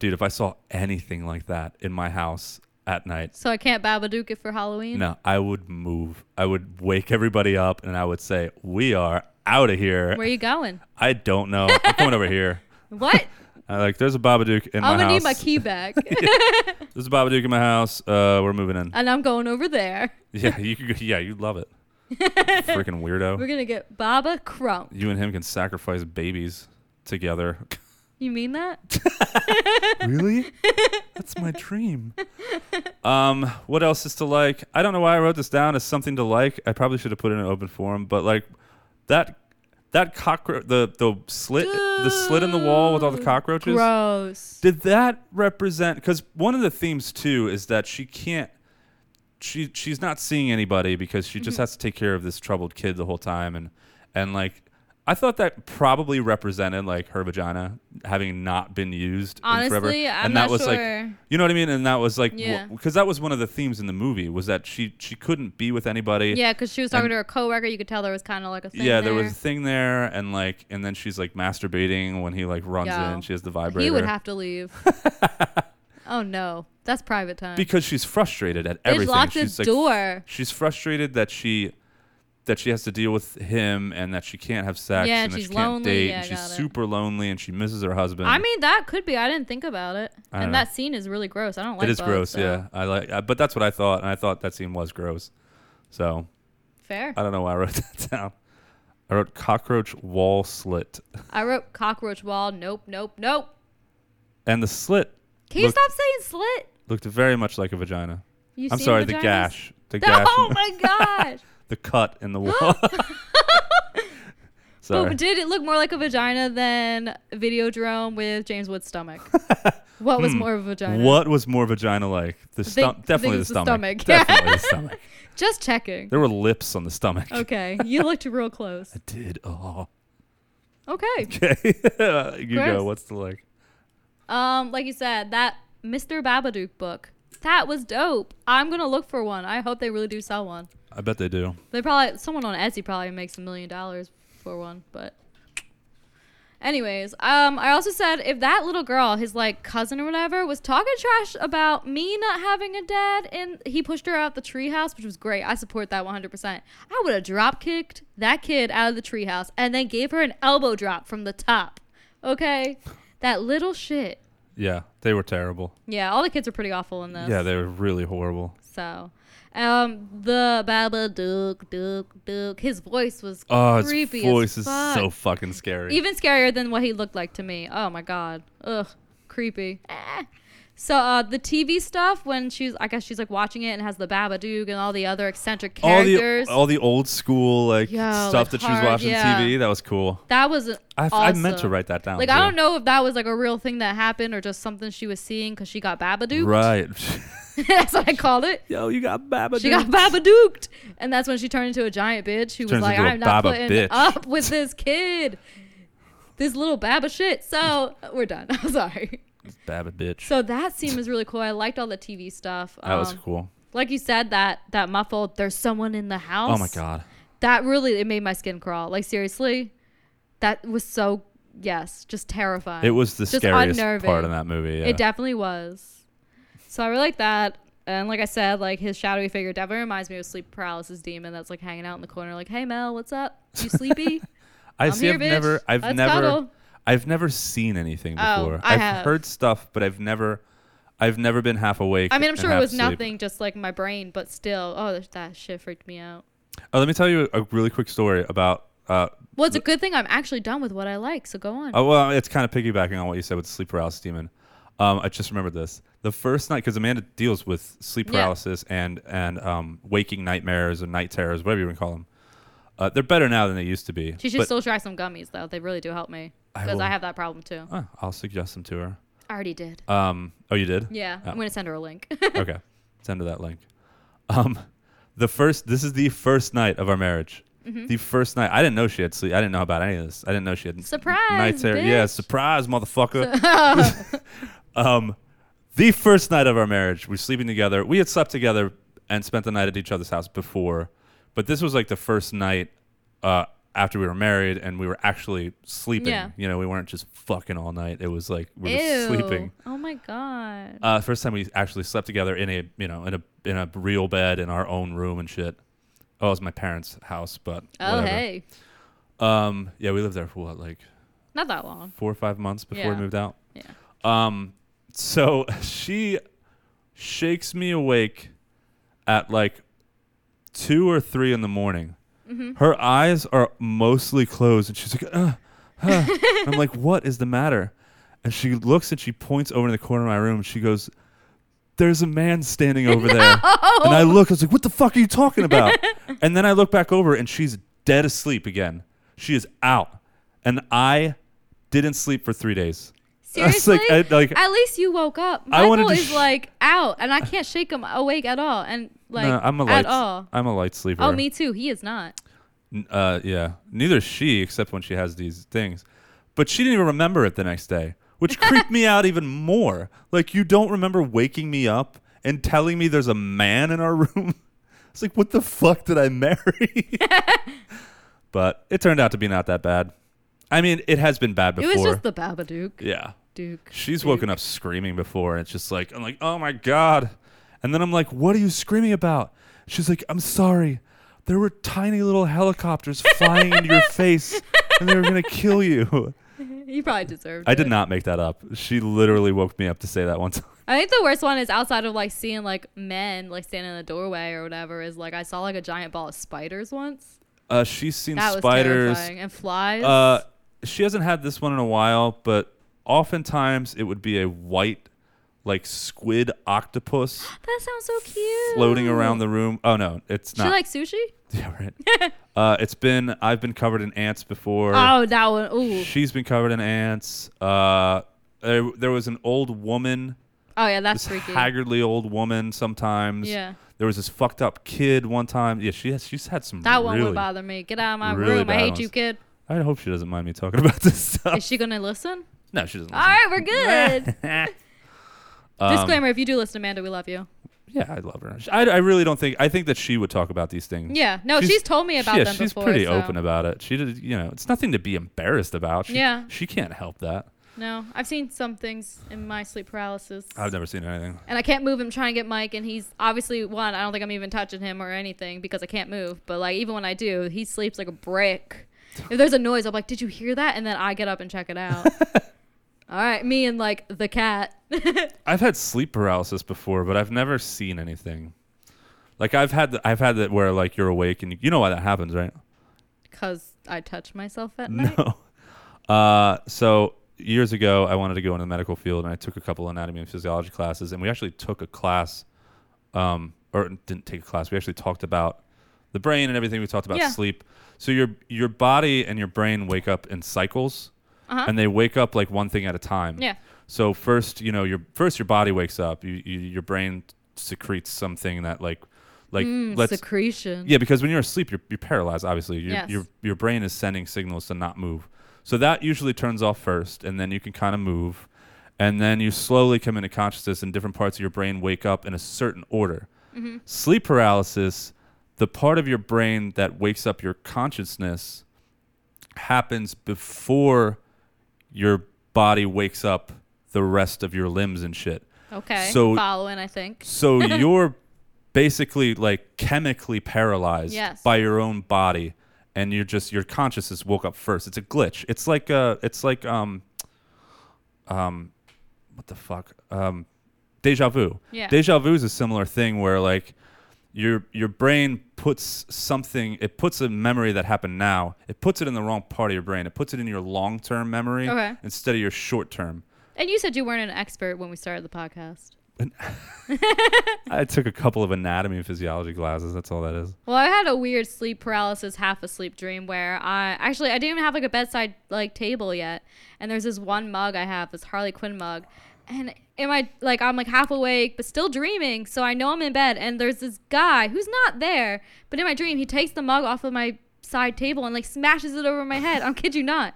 Speaker 1: Dude, if I saw anything like that in my house at night,
Speaker 2: So I can't Babadook it for Halloween.
Speaker 1: no, I would move. I would wake everybody up and I would say, We are out of here.
Speaker 2: Where you going?
Speaker 1: [laughs] I don't know. I'm coming over
Speaker 2: [laughs]
Speaker 1: here.
Speaker 2: What?
Speaker 1: I like there's a Babadook in my
Speaker 2: I'm gonna
Speaker 1: house.
Speaker 2: need my
Speaker 1: [laughs]
Speaker 2: key back,
Speaker 1: There's a Babadook in my house. Uh, we're moving in.
Speaker 2: and I'm going over there.
Speaker 1: [laughs] Yeah, you could, yeah, you'd love
Speaker 2: [laughs]
Speaker 1: it. Freaking
Speaker 2: We're
Speaker 1: weirdo.
Speaker 2: gonna get Baba Crump.
Speaker 1: You and him can sacrifice babies together.
Speaker 2: You mean that?
Speaker 1: [laughs] really? That's my dream. Um, what else is to like? I don't know why I wrote this down as something to like. I probably should have put it in an open forum, but like that that cockroach the the slit the slit in the wall with all the cockroaches.
Speaker 2: gross.
Speaker 1: Did that represent cuz one of the themes too is that she can't she she's not seeing anybody because she just
Speaker 2: Mm-hmm.
Speaker 12: Mhm.
Speaker 1: has to take care of this troubled kid the whole time and and like I thought that probably represented like her vagina having not been used in forever.
Speaker 2: Honestly, I'm
Speaker 1: and that
Speaker 2: not
Speaker 1: was like
Speaker 2: sure.
Speaker 1: you know what I mean? And that was like,
Speaker 2: Yeah.
Speaker 1: because that was one of the themes in the movie was that she she couldn't be with anybody.
Speaker 2: Yeah, because she was talking
Speaker 1: And-
Speaker 2: to her coworker. You could tell there was kind of like a thing
Speaker 1: yeah, there. was a thing there, and like, and then she's like masturbating when he like runs
Speaker 2: Yo.
Speaker 1: in. She has the vibrator.
Speaker 2: He would have to leave.
Speaker 1: [laughs]
Speaker 2: oh no, that's private time.
Speaker 1: because she's frustrated at
Speaker 2: They
Speaker 1: everything.
Speaker 2: locked
Speaker 1: she's
Speaker 2: his door.
Speaker 1: She's frustrated that she that she has to deal with him and that she can't have sex
Speaker 2: Yeah,
Speaker 1: and that
Speaker 2: she's
Speaker 1: she can't
Speaker 2: lonely.
Speaker 1: date
Speaker 2: Yeah,
Speaker 1: and she's
Speaker 2: got it.
Speaker 1: super lonely and she misses her husband.
Speaker 2: I mean, that could be. I didn't think about it.
Speaker 1: I don't
Speaker 2: And
Speaker 1: know.
Speaker 2: that scene is really gross. I don't like
Speaker 1: it is
Speaker 2: bugs,
Speaker 1: gross.
Speaker 2: so-
Speaker 1: Yeah, I like, uh, but that's what I thought, and I thought that scene was gross. So
Speaker 2: Fair.
Speaker 1: I don't know why I wrote [laughs] that down. I wrote cockroach wall slit,
Speaker 2: I wrote cockroach wall. Nope, nope, nope.
Speaker 1: and the slit
Speaker 2: Can you
Speaker 1: looked,
Speaker 2: stop saying slit?
Speaker 1: looked very much like a vagina.
Speaker 2: You
Speaker 1: I'm
Speaker 2: seen
Speaker 1: sorry,
Speaker 2: [laughs] vaginas? Oh
Speaker 1: [laughs] the gash, the
Speaker 2: No,
Speaker 1: gash,
Speaker 2: Oh my gosh. [gasps] [laughs]
Speaker 1: the cut in the wall. [laughs] Sorry.
Speaker 2: But did it look more like a vagina than Videodrome with James Wood's stomach?
Speaker 1: [laughs]
Speaker 2: what was
Speaker 1: Hmm.
Speaker 2: more of a vagina?
Speaker 1: What was more vagina like? The
Speaker 2: I
Speaker 1: stom-
Speaker 2: think- I think
Speaker 1: definitely the
Speaker 2: it's
Speaker 1: stomach.
Speaker 2: [laughs] Yeah.
Speaker 1: Definitely the stomach.
Speaker 2: Just checking.
Speaker 1: There were lips on the stomach.
Speaker 2: Okay, you looked real close.
Speaker 1: [laughs] Did oh.
Speaker 2: Okay.
Speaker 1: Okay. [laughs] you
Speaker 2: Chris?
Speaker 1: go. What's the like?
Speaker 2: Um, like you said, that Mr. Babadook book. That was dope. I'm gonna look for one. I hope they really do sell one.
Speaker 1: I bet they do.
Speaker 2: They probably someone on Etsy probably makes a million dollars for one, but anyways, um I also said if that little girl, his like cousin or whatever, was talking trash about me not having a dad and he pushed her out the treehouse, which was great. I support that 100%. I would have drop kicked that kid out of the treehouse and then gave her an elbow drop from the top. Okay? That little shit.
Speaker 1: Yeah, they were terrible.
Speaker 2: Yeah, all the kids are pretty awful in this.
Speaker 1: Yeah, they were really horrible.
Speaker 2: So, um, the Babadook, Duke, Duke, his voice was
Speaker 1: Oh, his
Speaker 2: creepy. as
Speaker 1: voice is
Speaker 2: fuck.
Speaker 1: so fucking scary.
Speaker 2: Even scarier than what he looked like to me. Oh my god. Ugh, creepy. Eh. So uh, the TV stuff when she's, I guess she's like watching it and has the Babadook and all the other eccentric
Speaker 1: all the
Speaker 2: characters.
Speaker 1: all the old school like
Speaker 2: Yo,
Speaker 1: stuff
Speaker 2: like
Speaker 1: that she
Speaker 2: hard,
Speaker 1: was watching
Speaker 2: yeah.
Speaker 1: TV. That was cool.
Speaker 2: that was
Speaker 1: I f- I
Speaker 2: awesome.
Speaker 1: meant to write that down,
Speaker 2: Like I
Speaker 1: too.
Speaker 2: don't know if that was like a real thing that happened or just something she was seeing because she got Babadook.
Speaker 1: Right. [laughs]
Speaker 2: [laughs] that's what I called it.
Speaker 1: Yo, you got Babadook.
Speaker 2: She got Babadooked. And that's when she turned into a giant bitch who was
Speaker 1: Turns
Speaker 2: like,
Speaker 1: into a
Speaker 2: I'm not
Speaker 1: Baba
Speaker 2: putting
Speaker 1: bitch."
Speaker 2: up with this kid. This little Baba
Speaker 1: [laughs]
Speaker 2: shit. So we're done. [laughs] I'm sorry.
Speaker 1: Babbitt bitch.
Speaker 2: So that scene was really cool. I liked all the TV stuff. Um,
Speaker 1: That was cool.
Speaker 2: Like you said, that that muffled, there's someone in the house.
Speaker 1: Oh my god.
Speaker 2: That really it made my skin crawl. Like seriously. That was so yes, just terrifying.
Speaker 1: It was the
Speaker 2: uh, Just
Speaker 1: scariest
Speaker 2: unnerving.
Speaker 1: part in that movie, yeah.
Speaker 2: It definitely was. So I really like that. And like I said, like his shadowy figure definitely reminds me of sleep paralysis demon that's like hanging out in the corner, like, Hey Mel, what's up?
Speaker 1: [laughs]
Speaker 2: You sleepy?
Speaker 1: I
Speaker 2: I'm
Speaker 1: see.
Speaker 2: here,
Speaker 1: I've
Speaker 2: bitch.
Speaker 1: never. I've
Speaker 2: Let's
Speaker 1: never.
Speaker 2: cuddle.
Speaker 1: I've never seen anything
Speaker 2: Oh,
Speaker 1: before.
Speaker 2: I
Speaker 1: have
Speaker 2: have.
Speaker 1: heard stuff, but I've never. I've never been half awake.
Speaker 2: I mean I'm
Speaker 1: and
Speaker 2: sure it
Speaker 1: half
Speaker 2: was
Speaker 1: asleep.
Speaker 2: nothing just like my brain, but still, oh that- that shit freaked me out.
Speaker 1: Oh, let me tell you a really quick story about. Uh,
Speaker 2: Well, it's a good thing I'm actually done with what I like, so go on.
Speaker 1: oh, well, it's kind of piggybacking on what you said with the sleep paralysis demon. Um, I just remembered this. The first night, because Amanda deals with sleep
Speaker 2: Yeah.
Speaker 1: paralysis and and um, waking nightmares or night terrors, whatever you want to call them. Uh, they're better now than they used to be.
Speaker 2: She should
Speaker 1: but
Speaker 2: still try some gummies though. They really do help me
Speaker 1: I
Speaker 2: because I,
Speaker 1: will-
Speaker 2: have that problem too.
Speaker 1: Oh, I'll suggest them to her.
Speaker 2: I already did.
Speaker 1: Um, oh, you did?
Speaker 2: Yeah,
Speaker 1: Oh.
Speaker 2: I'm gonna send her a link.
Speaker 1: okay. Send her that link. Um, the first. This is the first night of our marriage.
Speaker 2: Mhm.
Speaker 1: The first night. I didn't know she had sleep. I didn't know about any of this. I didn't know she had
Speaker 2: Surprise,
Speaker 1: Night terror. Yeah,
Speaker 2: bitch. Oh.
Speaker 1: surprise,
Speaker 2: [laughs]
Speaker 1: motherfucker. [laughs] um, the first night of our marriage, we're sleeping together. We had slept together and spent the night at each other's house before, but this was like the first night uh, after we were married and we were actually sleeping.
Speaker 2: Yeah.
Speaker 1: You know, we weren't just fucking all night. It was like we were just sleeping.
Speaker 2: [laughs] Ew. Oh my god.
Speaker 1: Uh, first time we actually slept together in a you know in a in a real bed in our own room and shit. Oh, it was my parents' house, but
Speaker 2: Oh,
Speaker 1: whatever.
Speaker 2: hey.
Speaker 1: Um, yeah, we lived there for what like
Speaker 2: Not that long.
Speaker 1: four or five months before
Speaker 2: Yeah.
Speaker 1: we moved out.
Speaker 2: Yeah.
Speaker 1: Um, so [laughs] she shakes me awake at like two or three in the morning.
Speaker 2: Mm-hmm.
Speaker 12: Mhm.
Speaker 1: Her eyes are mostly closed, and she's like, uh,
Speaker 2: [laughs]
Speaker 1: huh." And I'm like, what is the matter? And she looks and she points over in the corner of my room. And she goes, there's a man standing over
Speaker 2: [laughs]
Speaker 1: there. And I look, I was like, what the fuck are you talking about? and then I look back over and she's dead asleep again. She is out. And I didn't sleep for three days. I was
Speaker 2: Seriously?
Speaker 1: like, I, like,
Speaker 2: At least you woke up.
Speaker 1: I wanted
Speaker 2: Michael
Speaker 1: to
Speaker 2: is
Speaker 1: sh-
Speaker 2: like out, and I can't shake him awake at all, and like
Speaker 1: no, I'm a light,
Speaker 2: at all.
Speaker 1: I'm a light sleeper.
Speaker 2: Oh, me too. He is not.
Speaker 1: N- Uh, yeah. Neither is she, except when she has these things. But she didn't even remember it the next day, which creeped me out even more. Like, you don't remember waking me up and telling me there's a man in our [laughs] room. It's like, what the fuck did I
Speaker 2: [laughs]
Speaker 1: marry? but it turned out to be not that bad. I mean, it has been bad before.
Speaker 2: It was just the Babadook.
Speaker 1: Yeah.
Speaker 2: Duke.
Speaker 1: She's woken up screaming before, and it's just like, I'm like, oh my God. And then I'm like, what are you screaming about? She's like, I'm sorry. There were tiny little
Speaker 2: [laughs]
Speaker 1: helicopters flying into your face, and they were going to kill
Speaker 2: [laughs]
Speaker 1: you.
Speaker 2: you probably deserved
Speaker 1: I
Speaker 2: it.
Speaker 1: did not make that up. She literally woke me up to say that one [laughs] time.
Speaker 2: I think the worst one is outside of like seeing like men like standing in the doorway or whatever. Is like I saw like a giant ball of spiders once.
Speaker 1: Uh, she's seen
Speaker 2: That was
Speaker 1: spiders
Speaker 2: terrifying. And flies?
Speaker 1: Uh, she hasn't had this one in a while, but oftentimes it would be a white like squid octopus
Speaker 2: That sounds so cute.
Speaker 1: floating around the room. Oh no, it's
Speaker 2: She
Speaker 1: not.
Speaker 2: likes sushi?
Speaker 1: [laughs] yeah, right. uh, it's been I've been covered in ants before.
Speaker 2: Oh, that one. Ooh.
Speaker 1: She's been covered in ants. Uh, there, there was an old woman.
Speaker 2: Oh, yeah, that's
Speaker 1: this
Speaker 2: freaky.
Speaker 1: Haggardly old woman sometimes.
Speaker 2: Yeah.
Speaker 1: There was this fucked up kid one time. Yeah, she has, she's had some.
Speaker 2: That one
Speaker 1: really-
Speaker 2: would bother me. Get out of my
Speaker 1: really
Speaker 2: room. I
Speaker 1: bad
Speaker 2: hate
Speaker 1: ones. Uh,
Speaker 2: you, kid.
Speaker 1: I hope she doesn't mind me talking [laughs] about this stuff.
Speaker 2: Is she going to listen?
Speaker 1: No, she doesn't.
Speaker 2: All right, we're
Speaker 1: [laughs]
Speaker 2: good.
Speaker 1: Um,
Speaker 2: Disclaimer if you do listen, Amanda, we love you.
Speaker 1: Yeah, I love her. I, I really don't think I think that she would talk about these things.
Speaker 2: Yeah. No, she's told me about
Speaker 1: yeah,
Speaker 2: them
Speaker 1: she's
Speaker 2: before,
Speaker 1: pretty
Speaker 2: so-
Speaker 1: open about it. She did, you know, it's nothing to be embarrassed about. She,
Speaker 2: Yeah.
Speaker 1: she can't help that.
Speaker 2: No, I've seen some things in my sleep paralysis.
Speaker 1: I've never seen anything.
Speaker 2: and I can't move. I'm trying to get Mike, and he's obviously one. I don't think I'm even touching him or anything because I can't move. But like even when I do, he sleeps like a brick. If there's a noise, I'm like, "Did you hear that?" And then I get up and check
Speaker 1: [laughs]
Speaker 2: it out. All right, me and like the cat. [laughs]
Speaker 1: I've had sleep paralysis before, but I've never seen anything. Like I've had the, I've had that where like you're awake and you, you know why that happens, right? [laughs]
Speaker 2: Because I touch myself at night.
Speaker 1: No. Uh, so years ago, I wanted to go into the medical field, and I took a couple anatomy and physiology classes, and we actually took a class, um, or didn't take a class. We actually talked about the brain and everything. We talked about
Speaker 12: Yeah.
Speaker 1: sleep. So your your body and your brain wake up in cycles,
Speaker 12: Uh-huh.
Speaker 1: and they wake up like one thing at a time.
Speaker 12: Yeah.
Speaker 1: So first, you know, your first your body wakes up. You, you your brain secretes something that like like
Speaker 2: Mm,
Speaker 1: let's
Speaker 2: secretion.
Speaker 1: Yeah, because when you're asleep, you're, you're paralyzed. Obviously, your,
Speaker 2: Yes.
Speaker 1: your your brain is sending signals to not move. So that usually turns off first, and then you can kind of move, and then you slowly come into consciousness, and different parts of your brain wake up in a certain order.
Speaker 12: Mhm.
Speaker 1: Sleep paralysis, the part of your brain that wakes up your consciousness, happens before your body wakes up the rest of your limbs and shit.
Speaker 2: Okay.
Speaker 1: So
Speaker 2: following, I think.
Speaker 1: so
Speaker 2: [laughs]
Speaker 1: you're basically like chemically paralyzed
Speaker 2: Yes.
Speaker 1: by your own body, and you're just your consciousness woke up first. It's a glitch. It's like uh, it's like um, um, what the fuck? Um, deja vu.
Speaker 12: Yeah.
Speaker 1: Deja vu is a similar thing where like your your brain puts something. It puts a memory that happened now. It puts it in the wrong part of your brain. It puts it in your long term memory
Speaker 2: Okay.
Speaker 1: instead of your short term.
Speaker 2: and you said you weren't an expert when we started the podcast.
Speaker 1: I took a couple of anatomy and physiology classes. That's all that is.
Speaker 2: Well, I had a weird sleep paralysis, half asleep dream where I actually I didn't even have like a bedside like table yet, and there's this one mug I have, this Harley Quinn mug, and am I like I'm like half awake but still dreaming, so I know I'm in bed, and there's this guy who's not there, but in my dream he takes the mug off of my side table and like smashes it over my head. I'm kid you not,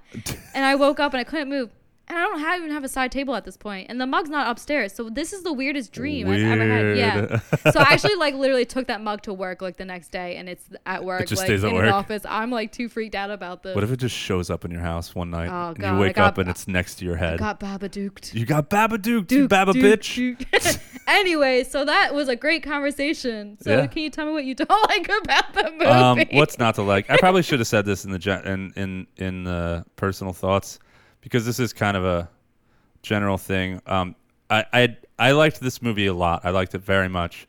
Speaker 2: and I woke up and I couldn't move. And I don't have, even have a side table at this point, and the mug's not upstairs. So this is the weirdest dream I've ever had. Yeah, so I actually like literally took that mug to work like the next day, and it's at work,
Speaker 1: just
Speaker 2: like
Speaker 1: stays at
Speaker 2: in
Speaker 1: work.
Speaker 2: an office. I'm like too freaked out about this.
Speaker 1: What if it just shows up in your house one night
Speaker 2: Oh,
Speaker 1: and
Speaker 2: God,
Speaker 1: you
Speaker 2: I
Speaker 1: wake
Speaker 2: got-
Speaker 1: up and it's next to your
Speaker 2: I
Speaker 1: head?
Speaker 2: got Babaduked?
Speaker 1: you got Babadook, you Baba
Speaker 2: Duke, [laughs]
Speaker 1: bitch.
Speaker 2: Duke. anyway, so that was a great conversation. So
Speaker 1: Yeah.
Speaker 2: can you tell me what you [laughs] don't like about the movie?
Speaker 1: Um, what's not to like? I probably should have said this in the gen- in in in the personal thoughts because this is kind of a general thing. Um, I I I liked this movie a lot. I liked it very much.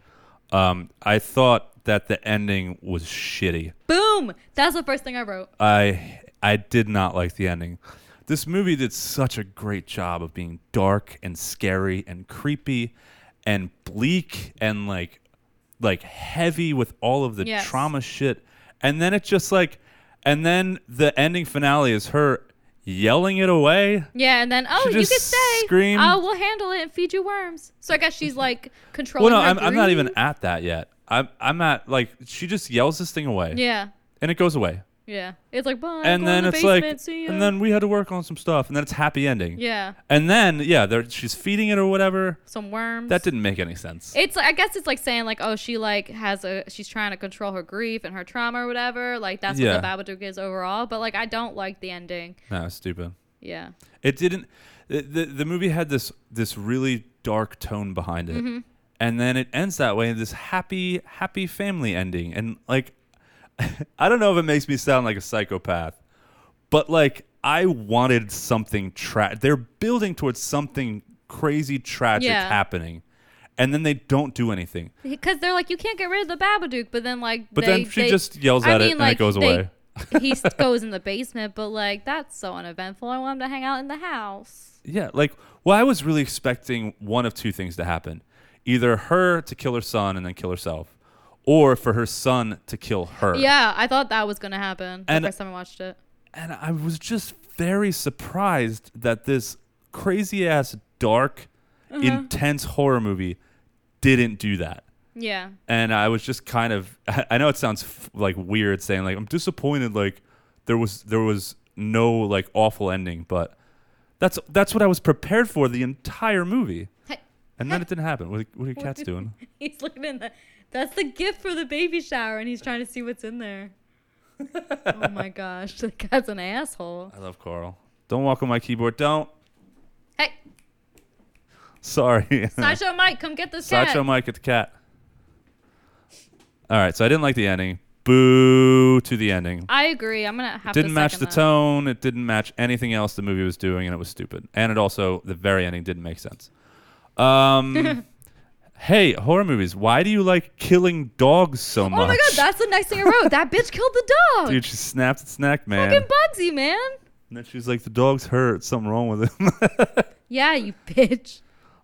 Speaker 1: Um, I thought that the ending was shitty.
Speaker 2: Boom! That's the first thing I wrote.
Speaker 1: Uh, I I did not like the ending. This movie did such a great job of being dark and scary and creepy and bleak and like like heavy with all of the
Speaker 12: Yes.
Speaker 1: trauma shit. And then it's just like and then the ending finale is her yelling it away.
Speaker 2: Yeah, and then oh,
Speaker 1: She
Speaker 2: you can
Speaker 1: just
Speaker 2: stay.
Speaker 1: screamed.
Speaker 2: Oh, we'll handle it and feed you worms. So I guess she's like
Speaker 1: Well
Speaker 2: controlling.
Speaker 1: no,
Speaker 2: her
Speaker 1: I'm, I'm not
Speaker 2: grief.
Speaker 1: even at that yet. I'm I'm not like she just yells this thing away.
Speaker 2: Yeah,
Speaker 1: And it goes away.
Speaker 2: yeah. It's like bye.
Speaker 1: and
Speaker 2: go in
Speaker 1: then
Speaker 2: the
Speaker 1: it's
Speaker 2: basement,
Speaker 1: like
Speaker 2: see ya.
Speaker 1: and then we had to work on some stuff and then it's happy ending
Speaker 2: Yeah.
Speaker 1: and then yeah there she's feeding it or whatever
Speaker 2: some worms.
Speaker 1: that didn't make any sense
Speaker 2: It's I guess it's like saying like oh she like has a she's trying to control her grief and her trauma or whatever like that's
Speaker 1: Yeah.
Speaker 2: what the Babadook is overall but like I don't like the ending
Speaker 1: no it's stupid
Speaker 2: yeah
Speaker 1: it didn't the, the, the movie had this this really dark tone behind it
Speaker 2: Mhm.
Speaker 1: and then it ends that way this happy happy family ending and like [laughs] i don't know if it makes me sound like a psychopath but like i wanted something tra- they're building towards something crazy tragic
Speaker 2: Yeah.
Speaker 1: happening and then they don't do anything
Speaker 2: because they're like you can't get rid of the Babadook but then like
Speaker 1: But
Speaker 2: they-
Speaker 1: then she
Speaker 2: they-
Speaker 1: just yells
Speaker 2: I
Speaker 1: at it
Speaker 2: mean,
Speaker 1: and it
Speaker 2: like,
Speaker 1: goes
Speaker 2: they-
Speaker 1: away.
Speaker 2: [laughs]
Speaker 1: [laughs]
Speaker 2: he s- goes in the basement, but like that's so uneventful. I want him to hang out in the house.
Speaker 1: Yeah, like well, I was really expecting one of two things to happen: either her to kill her son and then kill herself, or for her son to kill her.
Speaker 2: Yeah, I thought that was gonna happen
Speaker 1: And-
Speaker 2: the first time I watched it.
Speaker 1: and I was just very surprised that this crazy ass, dark,
Speaker 2: Uh-huh.
Speaker 1: intense horror movie didn't do that.
Speaker 2: Yeah.
Speaker 1: And I was just kind of [laughs] I know it sounds f- like weird saying like I'm disappointed like there was there was no like awful ending, but that's that's what I was prepared for the entire movie.
Speaker 2: Hey.
Speaker 1: And then it didn't happen. What are, what are your cats doing?
Speaker 2: [laughs] He's looking in the. That's the gift for the baby shower, and he's trying to see what's in
Speaker 1: [laughs]
Speaker 2: there. oh my gosh, [laughs] the cat's an asshole.
Speaker 1: I love Carl. Don't walk on my keyboard. Don't.
Speaker 2: Hey,
Speaker 1: Sorry. [laughs]
Speaker 2: Sideshow Mike, come get this cat.
Speaker 1: Sideshow Mike at the cat. All right, so I didn't like the ending. Boo to the ending.
Speaker 2: I agree. I'm gonna have
Speaker 1: It didn't
Speaker 2: to
Speaker 1: match the
Speaker 2: second that.
Speaker 1: tone. It didn't match anything else the movie was doing, and it was stupid. And it also the very ending didn't make sense.
Speaker 2: [laughs]
Speaker 1: Um, hey, horror movies. Why do you like killing dogs so much?
Speaker 2: Oh my god, that's the next thing I wrote. that bitch killed the dog.
Speaker 1: dude. She snapped its neck, man.
Speaker 2: Fucking Bugsy, man.
Speaker 1: and then she's like, "The dog's hurt. Something wrong with him."
Speaker 2: Yeah, you bitch.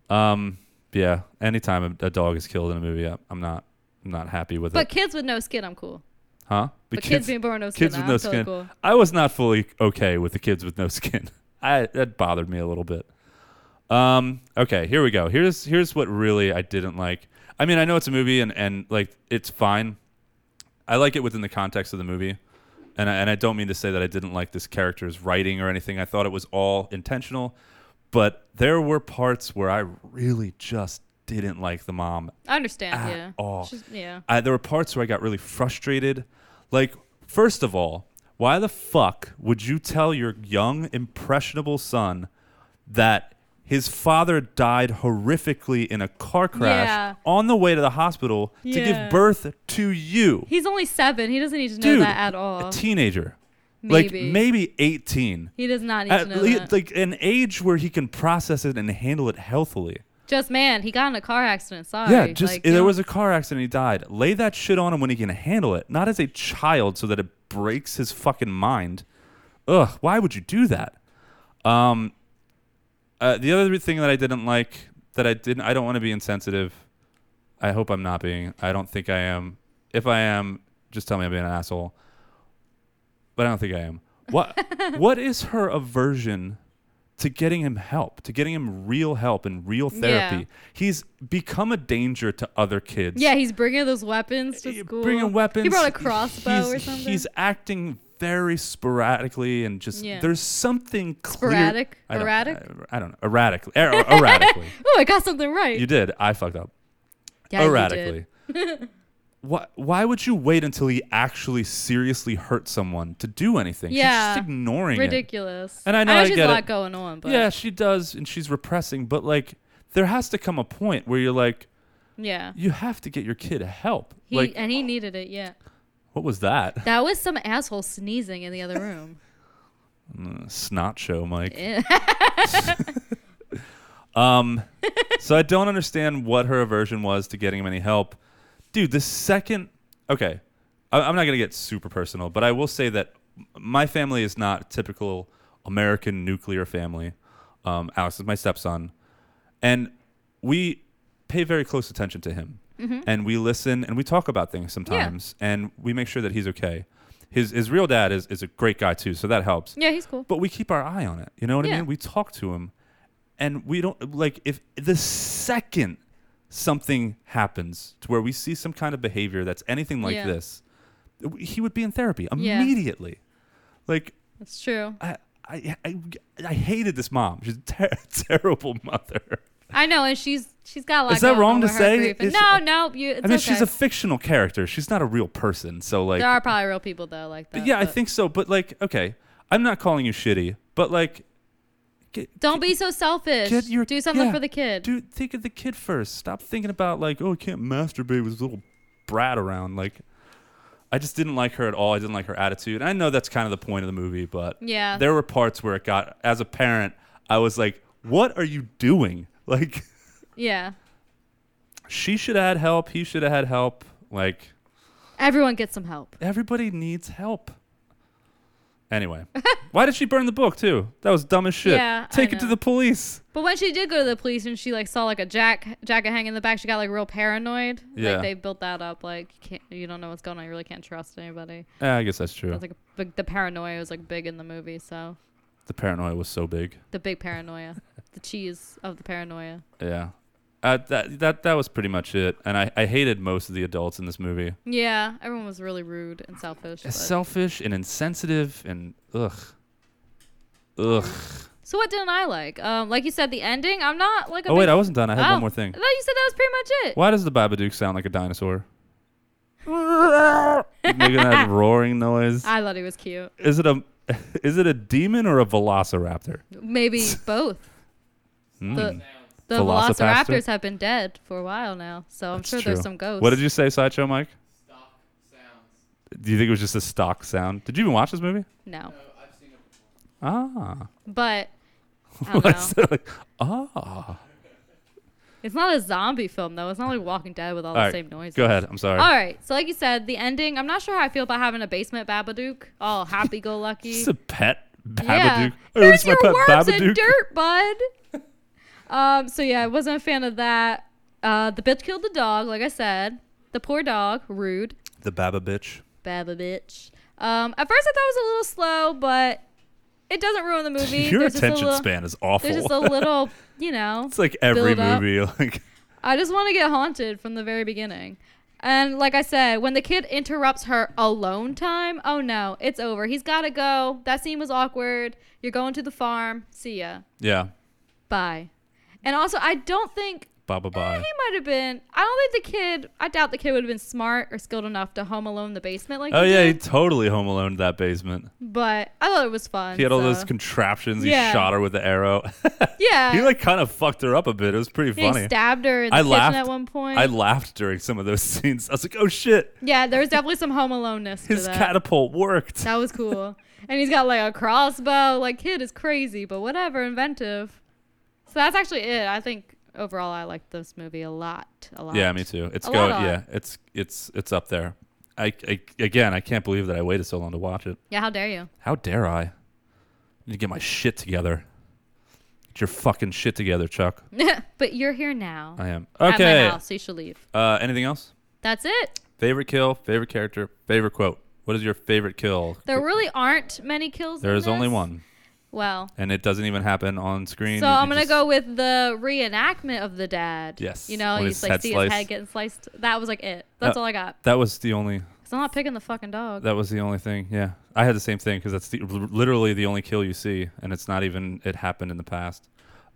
Speaker 1: um, yeah. Anytime a, a dog is killed in a movie, I, I'm not, I'm not happy with it.
Speaker 2: But kids with no skin, I'm cool.
Speaker 1: Huh?
Speaker 2: But kids being born with no skin,
Speaker 1: Kids with
Speaker 2: I'm
Speaker 1: no
Speaker 2: totally
Speaker 1: skin.
Speaker 2: cool.
Speaker 1: I was not fully okay with the kids with no [laughs] skin. I that bothered me a little bit. Um. Okay. Here we go. Here's here's what really I didn't like. I mean, I know it's a movie and and like it's fine. I like it within the context of the movie, and I, and I don't mean to say that I didn't like this character's writing or anything. I thought it was all intentional, but there were parts where I really just didn't like the mom
Speaker 2: I understand.
Speaker 1: at
Speaker 2: yeah.
Speaker 1: all.
Speaker 2: She's- yeah.
Speaker 1: I, there were parts where I got really frustrated. Like, first of all, why the fuck would you tell your young, impressionable son that his father died horrifically in a car crash
Speaker 2: Yeah.
Speaker 1: on the way to the hospital to
Speaker 2: Yeah.
Speaker 1: give birth to you?
Speaker 2: He's only seven. He doesn't need to know
Speaker 1: Dude,
Speaker 2: that at all.
Speaker 1: A teenager.
Speaker 2: Maybe.
Speaker 1: Like, maybe 18.
Speaker 2: he does not need
Speaker 1: At
Speaker 2: to know
Speaker 1: lea-
Speaker 2: that.
Speaker 1: like an age where he can process it and handle it healthily.
Speaker 2: Just man, he got in a car accident. Sorry.
Speaker 1: Yeah, just
Speaker 2: Like,
Speaker 1: if
Speaker 2: you
Speaker 1: there
Speaker 2: know-
Speaker 1: was a car accident. He died. Lay that shit on him when he can handle it, not as a child, so that it breaks his fucking mind. Ugh, why would you do that? Um, uh, the other thing that I didn't like that I didn't, I don't want to be insensitive. I hope I'm not being. I don't think I am. If I am, just tell me I'm being an asshole. But I don't think I am.
Speaker 2: [laughs]
Speaker 1: What What is her aversion to getting him help? To getting him real help and real therapy?
Speaker 2: Yeah.
Speaker 1: He's become a danger to other kids.
Speaker 2: Yeah, he's bringing those weapons to school.
Speaker 1: bringing weapons.
Speaker 2: He brought a crossbow
Speaker 1: he's,
Speaker 2: or something.
Speaker 1: He's acting very sporadically and just
Speaker 2: Yeah.
Speaker 1: there's something clear.
Speaker 2: Sporadic?
Speaker 1: I don't-
Speaker 2: Erratic?
Speaker 1: I, I don't know. Erratically. Er, erratically.
Speaker 2: oh, I got something [laughs] right.
Speaker 1: You did. I fucked up.
Speaker 2: Yeah,
Speaker 1: erratically.
Speaker 2: You did. [laughs]
Speaker 1: Why, why would you wait until he actually seriously hurt someone to do anything?
Speaker 2: yeah.
Speaker 1: She's just ignoring it.
Speaker 2: Ridiculous.
Speaker 1: And I know I
Speaker 2: she's
Speaker 1: get
Speaker 2: a lot
Speaker 1: it.
Speaker 2: going on, but
Speaker 1: Yeah, she does, and she's repressing. But like, there has to come a point where you're like,
Speaker 2: yeah.
Speaker 1: you have to get your kid help.
Speaker 2: He
Speaker 1: like,
Speaker 2: and he needed it. Yeah.
Speaker 1: what was that?
Speaker 2: That was some asshole sneezing in the
Speaker 1: [laughs]
Speaker 2: other room.
Speaker 1: Mm, snot show, Mike. [laughs]
Speaker 2: Eh.
Speaker 1: Um, so I don't understand what her aversion was to getting him any help, dude. The second, okay, I, I'm not gonna get super personal, but I will say that m- my family is not typical American nuclear family. Um, Alex is my stepson, and we pay very close attention to him,
Speaker 12: Mhm.
Speaker 1: and we listen and we talk about things sometimes, and we make sure that he's okay. His his real dad is is a great guy too, so that helps.
Speaker 2: yeah, he's cool.
Speaker 1: But we keep our eye on it. You know what I
Speaker 2: Yeah.
Speaker 1: mean? We talk to him, and we don't like if the second something happens to where we see some kind of behavior that's anything like
Speaker 2: Yeah.
Speaker 1: this, w- he would be in therapy
Speaker 2: Yeah.
Speaker 1: immediately. Like
Speaker 2: That's true.
Speaker 1: I, I, I, I hated this mom. She's a ter- [laughs] terrible mother.
Speaker 2: I know, and she's she's got a lot.
Speaker 1: Is that
Speaker 2: going
Speaker 1: wrong
Speaker 2: on
Speaker 1: to
Speaker 2: with her
Speaker 1: say?
Speaker 2: grief, and-
Speaker 1: It's-
Speaker 2: no, no. You, it's
Speaker 1: I mean, she's
Speaker 2: okay.
Speaker 1: a fictional character. She's not a real person. So like,
Speaker 2: there are probably real people though like that.
Speaker 1: yeah, I
Speaker 2: but-
Speaker 1: think so. But like, okay, I'm not calling you shitty, but like,
Speaker 2: Don't be so selfish.
Speaker 1: get your-
Speaker 2: Do something
Speaker 1: yeah,
Speaker 2: for the kid.
Speaker 1: dude, think of the kid first. Stop thinking about like, oh, I can't masturbate with this little brat around. Like, I just didn't like her at all. I didn't like her attitude. I know that's kind of the point of the movie, but
Speaker 2: Yeah.
Speaker 1: there were parts where it got. As a parent, I was like, what are you doing? [laughs] Like,
Speaker 2: Yeah.
Speaker 1: she should have had help. He should have had help. Like,
Speaker 2: Everyone gets some help.
Speaker 1: everybody needs help.
Speaker 2: [laughs]
Speaker 1: Anyway, why did she burn the book too? That was dumb as shit.
Speaker 2: Yeah, I
Speaker 1: Take it to
Speaker 2: know.
Speaker 1: the police.
Speaker 2: But when she did go to the police and she like saw like a jack jacket hanging in the back, she got like real paranoid.
Speaker 1: Yeah.
Speaker 2: Like they built that up. Like you can't you don't know what's going on. You really can't trust anybody.
Speaker 1: Yeah, Eh, I guess that's true.
Speaker 2: That's like a big, the paranoia was like big in the movie. So
Speaker 1: The paranoia was so big.
Speaker 2: the big
Speaker 1: [laughs]
Speaker 2: paranoia, the cheese of the paranoia.
Speaker 1: Yeah. Uh, that that that was pretty much it, and I, I hated most of the adults in this movie.
Speaker 2: Yeah, everyone was really rude and selfish. but-
Speaker 1: Selfish and insensitive and ugh, ugh.
Speaker 2: So what didn't I like? Um, like you said, the ending. I'm not like. A
Speaker 1: Oh, wait,
Speaker 2: big-
Speaker 1: I wasn't done. I had one
Speaker 2: Oh,
Speaker 1: more thing.
Speaker 2: I thought you said that was pretty much it.
Speaker 1: Why does the Babadook sound like a
Speaker 2: [laughs]
Speaker 1: dinosaur? Making that roaring noise.
Speaker 2: I thought he was cute.
Speaker 1: Is it a [laughs] is it a demon or a velociraptor?
Speaker 2: Maybe
Speaker 1: [laughs]
Speaker 2: both.
Speaker 1: Hmm.
Speaker 2: The, the
Speaker 1: Velocipaster?
Speaker 2: velociraptors have been dead for a while now, so I'm
Speaker 1: That's
Speaker 2: sure
Speaker 1: true.
Speaker 2: there's some ghosts.
Speaker 1: What did you say, sideshow Mike? Do you think it was just a stock sound? Did you even watch this movie?
Speaker 2: No,
Speaker 1: Ah. [laughs]
Speaker 2: but I
Speaker 1: What
Speaker 2: don't
Speaker 1: I
Speaker 2: know.
Speaker 1: said, like, ah.
Speaker 2: It's not a zombie film though. It's not like Walking Dead with all, the
Speaker 1: Alright,
Speaker 2: same noises.
Speaker 1: go ahead. I'm sorry.
Speaker 2: All right. So like you said, the ending. I'm not sure how I feel about having a basement Babadook,
Speaker 1: [laughs]
Speaker 2: all happy-go-lucky.
Speaker 1: It's a pet Babadook.
Speaker 2: Yeah.
Speaker 1: Oh,
Speaker 2: There's
Speaker 1: it's my
Speaker 2: your
Speaker 1: pet
Speaker 2: worms and
Speaker 1: Babadook.
Speaker 2: dirt, bud.
Speaker 1: [laughs]
Speaker 2: um, so yeah, I wasn't a fan of that. Uh, the bitch killed the dog, like I said. The poor dog, rude,
Speaker 1: The Baba bitch.
Speaker 2: baba bitch. Um, at first I thought it was a little slow, but it
Speaker 1: [laughs]
Speaker 2: doesn't ruin the movie.
Speaker 1: Your
Speaker 2: There's just a
Speaker 1: attention
Speaker 2: little-
Speaker 1: span is awful.
Speaker 2: There's
Speaker 1: [laughs]
Speaker 2: just a little, you know.
Speaker 1: It's like every
Speaker 2: build up.
Speaker 1: movie. [laughs] Like
Speaker 2: I just want to get haunted from the very beginning. And like I said, when the kid interrupts her alone time, oh no, it's over. He's got to go. That scene was awkward. You're going to the farm. See ya.
Speaker 1: Yeah.
Speaker 2: Bye. And also, I don't think
Speaker 1: Baba
Speaker 2: eh, he
Speaker 1: bye.
Speaker 2: might have been. I don't think the kid. I doubt the kid would have been smart or skilled enough to home alone the basement like.
Speaker 1: Oh
Speaker 2: he
Speaker 1: yeah, he
Speaker 2: did,
Speaker 1: totally home alone that basement.
Speaker 2: but I thought it was fun.
Speaker 1: He had all
Speaker 2: so-
Speaker 1: those contraptions. He
Speaker 2: Yeah.
Speaker 1: shot her with the arrow. [laughs]
Speaker 2: Yeah.
Speaker 1: he like kind of fucked her up a bit. It was pretty
Speaker 2: Yeah, he
Speaker 1: funny.
Speaker 2: stabbed her in the
Speaker 1: I
Speaker 2: kitchen
Speaker 1: laughed
Speaker 2: at one point.
Speaker 1: I laughed during some of those [laughs] scenes. I was like, "Oh shit,
Speaker 2: yeah, there was definitely some home aloneness. to
Speaker 1: his
Speaker 2: that.
Speaker 1: catapult worked."
Speaker 2: That was cool. and he's got like a crossbow. Like kid is crazy, but whatever, inventive. So that's actually it. I think overall I liked this movie a lot. A lot.
Speaker 1: Yeah, me too. It's
Speaker 2: A
Speaker 1: going.
Speaker 2: lot, a lot.
Speaker 1: Yeah, it's it's it's up there. I, I again, I can't believe that I waited so long to watch it.
Speaker 2: Yeah, how dare you?
Speaker 1: How dare I? I need to get my shit together. Get your fucking shit together,
Speaker 2: [laughs]
Speaker 1: Chuck.
Speaker 2: but you're here now.
Speaker 1: I am.
Speaker 2: At
Speaker 1: Okay.
Speaker 2: my house, so you should leave.
Speaker 1: Uh, anything else?
Speaker 2: That's it.
Speaker 1: Favorite kill, favorite character, favorite quote. What is your favorite kill?
Speaker 2: There really aren't many kills.
Speaker 1: There
Speaker 2: in
Speaker 1: is only
Speaker 2: this.
Speaker 1: one,
Speaker 2: Well,
Speaker 1: and it doesn't even happen on screen.
Speaker 2: so
Speaker 1: You
Speaker 2: I'm gonna
Speaker 1: just-
Speaker 2: go with the reenactment of the dad.
Speaker 1: Yes,
Speaker 2: You know,
Speaker 1: when
Speaker 2: you
Speaker 1: his
Speaker 2: just, like
Speaker 1: head
Speaker 2: see
Speaker 1: sliced.
Speaker 2: his head getting sliced. That was like it. That's
Speaker 1: Uh,
Speaker 2: all I got.
Speaker 1: That was the only.
Speaker 2: 'Cause I'm not picking the fucking dog.
Speaker 1: That was the only thing. Yeah, I had the same thing because that's the, literally the only kill you see, and it's not even. It happened in the past.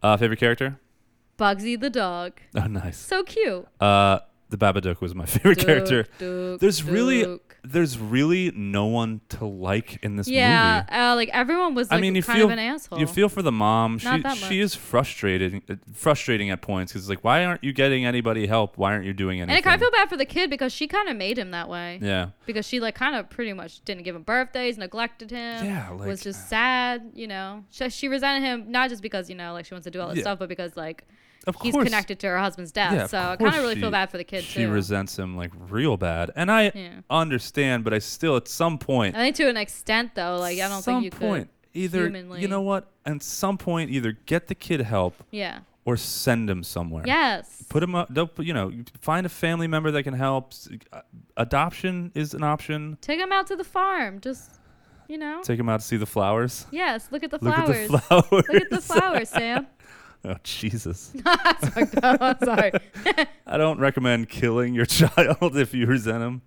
Speaker 1: Uh, favorite character? [laughs]
Speaker 2: Bugsy the dog.
Speaker 1: Oh, nice.
Speaker 2: So cute.
Speaker 1: Uh, the Babadook was my [laughs] favorite
Speaker 2: Duke,
Speaker 1: character.
Speaker 2: Duke,
Speaker 1: there's really,
Speaker 2: Duke.
Speaker 1: there's really no one to like in this
Speaker 2: yeah,
Speaker 1: movie.
Speaker 2: uh, like everyone was like
Speaker 1: I mean, you
Speaker 2: kind
Speaker 1: feel
Speaker 2: of an asshole.
Speaker 1: you feel for the mom.
Speaker 2: Not
Speaker 1: She
Speaker 2: that
Speaker 1: she
Speaker 2: much.
Speaker 1: is frustrated, uh, frustrating at points because like, why aren't you getting anybody help? Why aren't you doing
Speaker 2: and
Speaker 1: anything?
Speaker 2: I kind of feel bad for the kid because she kind of made him that way.
Speaker 1: Yeah.
Speaker 2: Because she like kind of pretty much didn't give him birthdays, neglected him.
Speaker 1: Yeah, like- uh,
Speaker 2: was just sad. You know, she, she resented him not just because you know like she wants to do all this
Speaker 1: Yeah.
Speaker 2: stuff, but because like
Speaker 1: Of
Speaker 2: he's
Speaker 1: course.
Speaker 2: connected to her husband's death.
Speaker 1: Yeah, of
Speaker 2: so I
Speaker 1: course
Speaker 2: kind of really
Speaker 1: she-
Speaker 2: feel bad for the kid
Speaker 1: She
Speaker 2: too.
Speaker 1: resents him like real bad, and I
Speaker 2: Yeah.
Speaker 1: understand, but I still at some point,
Speaker 2: I think to an extent though, like I don't
Speaker 1: some
Speaker 2: think you
Speaker 1: point,
Speaker 2: could
Speaker 1: either
Speaker 2: humanly.
Speaker 1: you know what, at some point, either get the kid help
Speaker 2: Yeah.
Speaker 1: or send him somewhere.
Speaker 2: Yes.
Speaker 1: Put him up. Don't, you know, find a family member that can help. S- uh, Adoption is an option.
Speaker 2: Take him out to the farm. Just you know.
Speaker 1: Take him out to see the flowers.
Speaker 2: Yes, look at the
Speaker 1: Look at the
Speaker 2: flowers. Look at the
Speaker 1: flowers.
Speaker 2: flowers, Sam.
Speaker 1: [laughs]
Speaker 2: [laughs]
Speaker 1: Oh Jesus!
Speaker 2: That's fucked up. I'm sorry.
Speaker 1: I don't recommend killing your [laughs] child if you resent him.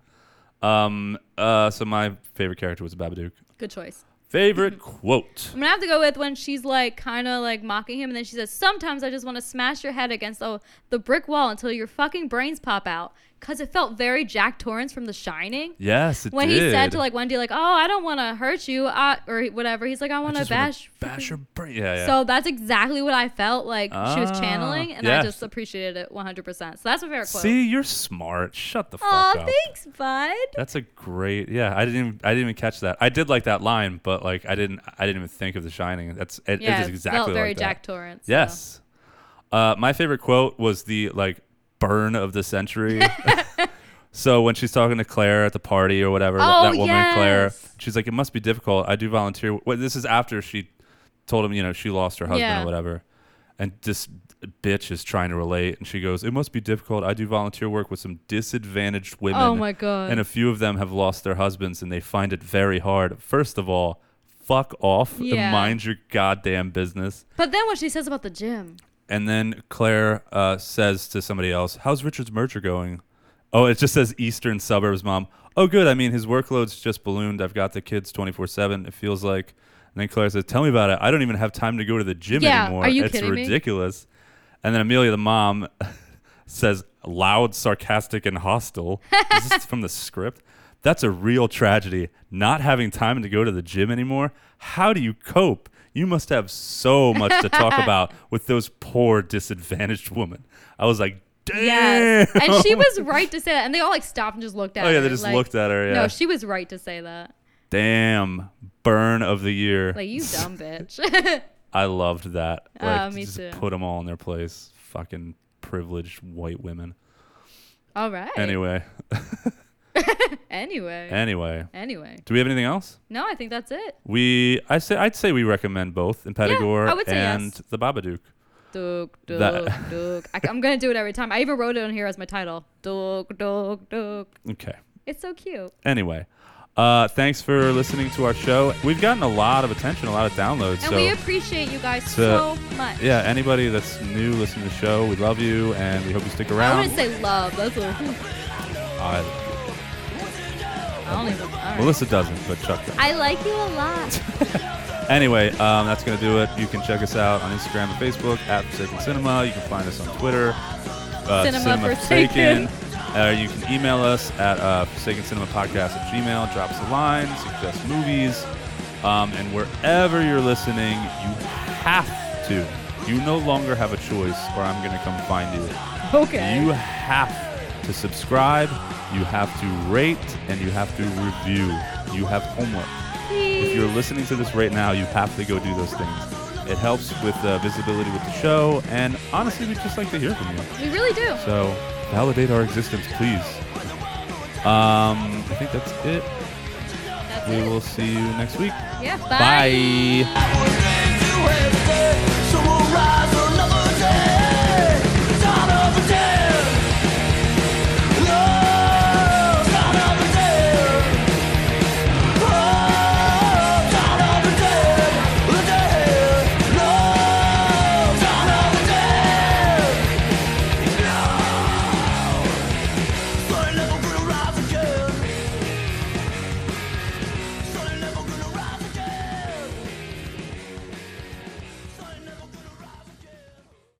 Speaker 1: Um. Uh. So my favorite character was Babadook.
Speaker 2: Good choice. [laughs]
Speaker 1: Favorite quote.
Speaker 2: I'm gonna have to go with when she's like kind of like mocking him, and then she says, "Sometimes I just want to smash your head against the, the brick wall until your fucking brains pop out." Cause it felt very Jack Torrance from The Shining.
Speaker 1: Yes, it
Speaker 2: When
Speaker 1: did.
Speaker 2: he said to like Wendy, like, "Oh, I don't want to hurt you," I, or whatever, he's like, "I want to
Speaker 1: just wanna
Speaker 2: bash."
Speaker 1: bash your brain. Yeah, yeah.
Speaker 2: So that's exactly what I felt like she was channeling,
Speaker 1: Ah,
Speaker 2: and
Speaker 1: yes.
Speaker 2: I just appreciated it 100. percent So that's my favorite quote.
Speaker 1: see, you're smart. Shut the
Speaker 2: Aw,
Speaker 1: fuck up.
Speaker 2: thanks, bud.
Speaker 1: That's a great. Yeah, I didn't. Even, I didn't even catch that. I did like that line, but like I didn't. I didn't even think of The Shining. That's it, it
Speaker 2: Yeah,
Speaker 1: is
Speaker 2: it
Speaker 1: exactly
Speaker 2: felt very
Speaker 1: like that.
Speaker 2: Jack Torrance. so.
Speaker 1: Yes.
Speaker 2: [laughs]
Speaker 1: Uh, my favorite quote was the like burn of the century. So when she's talking to Claire at the party or whatever, that, that
Speaker 2: Oh,
Speaker 1: woman Claire,
Speaker 2: yes.
Speaker 1: she's like, "It must be difficult. I do volunteer." Well, this is after she told him, you know, she lost her husband
Speaker 2: Yeah.
Speaker 1: or whatever, and this bitch is trying to relate, and she goes, "It must be difficult. I do volunteer work with some disadvantaged women.
Speaker 2: Oh my God.
Speaker 1: And a few of them have lost their husbands, and they find it very hard. First of all, fuck off
Speaker 2: Yeah.
Speaker 1: and mind your goddamn business."
Speaker 2: But then what she says about the gym.
Speaker 1: And then Claire uh, says to somebody else, "How's Richard's merger going?" Oh, it just says Eastern Suburbs Mom. Oh, good. I mean, his workload's just ballooned. I've got the kids twenty four seven. It feels like. And then Claire says, "Tell me about it. I don't even have time to go to the gym
Speaker 2: Yeah,
Speaker 1: anymore.
Speaker 2: are you
Speaker 1: it's
Speaker 2: kidding me?"
Speaker 1: ridiculous." And then Amelia, the mom, [laughs] says, "Loud, sarcastic, and hostile." Is this from the script? That's a real tragedy. Not having time to go to the gym anymore. How do you cope? You must have so much to
Speaker 2: [laughs]
Speaker 1: talk about with those poor disadvantaged women. I was like, damn.
Speaker 2: and she was right to say that. And they all like stopped and just looked
Speaker 1: [laughs]
Speaker 2: at
Speaker 1: Oh,
Speaker 2: her.
Speaker 1: yeah, they just
Speaker 2: like-
Speaker 1: looked at her, yeah.
Speaker 2: No, she was right to say that.
Speaker 1: damn burn of the year. [laughs]
Speaker 2: Like, you dumb bitch. [laughs]
Speaker 1: I loved that.
Speaker 2: Oh,
Speaker 1: Like,
Speaker 2: me
Speaker 1: just
Speaker 2: too.
Speaker 1: Put them all in their place. Fucking privileged white women.
Speaker 2: all right.
Speaker 1: Anyway,
Speaker 2: Anyway.
Speaker 1: anyway,
Speaker 2: Anyway.
Speaker 1: Do we have anything else?
Speaker 2: No, I think that's it.
Speaker 1: We, I say, I'd say we recommend both Impetigore
Speaker 2: I would say yes.
Speaker 1: and The Babadook.
Speaker 2: Duk, duk,
Speaker 1: That- [laughs]
Speaker 2: duk. I, am going to do it every time. I even wrote it on here as my title. Duk, duk, duk.
Speaker 1: Okay.
Speaker 2: It's so cute.
Speaker 1: Anyway, uh, thanks for listening to our show. We've gotten a lot of attention, a lot of downloads.
Speaker 2: And
Speaker 1: so,
Speaker 2: we appreciate you guys
Speaker 1: so-
Speaker 2: so, much.
Speaker 1: yeah, anybody that's new listening to the show, we love you, and we hope you stick
Speaker 2: I
Speaker 1: around.
Speaker 2: wouldn't say love. That's what
Speaker 1: I-
Speaker 2: I don't even. all right.
Speaker 1: Melissa doesn't, but Chuck does.
Speaker 2: I like you a lot.
Speaker 1: Anyway, um, that's going to do it. You can check us out on Instagram and Facebook at Forsaken Cinema. You can find us on Twitter, uh,
Speaker 2: Cinema Forsaken.
Speaker 1: Uh, you can email us at uh, Forsaken Cinema Podcast at Gmail. Drop us a line, suggest movies. Um, and wherever you're listening, you have to. You no longer have a choice, or I'm going to come find you.
Speaker 2: Okay.
Speaker 1: You have to subscribe, you have to rate, and you have to review. You have homework. If you're listening to this right now, you have to go do those things. It helps with uh, visibility with the show, and honestly, we'd just like to hear from you.
Speaker 2: we really do.
Speaker 1: So validate our existence, please. Um, I think that's it. we will see you next week.
Speaker 2: Yeah, bye.
Speaker 1: Bye.
Speaker 8: Friends who have